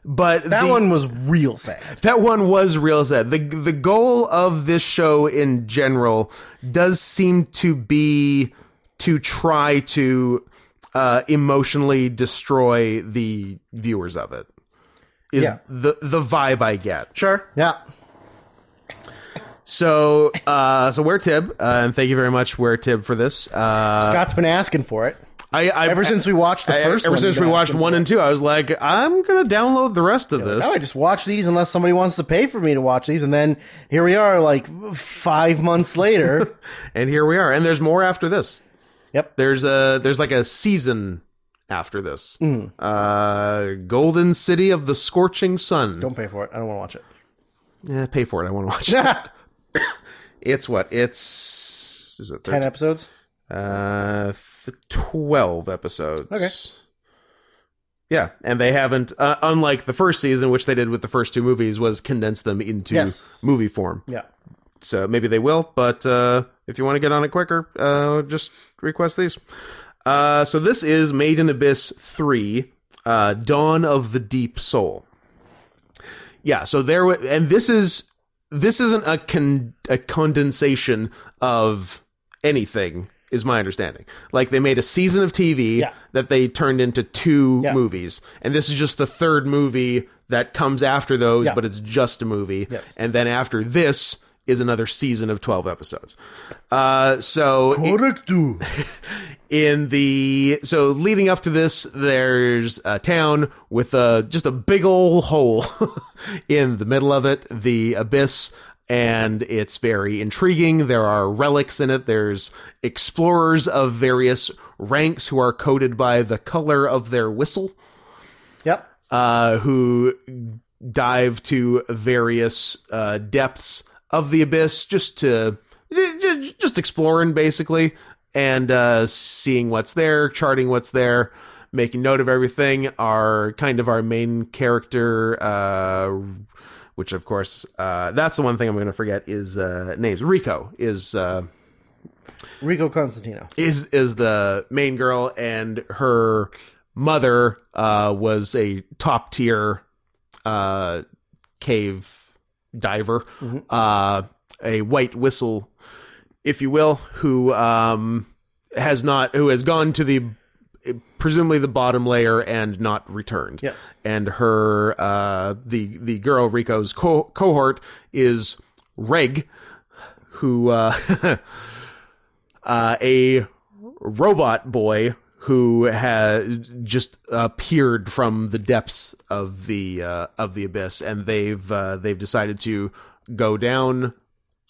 but That the- one was real sad. that one was real sad. The the goal of this show in general does seem to be to try to uh, emotionally destroy the viewers of it. Is Yeah. the the vibe I get. Sure. Yeah. So uh, so where Tib uh, and thank you very much where Tib for this. Uh, Scott's been asking for it I, I ever since we watched the I- first. ever one, since you've we been watched asking one for and two, I was like, I'm gonna download the rest of this. No, I just watch these unless somebody wants to pay for me to watch these, and then here we are, like five months later. and here we are. And there's more after this. Yep. There's a there's like a season after this. Hmm. Uh, Golden City of the Scorching Sun. Don't pay for it. I don't want to watch Eh, pay for it. I want to watch it. it. It's what? It's is it Ten 13? episodes. Uh, th- twelve episodes. Okay. Yeah, and they haven't. Uh, unlike the first season, which they did with the first two movies, was condense them into Yes. movie form. Yeah. So uh, maybe they will, but uh, if you want to get on it quicker, uh, just request these. Uh, so this is Made in Abyss 3, uh, Dawn of the Deep Soul. Yeah, so there wa- and this is this isn't a con- a condensation of anything is my understanding. Like they made a season of TV Yeah. that they turned into two Yeah. movies. And this is just the third movie that comes after those, Yeah. but it's just a movie. Yes. And then after this is another season of 12 episodes. Uh, so in the so leading up to this there's a town with a just a big old hole in the middle of it the abyss and it's very intriguing there are relics in it there's explorers of various ranks who are coded by the color of their whistle Yep. uh, who dive to various uh, depths of the abyss just to just, just exploring basically and uh, seeing what's there, charting what's there, making note of everything. Our kind of our main character, uh, which of course uh, that's the one thing I'm going to forget is uh, names. Rico is. Uh, Rico Constantino. is is the main girl and her mother uh was a top tier uh cave diver uh a white whistle if you will who um has not who has gone to the presumably the bottom layer and not returned Yes. and her uh the the girl rico's co- cohort is reg who uh uh, a robot boy who has just appeared from the depths of the uh, of the abyss, and they've uh, they've decided to go down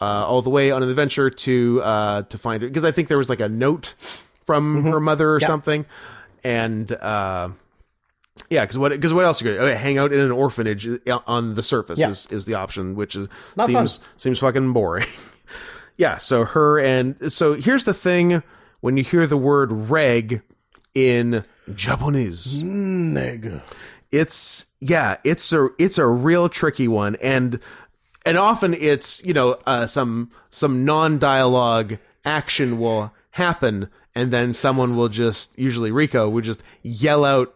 uh, all the way on an adventure to uh, to find her because I think there was like a note from Mm-hmm. her mother or something, and. Uh, yeah, because what because what else you could oh, hang out in an orphanage uh, on the surface Yeah. is, is the option, which is, Not fun. seems seems fucking boring. yeah, so her and so here's the thing: when you hear the word "reg" in Japanese, it's yeah it's a it's a real tricky one and and often it's you know uh, some some non-dialogue action will happen and then someone will just usually rico would just yell out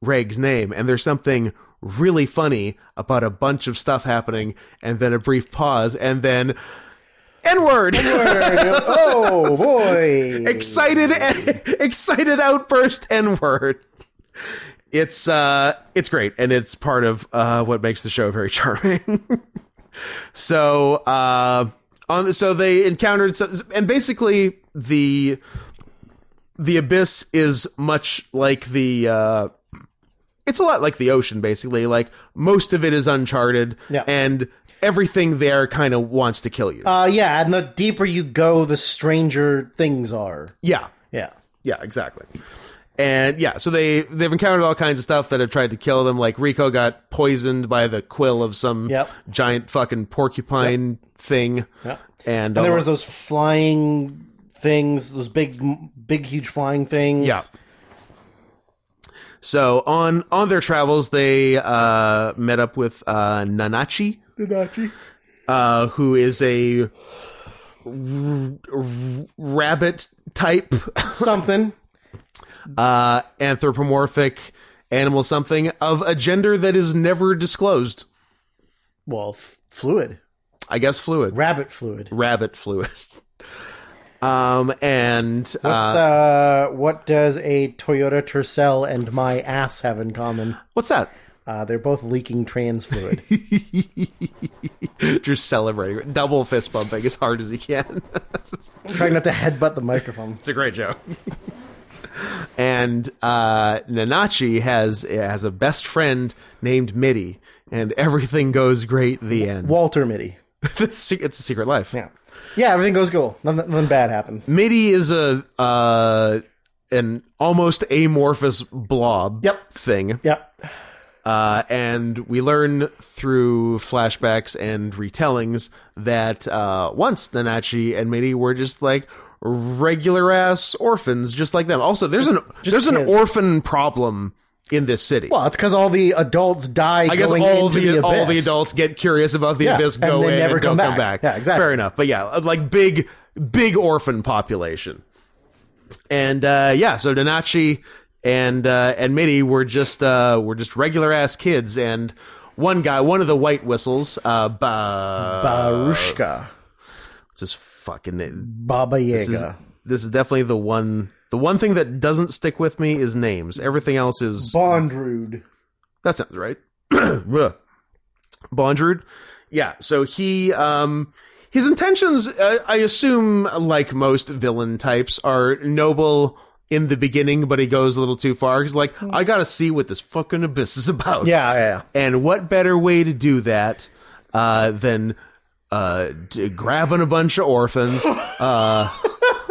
reg's name and there's something really funny about a bunch of stuff happening and then a brief pause and then n-word oh boy. excited excited outburst n word it's uh it's great and it's part of uh what makes the show very charming so uh on the, so they encountered some, and basically the the abyss is much like the uh it's a lot like the ocean basically like most of it is uncharted Yeah. and everything there kind of wants to kill you Uh, yeah, and the deeper you go, the stranger things are. yeah Yeah. Yeah, exactly. And yeah, so they they've encountered all kinds of stuff that have tried to kill them. Like Rico got poisoned by the quill of some Yep. giant fucking porcupine thing. Yep. And And, there uh, was those flying things, those big, big, huge flying things. Yeah. So on on their travels, they uh, met up with uh, Nanachi, uh, who is a r- r- rabbit type Something. uh, anthropomorphic animal something of a gender that is never disclosed. Well, f- fluid. I guess fluid. Rabbit fluid. rabbit fluid. Um and What's, uh, uh, what does a Toyota Tercel and my ass have in common? what's that? Uh, they're both leaking trans fluid. You're celebrating double fist bumping as hard as you can. Trying not to headbutt the microphone. it's a great joke. and uh, Nanachi has has a best friend named Mitty, and everything goes great. The end. Walter Mitty. The se- it's a secret life. Yeah. Yeah, everything goes cool. Nothing, nothing bad happens. MIDI is a uh, an almost amorphous blob. Yep. Thing. Yep. Uh, and we learn through flashbacks and retellings that uh, once Nanachi and Midi were just like regular ass orphans, just like them. Also, there's an there's an kids. orphan problem in this city. Well, it's because all the adults die. I guess going all into the, the all the abyss. adults get curious about the Yeah, abyss, and go they in, never and come don't come back. back. Yeah, exactly. Fair enough. But yeah, like big, big orphan population, and uh, yeah, so Donachi and uh, and Mitty were just uh, were just regular ass kids, and one guy, one of the white whistles, uh, ba- Barushka, what's his fucking name? Baba This is, Yaga, this is definitely the one. The one thing that doesn't stick with me is names. Everything else is Bondrude. That sounds right. Bleh. Bondrude. Yeah. So he, um, his intentions, uh, I assume, like most villain types, are noble in the beginning, but he goes a little too far. He's like, I gotta see what this fucking abyss is about. Yeah, yeah, yeah. And what better way to do that uh, than uh, d- grabbing a bunch of orphans, uh,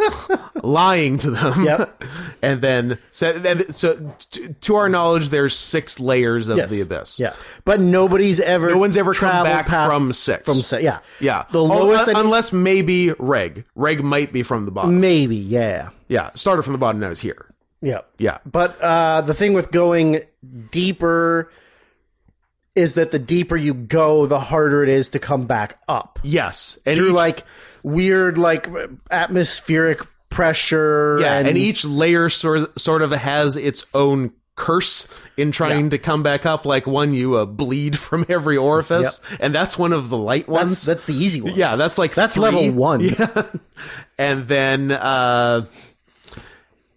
lying to them, Yep. and then so, and so t- to our knowledge, there's six layers of Yes. the abyss. Yeah, but nobody's ever. No one's ever come traveled back past- from six. From se- yeah, Yeah. The Oh, lowest, Mm. un- that he- unless maybe Reg. Reg might be from the bottom. maybe. Yeah, yeah. Started from the bottom. Now he's here. yeah. Yeah. But uh, the thing with going deeper is that the deeper you go, the harder it is to come back up Yes. And through each- like weird, like atmospheric pressure. Yeah, and, and each layer sort sort of has its own curse in trying to come back up. Like one, you uh, bleed from every orifice, and that's one of the light that's, ones. that's the easy one. yeah, that's like that's three. level one. Yeah. and then. uh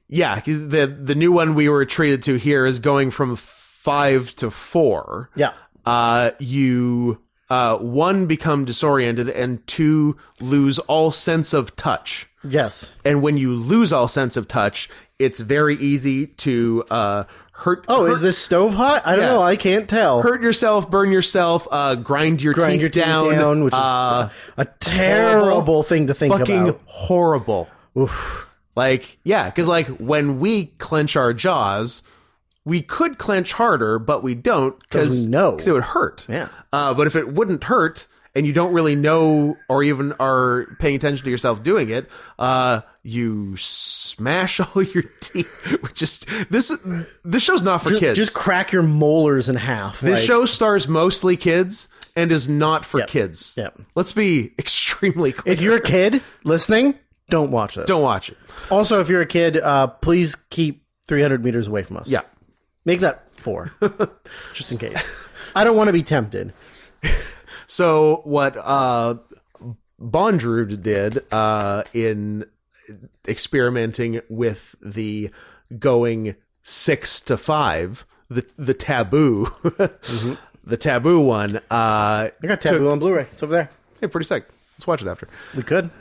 yeah, the the new one we were treated to here is going from five to four yeah. uh, you uh, one become disoriented and two lose all sense of touch. Yes. And when you lose all sense of touch, it's very easy to uh, hurt. Oh, hurt, is this stove hot? I don't Yeah. know. I can't tell. hurt yourself, burn yourself, uh, grind your Grind teeth your teeth down, which is uh, uh, a terrible thing to think fucking about. horrible. Like yeah, because like when we clench our jaws. We could clench harder, but we don't 'Cause because we know. it would hurt. Yeah. Uh, but if it wouldn't hurt and you don't really know or even are paying attention to yourself doing it, uh, you smash all your teeth. Which is this this show's not for Just, kids. just crack your molars in half. this like- show stars mostly kids and is not for kids. Yep. Let's be extremely clear. If you're a kid listening, don't watch this. don't watch it. Also, if you're a kid, uh, please keep 300 meters away from us. Yeah. Make that four, just in case. I don't want to be tempted. So what uh Bondrude did uh in experimenting with the going 6 to 5 the the taboo the taboo one uh I got Taboo on Blu ray. It's over there. hey pretty sick let's watch it after We could.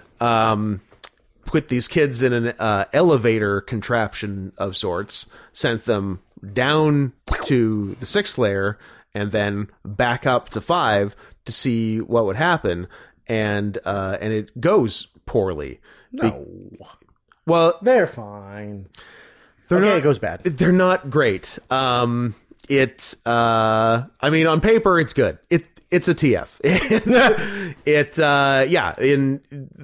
put these kids in an uh, elevator contraption of sorts, sent them down to the sixth layer, and then back up to five to see what would happen. And uh, and it goes poorly. No. Well, They're fine. they're okay, not it goes bad. they're not great. Um, it, uh, I mean, on paper, it's good. It, it's a TF. it, uh, yeah. In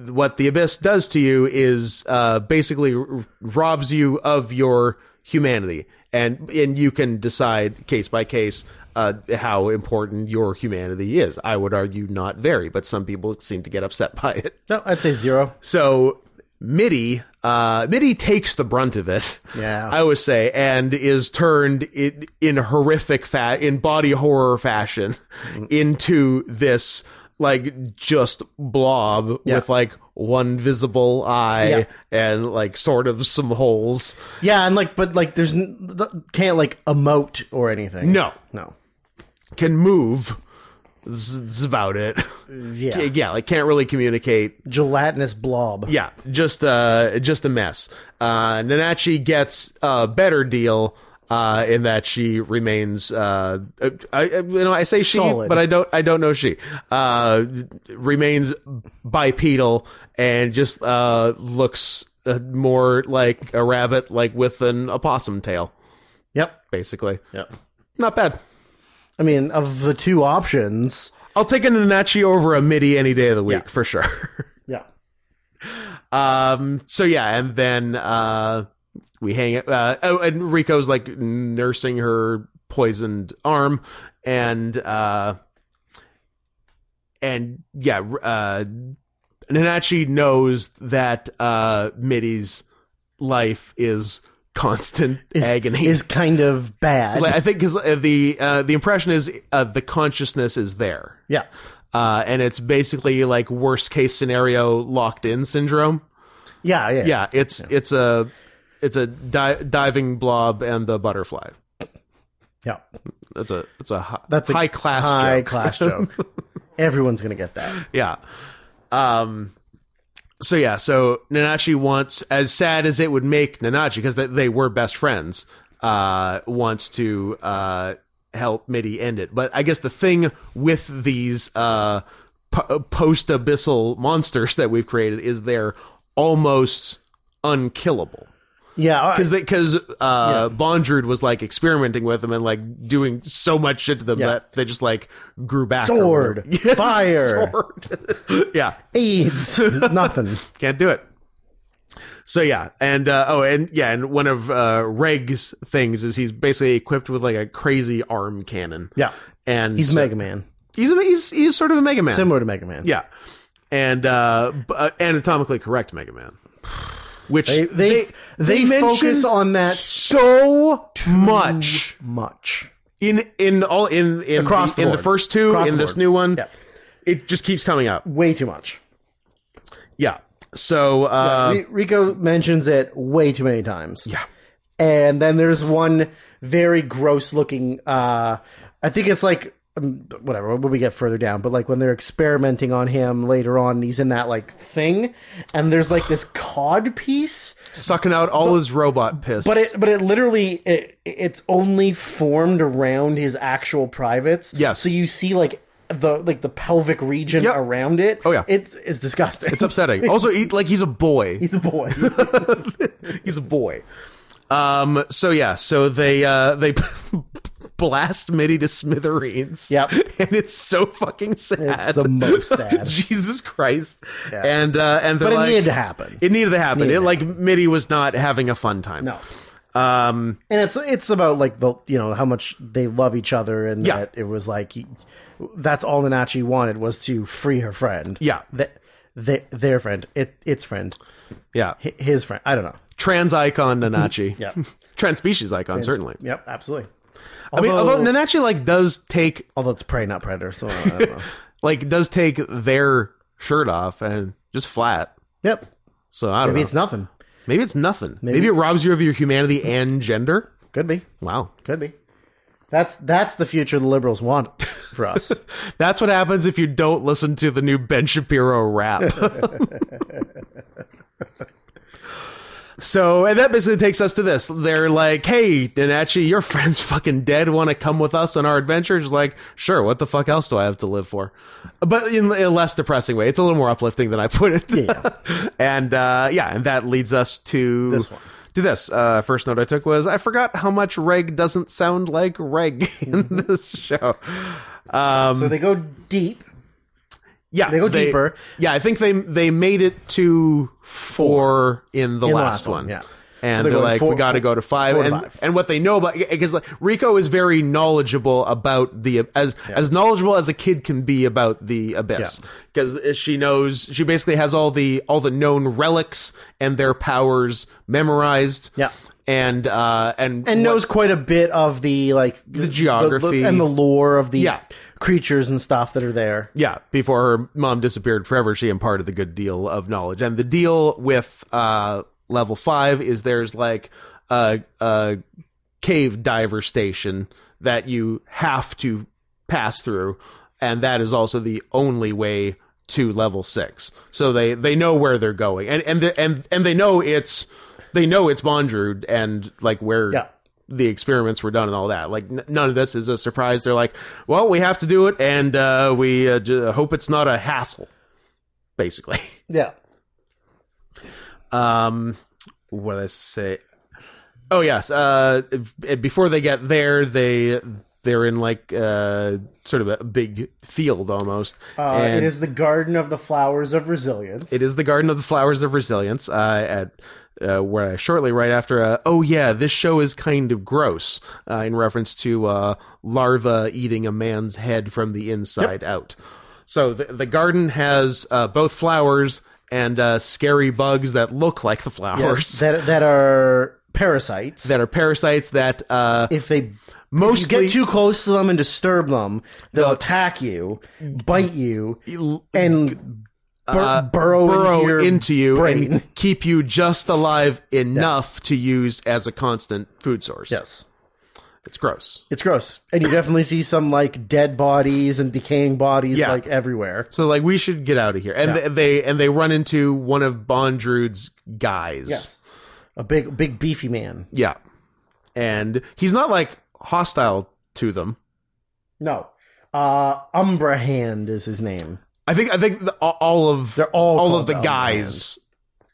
what the abyss does to you is uh, basically r- robs you of your humanity, and and you can decide case by case. Uh, how important your humanity is. I would argue not very, but some people seem to get upset by it. No, I'd say zero. So MIDI, uh, MIDI takes the brunt of it. Yeah. I would say, and is turned in, in horrific fat in body horror fashion Mm. into this like just blob Yeah. with like one visible eye Yeah. and like sort of some holes. Yeah, and like, but like, there's n- th- can't like emote or anything. No, No. can move. That's about it. Yeah. yeah, like can't really communicate. Gelatinous blob. Yeah, just uh, just a mess. Uh, Nanachi gets a better deal uh, in that she remains. Uh, I, I, you know, I say she, Solid. but I don't. I don't know she uh, remains bipedal and just uh, looks uh, more like a rabbit, like with an opossum tail, Yep. basically. Yep. Not bad. I mean, of the two options. I'll take a Nanachi over a midi any day of the week Yeah. for sure. Yeah. Um, so yeah, and then uh, we hang uh oh and rico's like nursing her poisoned arm and uh and yeah uh nanachi knows that uh middy's life is constant agony is kind of bad. Like, i think because the uh the impression is uh the consciousness is there yeah. uh and it's basically like worst case scenario locked in syndrome Yeah, yeah. yeah it's it's a it's a di- diving blob and the butterfly Yeah. that's a that's a hi- That's a high class High joke. class joke. Everyone's going to get that. yeah um so yeah so nanachi wants as sad as it would make nanachi because they, they were best friends uh wants to uh help Mitty end it but i guess the thing with these uh post abyssal monsters that we've created is they're almost unkillable Yeah. all right. because because uh, Bondrood was like experimenting with them and like doing so much shit to them Yeah. that they just like grew back. or Sword. whatever. Yes, Fire. sword. yeah, AIDS. Nothing. can't do it. So yeah, and uh, oh, and yeah, and one of uh, Reg's things is he's basically equipped with like a crazy arm cannon. Yeah. and He's so- Mega Man. He's a, he's he's sort of a Mega Man. Similar to Mega Man. Yeah, and uh, b- uh, anatomically correct Mega Man. Which They they they, focus mentioned on that so much much. in in all in in Across the the, in the board. first two Across the in this board. new one. Yeah. It just keeps coming up. Way too much. Yeah. So uh, Ri- Rico mentions it way too many times. Yeah. And then there's one very gross looking uh I think it's like um, whatever when we get further down but like when they're experimenting on him later on he's in that like thing and there's like this cod piece sucking out all his robot piss. but it but it literally it, it's only formed around his actual privates Yes. so you see like the like the pelvic region Yep. around it Oh, yeah. it's it's disgusting it's upsetting. Also, he, like he's a boy. he's a boy he's a boy. Um. So yeah. So they uh they blast Mitty to smithereens. Yep. And it's so fucking sad. it's the most sad Jesus Christ. And uh and they're but it like, needed to happen It needed to happen. Needed it to like Mitty was not having a fun time. no Um. and it's it's about like the you know how much they love each other and Yeah. that it was like he- that's all Nanachi wanted was to free her friend Yeah. Th- th- their friend it its friend Yeah. hi- his friend I don't know Trans icon Nanachi. Yeah. Trans species icon certainly. yep absolutely I mean, although Nanachi like does take although it's prey not predator so I don't know. like does take their shirt off and just flat. yep So I don't Maybe know. it's nothing. maybe it's nothing. Maybe. it robs you of your humanity and gender. Could be. Wow. Could be. That's that's the future the liberals want for us. That's what happens if you don't listen to the new Ben Shapiro rap. so, and that basically takes us to this. They're like, hey, Denachi, your friend's fucking dead. Want to come with us on our adventure? Just like, sure, what the fuck else do I have to live for? But in a less depressing way. It's a little more uplifting than I put it. Yeah. and uh, yeah, and that leads us to This one. to this. Uh, first note I took was I forgot how much Reg doesn't sound like Reg in Mm-hmm. this show. Um, so they go deep. Yeah, They go deeper. Yeah, I think they they made it to four in the In the last last, one. one, yeah. And So they're, they're going like, four- we got to go to five, four to and five. and what they know about because like Rico is very knowledgeable about the as as knowledgeable as a kid can be about the abyss because she knows she basically has all the all the known relics and their powers memorized. Yeah. and uh, and And what- knows quite a bit of the like the geography. and the lore of the Yeah. creatures and stuff that are there. Yeah, before her mom disappeared forever, she imparted the good deal of knowledge. And the deal with uh, level five is there's like a, a cave diver station that you have to pass through, and that is also the only way to level six. So they they know where they're going, and and the, and and they know it's they know it's Bondrood and like where Yeah. the experiments were done and all that. Like n- none of this is a surprise. They're like, well, we have to do it, and uh, we uh, j- hope it's not a hassle. Basically, Yeah. um, what did I say? Oh yes, uh, b- before they get there, they They're in like uh, sort of a big field almost. Uh, and it is the Garden of the Flowers of Resilience. it is the Garden of the Flowers of Resilience. Uh, at uh, where I shortly right after, uh, oh yeah, this show is kind of gross uh, in reference to uh, larva eating a man's head from the inside out. So the, the garden has uh, both flowers and uh, scary bugs that look like the flowers Yes, that that are parasites. that are parasites that uh, if they if you Mostly- get too close to them and disturb them, they'll attack you, bite you, and bur- burrow, Uh, burrow into, your you brain. and keep you just alive enough to use as a constant food source. yes. It's gross. It's gross, and you definitely see some like dead bodies and decaying bodies Yeah. like everywhere. So like we should get out of here. And th- they and they run into one of Bondrude's guys. Yes, a big, big beefy man. Yeah. And he's not like hostile to them. No, uh, Umbra Hand is his name. I think I think the, all- all of They're all all called of the Umbra guys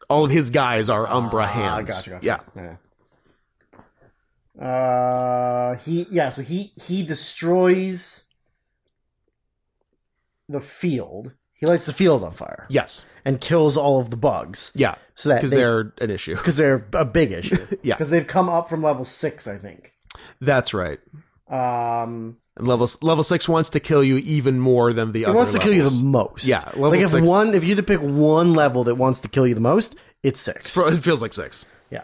all of his guys are Umbra Ah, hands. gotcha, gotcha. Yeah. Yeah. Uh, he yeah. So he he destroys the field. He lights the field on fire Yes. and kills all of the bugs. Yeah. So that Because they, they, are an issue. because they're a big issue. Yeah. because they've come up from level six, I think. That's right. Um, And level level six wants to kill you even more than the it other. wants to kill you the levels. most. Yeah, level like if six- one, if you had to pick one level that wants to kill you the most, it's six. Bro, It feels like six, yeah,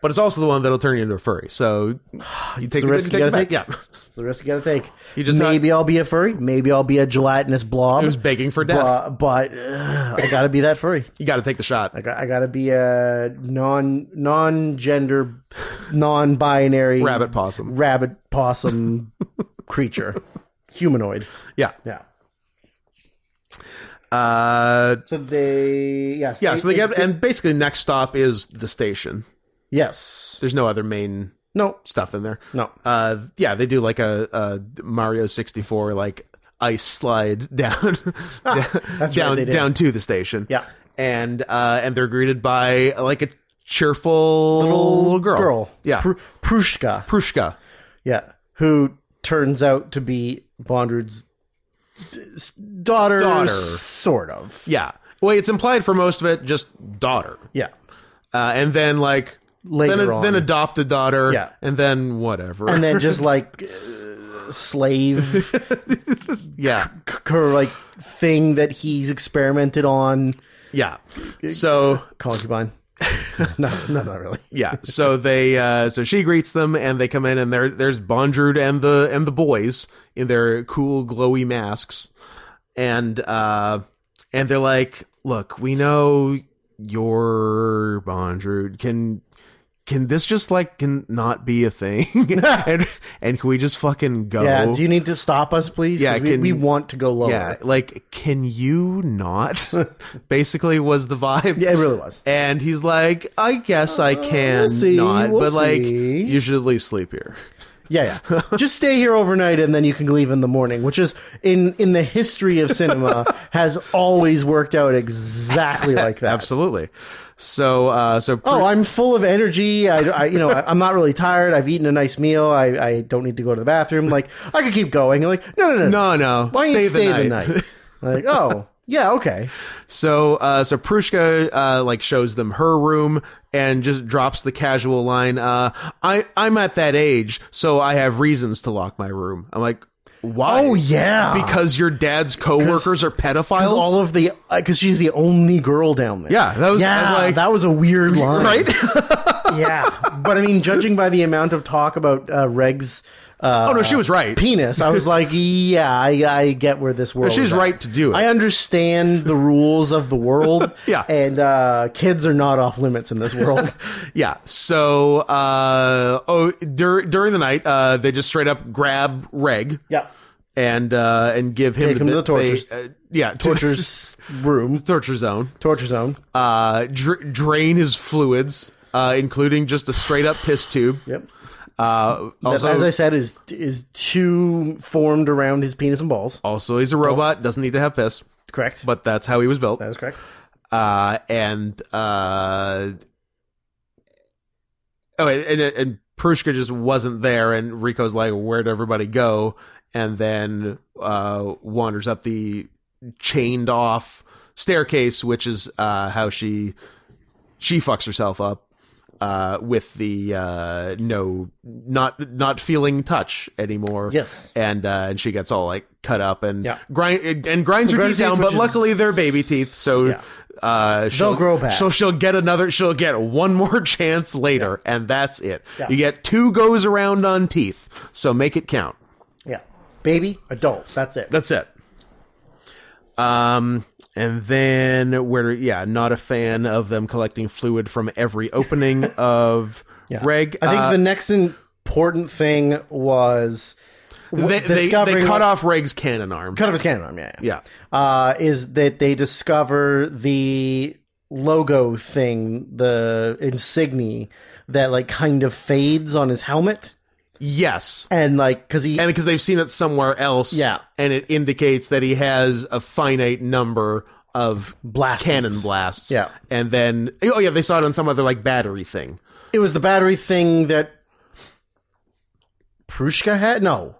but it's also the one that'll turn you into a furry. So you take the the, good, risk you you take the gotta bad. Yeah, it's the risk you got to take. You just not- maybe I'll be a furry, maybe I'll be a gelatinous blob. it was begging for death. Uh, but uh, I gotta be that furry. you got to take the shot. I got I gotta be a non non gender, non binary Rabbit possum. rabbit possum creature, humanoid. Yeah. Yeah. Uh, So they yes yeah. So they get, and basically next stop is the station. yes There's no other main no stuff in there. no Uh, yeah, they do like a, a Mario 64 like ice slide down down Ah, right, down, they did. down to the station. Yeah. and uh, and they're greeted by like a cheerful little, girl. Yeah. Pr- Prushka Prushka. yeah who turns out to be Bondrud's d- s- daughter, Daughter. sort of Yeah. Well, it's implied for most of it, just daughter, yeah uh, and then like Later then, on. then adopt a daughter, Yeah. and then whatever, and then just like uh, slave yeah, c- c- like thing that he's experimented on yeah. So concubine. no, no, not really. yeah, so they uh, so she greets them, and they come in, and there there's Bondrude and the and the boys in their cool glowy masks, and uh, and they're like, look, we know you're Bondrude. Can can this just like can not be a thing, and and can we just fucking go? Yeah, do you need to stop us, please? 'Cause Yeah, we, can- we want to go lower. yeah, like can you not? Basically, was the vibe. Yeah, it really was. And he's like, I guess I can see, not, we'll but like, see. you should at least sleep here. Yeah, yeah. Just stay here overnight, and then you can leave in the morning, which is in in the history of cinema has always worked out exactly like that. Absolutely. So, uh, so Oh, I'm full of energy. I, I you know, I, I'm not really tired. I've eaten a nice meal. I, I don't need to go to the bathroom. Like I could keep going. And like no, no, no, no, no, Why stay, don't you stay the, night. like oh yeah, okay. so, uh, so Prushka uh, like shows them her room and just drops the casual line. Uh, I I'm at that age, so I have reasons to lock my room. I'm like, why? Oh yeah, because your dad's coworkers are pedophiles. Because all of the because she's the only girl down there. Yeah, that was- yeah, I'm like- that was a weird line, right? yeah, but I mean, judging by the amount of talk about uh, Reg's uh, oh no, she was right. penis, I was like, yeah, I, I get where this world. She's is at. right to do it. I understand the rules of the world. Yeah. and uh, kids are not off limits in this world. Yeah. So, uh, oh, dur- during the night, uh, they just straight up grab Reg yeah, and uh, and give him Take him to the bit- tortures- they, uh, yeah, to the torture's room, torture zone. torture zone. Uh, dr- drain his fluids, uh, including just a straight up piss tube. Yep. Uh, also, As I said, is is two formed around his penis and balls. also, he's a robot. Doesn't need to have piss, Correct. but that's how he was built. that is correct. Uh, and uh, oh, and and, and Prushka just wasn't there, and Rico's like, "Where'd everybody go?" And then uh, wanders up the chained off staircase, which is uh, how she she fucks herself up uh, with the uh, no not not feeling touch anymore. Yes. and uh, and she gets all like cut up and Yeah. grind and grinds her Grinds teeth teeth, down. which But is- luckily, they're baby teeth, so. Yeah. Uh, she'll grow back. She'll she'll get another. She'll get one more chance later, and that's it. Yeah. You get two goes around on teeth, so make it count. Yeah. Baby, adult. That's it. That's it. Um, and then where? Yeah, not a fan of them collecting fluid from every opening of Yeah. Reg. I think Uh, the next important thing was w- they, they, they discovering cut off Reg's cannon arm. cut off his cannon arm. Yeah, yeah. yeah, Uh, is that they discover the logo thing, the insignia that like kind of fades on his helmet, yes, and like because he and because they've seen it somewhere else. Yeah. and it indicates that he has a finite number of blasts cannon blasts. Yeah. and then oh yeah, they saw it on some other like battery thing. It was the battery thing that Prushka had. No,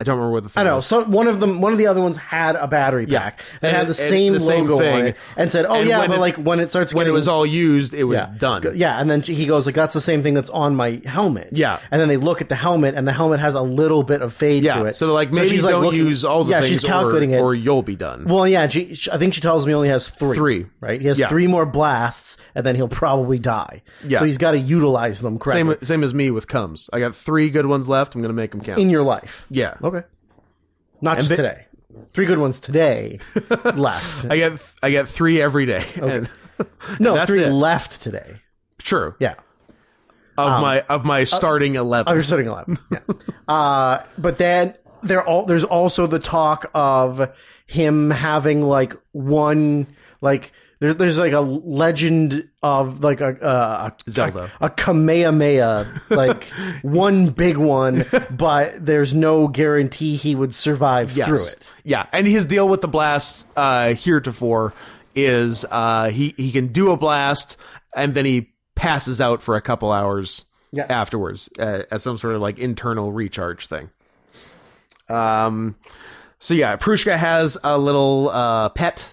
I don't remember what the thing I know. was. So one of them, one of the other ones had a battery Yeah. pack that And- had the and same the same logo thing. on it, and said, "Oh And yeah, when but it- like when it starts when getting it was all used, it was yeah, done. G- yeah." And then he goes like, "That's the same thing that's on my helmet." Yeah. And then they look at the helmet, and the helmet has a little bit of fade Yeah. to it. So they're like, maybe she's, don't looking- use all the yeah, things she's calculating or, it. or you'll be done. well, yeah, she, she- I think she tells me he only has three. Three. right? He has Yeah. three more blasts, and then he'll probably die. Yeah. So he's got to utilize them correctly same same as me with cums. I got three good ones left. I'm gonna make them count. in your life. yeah. Okay. Not just they- today. Three good ones today left. I get I get three every day. And- no, that's three it. left today. true. Yeah. um, uh, Of my of my starting I eleven. was Oh, starting eleven. Yeah. uh, but then there all there's also the talk of him having like one like there's there's like a legend of like a uh, a Zelda. a, Kamehameha like one big one, but there's no guarantee he would survive Yes. through it. Yeah. And his deal with the blasts uh, heretofore is uh, he he can do a blast and then he passes out for a couple hours Yes. afterwards uh, as some sort of like internal recharge thing. Um. So yeah, Prushka has a little uh, pet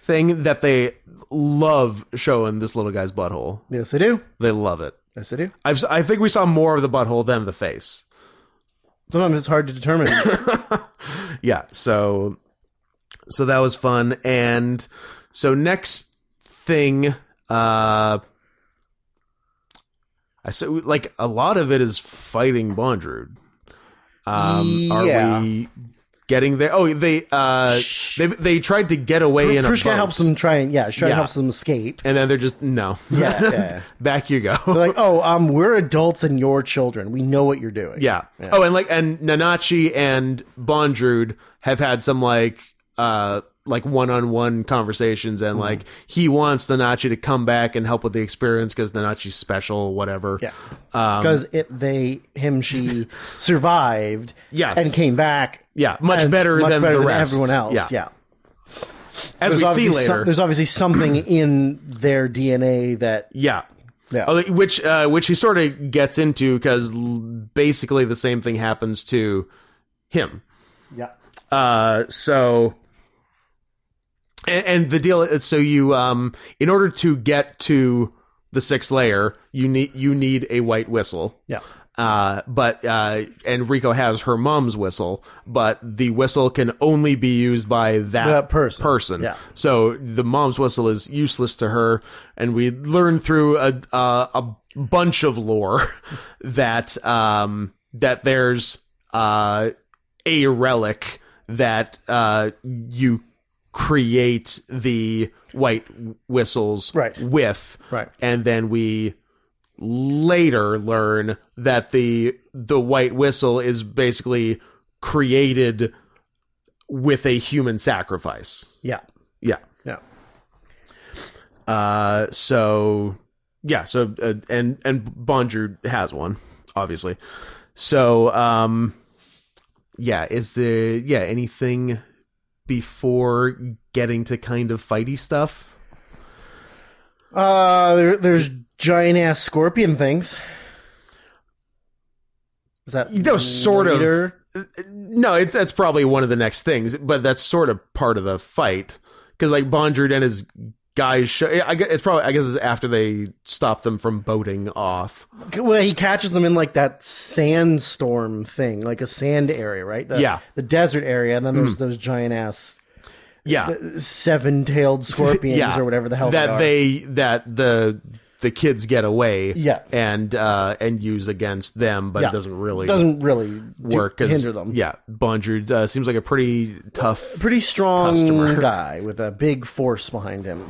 thing that they love showing this little guy's butthole. Yes, I do. They love it. Yes, I do. I've, si think we saw more of the butthole than the face. Sometimes it's hard to determine. Yeah. So, so that was fun. And so next thing, uh, I said like a lot of it is fighting Bondrude. Um, Yeah. are we getting there? Oh, they, uh, they, they tried to get away in a Prushka boat. helps them try and yeah, try Yeah. and helps them escape. And then they're just, no, Yeah, yeah. back you go. They're like, oh, um, we're adults and you're children. We know what you're doing. Yeah. Oh, and like and Nanachi and Bondrude have had some like uh like one-on-one conversations Mm-hmm. and like he wants Nanachi to come back and help with the experience cuz Nanachi's special whatever. yeah. Um, Because it they him she survived. Yes. and came back. Yeah, much and better much than better the than rest. everyone else. Yeah. Yeah. There's As we see obviously some- later. there's obviously something in their DNA that yeah. yeah. Oh, which uh which he sort of gets into cuz basically the same thing happens to him. yeah. Uh, so and, and the deal is so you um in order to get to the sixth layer you need you need a white whistle Yeah. uh but uh and rico has her mom's whistle but the whistle can only be used by That that, person. Yeah. so the mom's whistle is useless to her and we learn through a uh, a bunch of lore that um that there's uh a relic that uh, you create the white whistles Right. with, Right. and then we later learn that the the white whistle is basically created with a human sacrifice. Yeah. Yeah. Yeah. Uh, so yeah, so uh, and and Bonjour has one, obviously. So um, yeah, is the yeah anything before getting to kind of fighty stuff? Uh, there, there's giant ass scorpion things. Is that That was sort of- later? No, it, that's probably one of the next things, but that's sort of part of the fight because like Bondred and his guys show. I guess it's probably I guess it's after they stop them from boating off. Well, he catches them in like that sandstorm thing, like a sand area, right? The, Yeah. Mm. the desert area, and then there's those giant ass Yeah, seven-tailed scorpions yeah, or whatever the hell they, are. that they, that the the kids get away. Yeah. and uh and use against them, but Yeah. it doesn't really doesn't really do- work. 'cause- hinder them. Yeah, Bondred uh, seems like a pretty tough pretty strong Customer. guy with a big force behind him.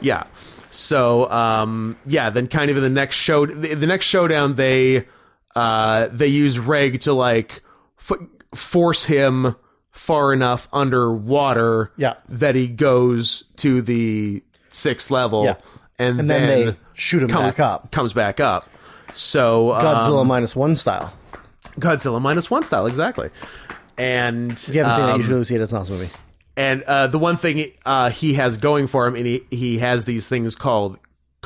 yeah so um yeah then kind of in the next show the, the next showdown they uh they use reg to like f- force him far enough underwater Yeah. that he goes to the sixth level Yeah. and, And then they shoot him come- back up. comes back up so um, Godzilla minus one style. godzilla minus one style exactly and If you haven't seen it, um, you should go see it. It's an awesome movie. and uh, the one thing uh, he has going for him, and he, he has these things called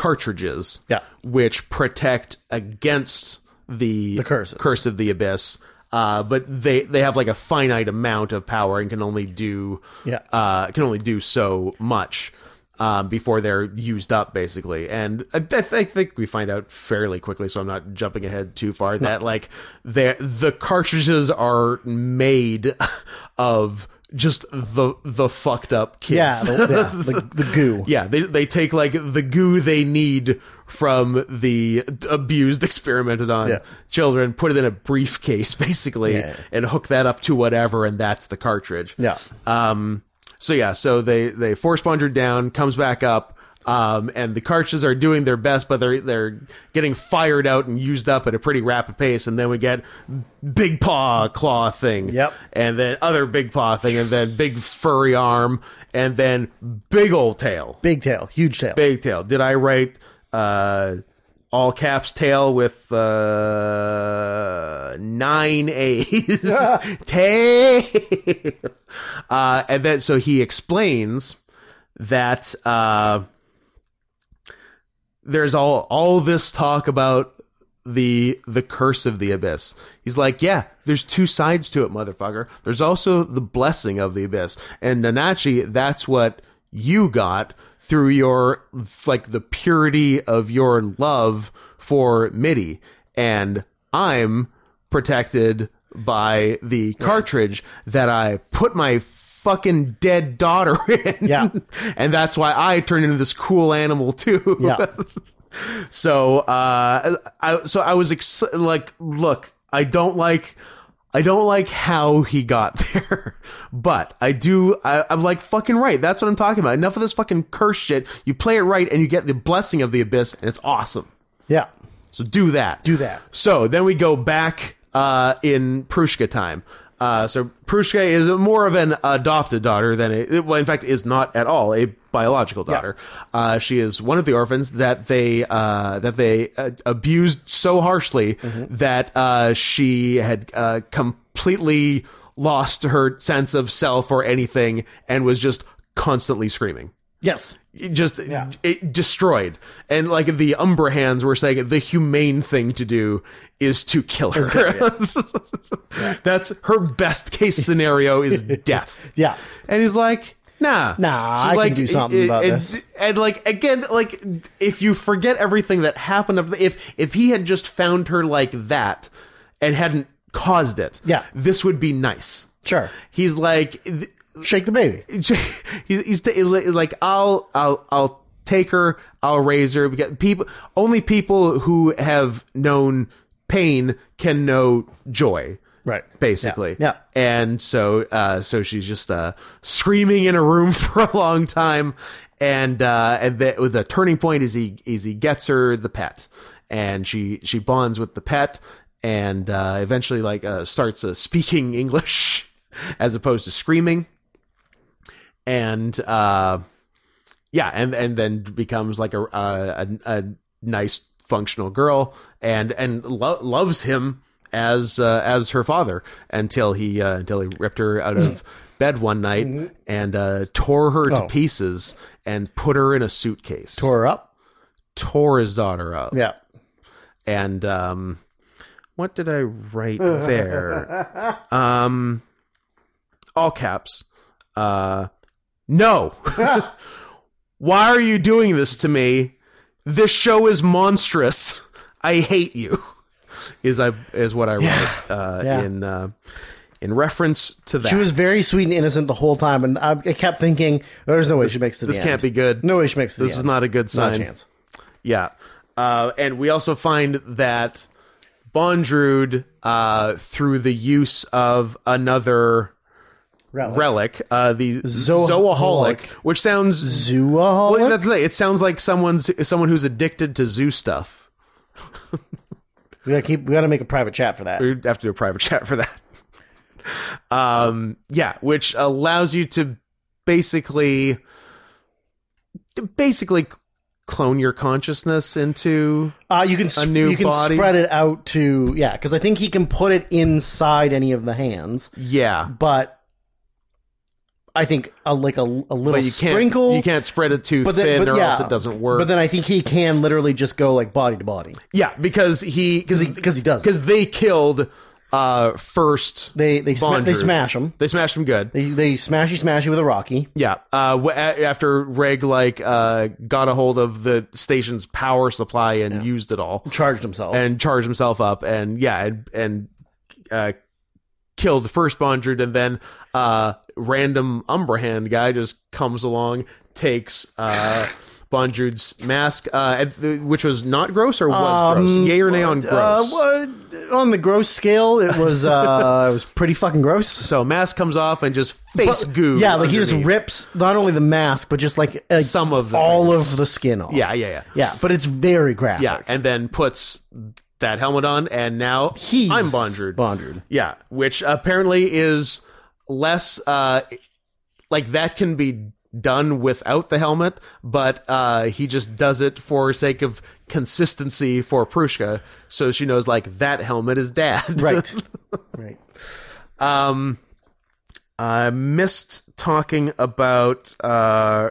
cartridges, Yeah. which protect against the, the curses. curse of the abyss. Uh, but they, they have like a finite amount of power and can only do Yeah. uh, can only do so much um, before they're used up basically. And I, I, th- I think we find out fairly quickly, so I'm not jumping ahead too far. That like the the cartridges are made of just the the fucked up Yeah, kids. the, yeah, the, the goo. Yeah, they they take like the goo they need from the abused, experimented on Yeah. children, put it in a briefcase basically, Yeah. and hook that up to whatever, and that's the cartridge. Yeah. Um. So yeah, so they they force Bondred down, comes back up. Um, and the cartridges are doing their best, but they're they're getting fired out and used up at a pretty rapid pace. And then we get big paw claw thing, Yep. and then other big paw thing, and then big furry arm, and then big old tail, Big tail, huge tail. big tail. Did I write uh, all caps tail with uh, nine A's? tail. Uh, and then so he explains that uh, there's all all this talk about the the curse of the abyss. He's like, yeah, there's two sides to it, motherfucker. There's also the blessing of the abyss, and Nanachi, that's what you got through your like the purity of your love for Midi, and I'm protected by the cartridge that I put my fucking dead daughter in. Yeah. and that's why I turned into this cool animal too. Yeah. So, uh, I so I was ex- like, look, I don't like, I don't like how he got there, but I do. I, I'm like fucking right. That's what I'm talking about. Enough of this fucking curse shit. You play it right, and you get the blessing of the abyss, and it's awesome. Yeah. So do that. Do that. So then we go back uh, in Prushka time. Uh, so Prushka is more of an adopted daughter than a, well, in fact, is not at all a biological daughter. Uh, she is one of the orphans that they uh, that they uh, abused so harshly Mm-hmm. that uh, she had uh, completely lost her sense of self or anything and was just constantly screaming Yes. it just Yeah. it destroyed and like the umbra hands were saying the humane thing to do is to kill her that's her best case scenario is death Yeah. and he's like nah Nah, She's I can do something about and, this. and like again like if you forget everything that happened up- if if he had just found her like that and hadn't caused it Yeah. this would be nice Sure. he's like th- Shake the baby. he's, he's t- like I'll I'll I'll take her I'll raise her because people only people who have known pain can know joy Right. basically Yeah. and so uh so she's just uh screaming in a room for a long time and uh and the, the turning point is he is he gets her the pet and she she bonds with the pet and uh eventually like uh starts uh, speaking English as opposed to screaming and uh yeah and and then becomes like a a, a, a nice functional girl and and lo- loves him as uh, as her father until he uh, until he ripped her out of bed one night and uh, tore her to Oh. pieces and put her in a suitcase Tore her up. tore his daughter up Yeah. and um what did I write there? um, all caps. Uh, no. Why are you doing this to me? This show is monstrous. I hate you. Is I is what I wrote uh, Yeah. in uh, in reference to that. She was very sweet and innocent the whole time, and I, I kept thinking, "There's no way she makes it to this the can't end. be good. No way she makes it. To this the is end. not a good not sign. a chance. Yeah. Uh, and we also find that Bondrude, uh, through the use of another Relic. relic, uh, the Zo- Zoaholic, which sounds Zoaholic? well, that's the thing. It sounds like someone's someone who's addicted to zoo stuff. we gotta keep. We gotta make a private chat for that. We have to do a private chat for that. um, yeah, which allows you to basically, basically clone your consciousness into Uh, you can sp- new you can body? spread it out to yeah, because I think he can put it inside any of the hands, yeah. but I think a, like a, a little but you can't sprinkle. you can't spread it too But then- thin but or yeah. else it doesn't work But then I think he can literally just go like body to body yeah because he because because he does. because they killed uh first They they sma- they Bondrew. smash him. they smashed him good They they smashy smashy with a rocky. yeah uh wh- a- after reg like uh got a hold of the station's power supply and used it all Charged himself. and charged himself up and yeah and and uh killed first bondrude and then uh random umbrahand guy just comes along takes uh bondrude's mask uh and th- which was not gross or was gross yay or nay on gross Um, Uh, well, on the gross scale, it was uh, it was pretty fucking gross. so mask comes off and just face goo Yeah, like he just underneath rips not only the mask but just like uh, some of the all things. of the skin off. yeah yeah yeah yeah, but it's very graphic. yeah and then puts that helmet on and now he's i'm bondrude Bondrude. Yeah, which apparently is less uh like that can be done without the helmet, but uh he just does it for sake of consistency for Prushka, so she knows like that helmet is dad. Right. right. um I missed talking about uh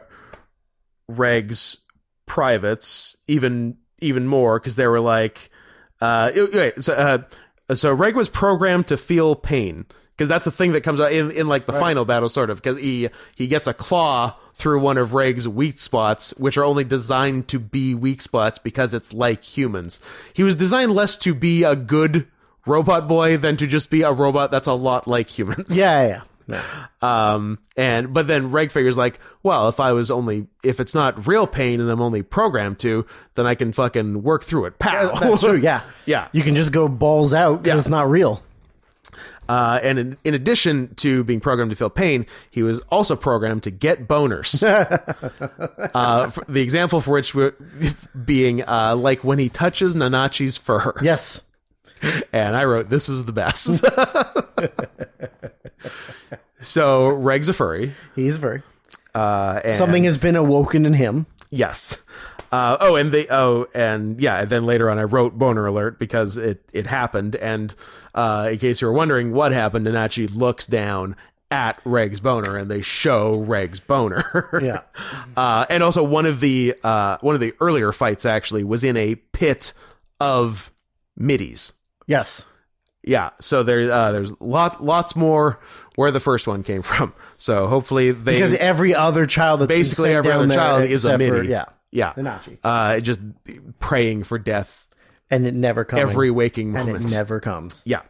Reg's privates even even more because they were like uh it- wait, so uh so Reg was programmed to feel pain because that's a thing that comes out in, in like the final battle sort of because he he gets a claw through one of Reg's weak spots which are only designed to be weak spots because it's like humans. He was designed less to be a good robot boy than to just be a robot that's a lot like humans. Yeah, yeah, yeah. yeah. Um, and but then Reg figures like, well, if I was only if it's not real pain and I'm only programmed to, then I can fucking work through it. Pow. That's true. Yeah. Yeah. You can just go balls out because Yeah. it's not real. Uh, and in, in addition to being programmed to feel pain, he was also programmed to get boners. uh, f the example for which were- being uh, like when he touches Nanachi's fur. Yes. And I wrote, "This is the best." so Reg's a furry. He is very. Uh, and Something has been awoken in him. Yes. Uh, oh, and they. Oh, and yeah. And then later on, I wrote boner alert because it it happened. And uh, in case you were wondering what happened, Nanachi looks down at Reg's boner, and they show Reg's boner. Yeah. Uh, and also one of the uh, one of the earlier fights actually was in a pit of middies. Yes. Yeah. So there uh, there's lot lots more where the first one came from. So hopefully they Because every other child that's been basically sent every down other there child is a except for- midi. yeah. yeah. Nanachi. Uh, just praying for death And it never comes. every waking and moment. Um, it never comes. yeah,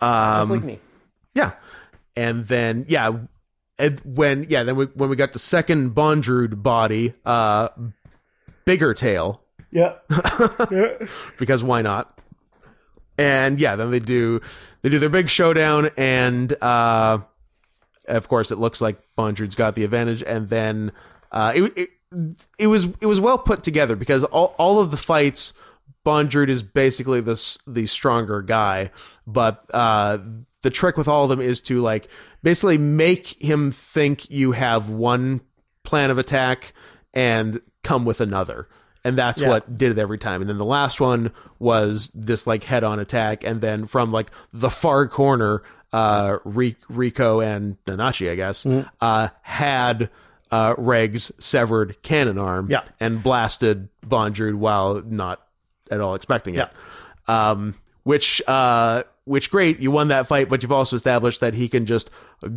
Just like me. yeah, and then yeah, and when yeah, then we, when we got the second Bondrude body, uh, bigger tail Yeah. because why not? And yeah, then they do they do their big showdown, and uh, of course, it looks like Bondrude's got the advantage, and then uh, it, it it was it was well put together because all all of the fights. Bondrude is basically the s- the stronger guy, but uh, the trick with all of them is to like basically make him think you have one plan of attack and come with another, and that's Yeah. what did it every time. And then the last one was this like head on attack, and then from like the far corner, uh, Ri- Rico and Nanashi, I guess, uh, had. Uh, Reg's severed cannon arm Yeah. and blasted Bondrude while not at all expecting it. Um, which uh which great you won that fight but you've also established that he can just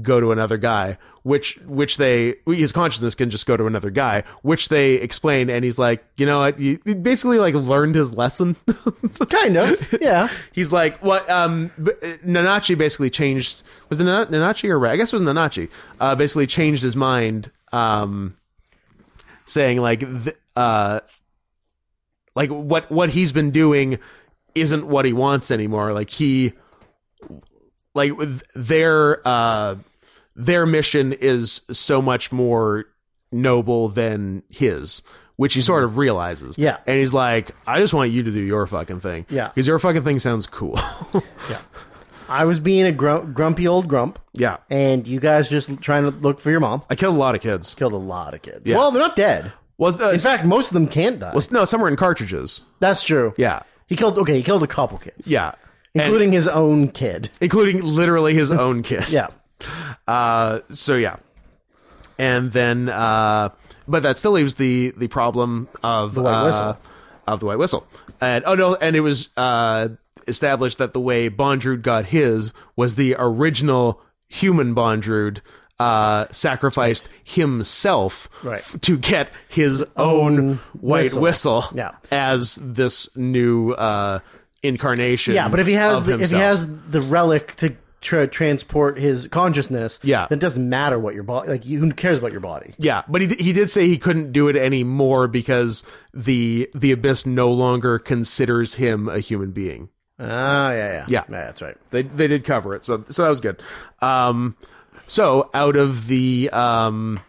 go to another guy which which they his consciousness can just go to another guy which they explain and he's like you know what he he basically like learned his lesson kind of. Yeah. he's like what um b- uh, nanachi basically changed was it Nana- nanachi or Ra- i guess it was nanachi uh basically changed his mind um saying like th- uh like what what he's been doing isn't what he wants anymore like he like with their uh their mission is so much more noble than his which he sort of realizes Yeah. and he's like i just want you to do your fucking thing Yeah. because your fucking thing sounds cool I was being a grump, grumpy old grump, yeah and you guys just trying to look for your mom. i killed a lot of kids Killed a lot of kids. Well, they're not dead. was uh, In fact, most of them can't die. was no somewhere in cartridges That's true. yeah He killed. Okay, he killed a couple kids, yeah And- including his own kid. including literally his own kid Yeah. Uh, so yeah, and then uh, but that still leaves the the problem of the white uh, whistle. of the white whistle. And oh no, and it was uh, established that the way Bondrude got his was the original human Bondrude. Uh, sacrificed himself Right. f- to get his own white whistle. whistle, Yeah. as this new uh, incarnation. Yeah, but if he has of the, if he himself. has the relic to tra- transport his consciousness, Yeah. then it doesn't matter what your body. Like, you, who cares about your body? Yeah, but he he did say he couldn't do it anymore because the the abyss no longer considers him a human being. Oh yeah, yeah, Yeah. That's right. They they did cover it, so so that was good. Um, so out of the um,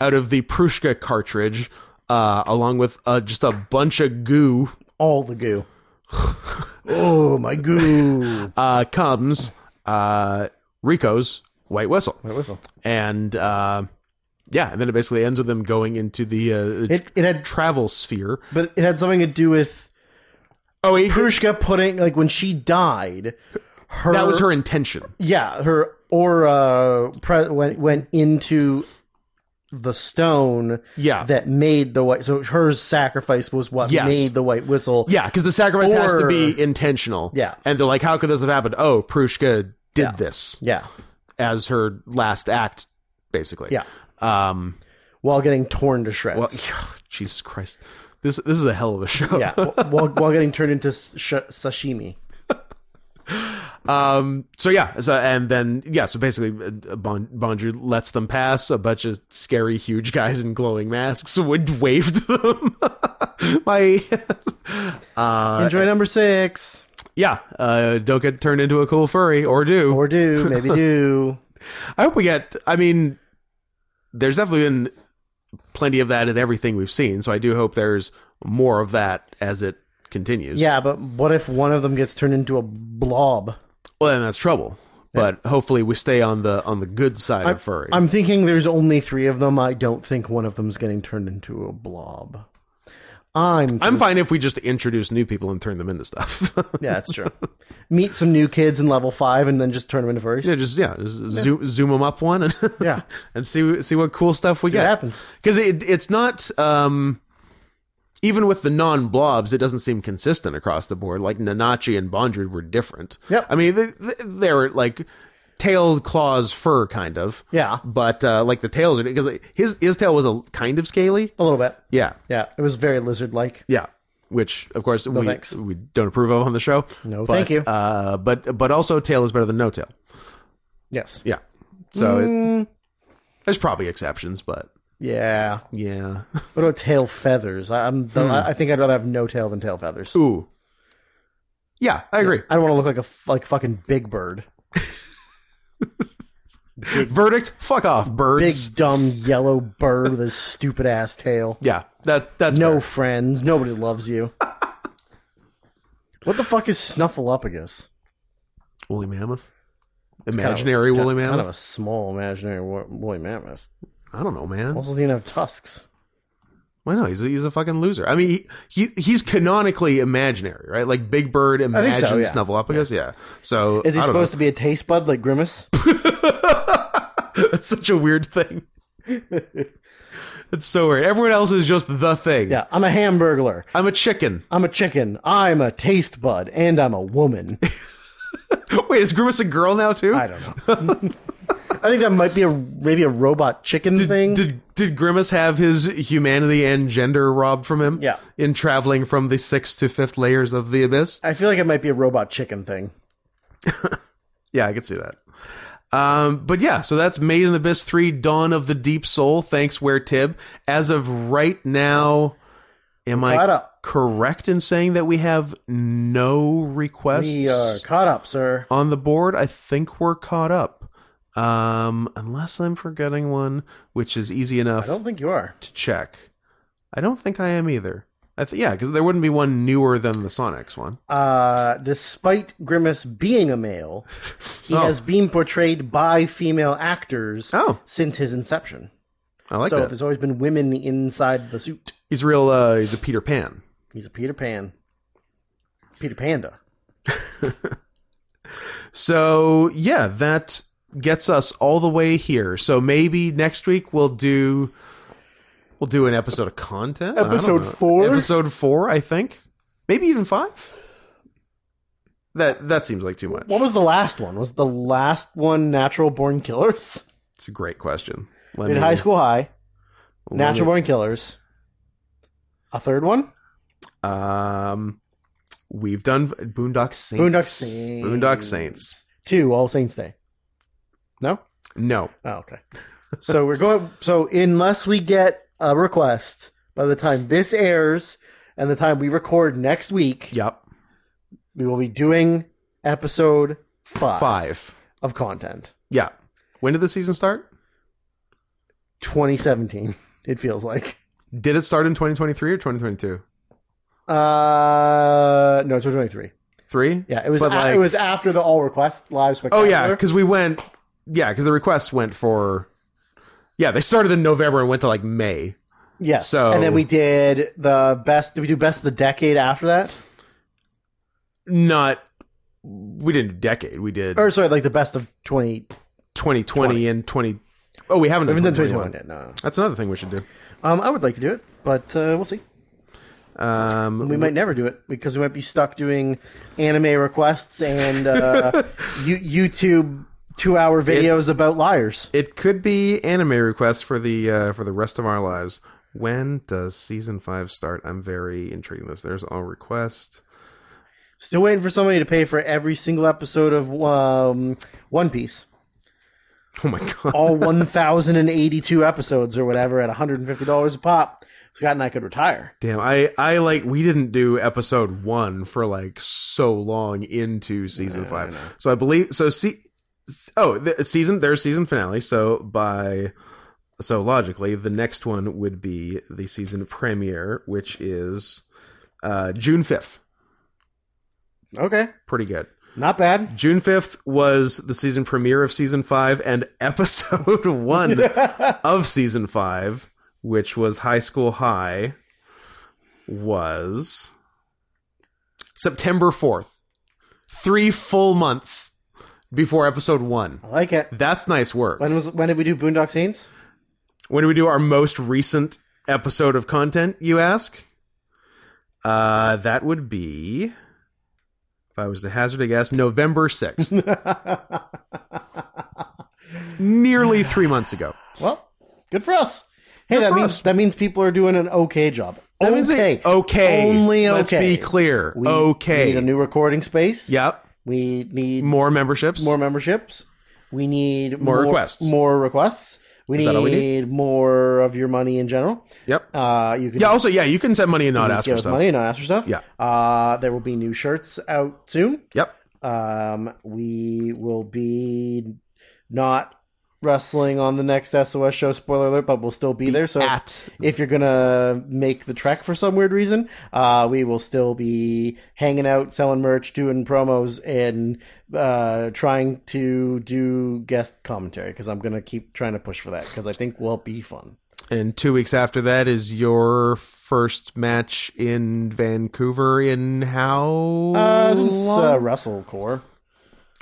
out of the Prushka cartridge, uh, along with uh, just a bunch of goo, All the goo. oh my goo! uh, comes uh, Rico's white whistle, White whistle. and uh, yeah, and then it basically ends with them going into the uh, It it had, travel sphere. but it had something to do with Oh, it, Prushka putting like when she died. Her that was her intention. yeah her aura pre- went went into the stone Yeah. that made the white so her sacrifice was what Yes. made the white whistle Yeah, because the sacrifice has to be Or- intentional. Yeah. And they're like, how could this have happened? Oh, Prushka did Yeah. this yeah as her last act, basically. Yeah. Um, while getting torn to shreds well, Jesus Christ. This, this is a hell of a show. yeah while, while getting turned into sh- sashimi Um, so yeah, so and then yeah, so basically, uh, bon, Bonju lets them pass. A bunch of scary, huge guys in glowing masks would wave to them. My uh, enjoy number six yeah, uh, don't get turned into a cool furry or do or do maybe do I hope we get. I mean, there's definitely been plenty of that in everything we've seen, so I do hope there's more of that as it continues. yeah but what if one of them gets turned into a blob Well, then that's trouble. But hopefully, we stay on the on the good side of furry. I'm thinking there's only three of them. I don't think one of them's getting turned into a blob. I'm I'm fine if we just introduce new people and turn them into stuff. Yeah, that's true. Meet some new kids in level five and then just turn them into furries. yeah, just yeah, just Zoom, zoom them up one and Yeah. and see see what cool stuff we It get. happens. Because it it's not um, even with the non blobs, it doesn't seem consistent across the board. Like Nanachi and Bondru were different. Yep. I mean, they, they- they're like tailed claws fur kind of. Yeah. But uh, like the tails are because his his tail was a kind of scaly. A little bit. Yeah. Yeah. It was very lizard like. Yeah. Which of course we thanks. we don't approve of on the show. No, But, thank you. Uh, but but also tail is better than no tail. Yes. Yeah. So Mm. it, there's probably exceptions, but Yeah. yeah. What about tail feathers? I, I'm the, I I think I'd rather have no tail than tail feathers. Ooh. Yeah, I agree. I don't want to look like a f- like fucking big bird. Verdict: Fuck off, Big birds. dumb yellow bird with a stupid ass tail. yeah, that that's No fair. friends. Nobody loves you. what the fuck is Snuffleupagus? woolly mammoth, imaginary kind of, woolly kind mammoth. Kind of a small imaginary wo- woolly mammoth. I don't know, man. Also, they don't have tusks. Why not? He's a, he's a fucking loser. I mean, he, he he's canonically imaginary, right? Like Big Bird think imagines so, yeah. Snuffleupagus. Yeah. So Is he I don't supposed to be a taste bud like Grimace? know. That's such a weird thing. It's so weird. Everyone else is just the thing. Yeah, I'm a hamburglar. I'm a chicken. I'm a chicken. I'm a taste bud, and I'm a woman. Wait, is Grimace a girl now too? I don't know. I think that might be a maybe a robot chicken thing. Did did Grimace have his humanity and gender robbed from him? Yeah. In traveling from the sixth to fifth layers of the abyss? I feel like it might be a robot chicken thing. Yeah, I could see that. Um, but yeah, so that's Made in the Abyss 3, Dawn of the Deep Soul. Thanks, Where Tib. As of right now, am I Caught up. correct in saying that we have no requests We are caught up, sir. on the board? I think we're caught up. Um, unless I'm forgetting one, which is easy I enough. don't think you are. to check. I don't think I am either. I th- yeah, because there wouldn't be one newer than the Sonics one. Uh, despite Grimace being a male, he Oh. has been portrayed by female actors Oh, since his inception. I like so that. there's always been women inside the suit. He's real. Uh, he's a Peter Pan. He's a Peter Pan. Peter Panda. So yeah, that gets us all the way here. So maybe next week we'll do we'll do an episode of content. I don't Episode know. four? Episode four, I think. Maybe even five. That that seems like too much. What was the last one? Was the last one Natural Born Killers? It's a great question. Let We did me- High School High, let Natural me- Born Killers. A third one? Um, we've done Boondock Saints. Boondock Saints. Boondock Saints. Two, All Saints Day. No? No. Oh, okay. So we're going. So unless we get a request by the time this airs and the time we record next week, Yep. we will be doing episode five, Five. of content. Yeah. When did the season start? 2017. It feels like. Did it start in 2023 or 2022? Uh, no, 2023. Three? Yeah, it was. But a- like- it was after the all request live Oh, spectacular. yeah. Because we went. Yeah. Because the requests went for. Yeah. They started in November and went to like May. yes. so- and then we did the best. Did we do best of the decade after that? Not. We didn't do decade. We did Or sorry, like the best of 20. 2020 and 20. Oh, we haven't We done haven't done 2021 2021. yet. No. That's another thing we should do. Um, I would like to do it, but uh, we'll see. Um, We might never do it because we might be stuck doing anime requests and uh, you YouTube two hour videos It's- about liars. It could be anime requests for the uh, for the rest of our lives. When does season five start? I'm very intrigued. in This there's all request. Still waiting for somebody to pay for every single episode of um, One Piece. Oh my god! All 1,082 episodes or whatever at $150 a pop. Scott and I could retire. Damn, I I like we didn't do episode one for like so long into season five. so I believe so. See, oh, the season there's season finale. So by so logically, the next one would be the season premiere, which is uh, June fifth. Okay. Pretty good. Not bad. June 5th was the season premiere of season 5 and episode 1 of season 5, which was High School High was September 4th. 3 full months before episode 1. I like it. That's nice work. When was when did we do Boondock Saints? When do we do our most recent episode of content, you ask? Uh, that would be if I was to hazard a guess, November 6th. nearly three months ago. Well, good for us. Hey, that for means us. that means people are doing an okay job. That okay. means they- okay. Only okay. Let's be clear. We okay. need a new recording space. yep. We need More memberships. more memberships. We need More requests. More requests. We Is that need, all we more of your money in general. Yep. Uh, you can yeah. Also, yeah. You can send money and not ask just give for us stuff. money and not ask for stuff. Yeah. Uh, there will be new shirts out soon. Yep. Um, we will be not wrestling on the next SOS show. Spoiler alert! But we'll still be, there. So At if you're gonna make the trek for some weird reason, uh, we will still be hanging out, selling merch, doing promos, and uh, trying to do guest commentary because I'm gonna keep trying to push for that because I think will be fun. and two weeks after that is your first match in Vancouver. In how? Uh, since uh, long? WrestleCore,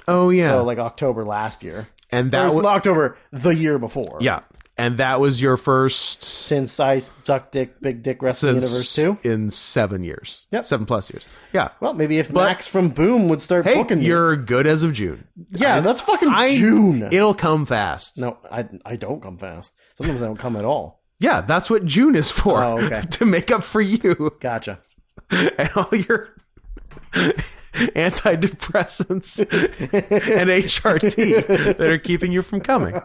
oh yeah. so like October last year, and that that was October the year before. yeah. and that was your first since I sucked dick, big dick wrestling universe since too. in seven years, Yep. seven plus years. Yeah. Well, maybe if Max from Boom would start Hey, booking me. you're good as of June. yeah, that's fucking I June. It'll come fast. no, I I don't come fast. Sometimes I don't come at all. Yeah, that's what June is for. Oh, okay. to make up for you Gotcha. and all your antidepressants and HRT that are keeping you from coming.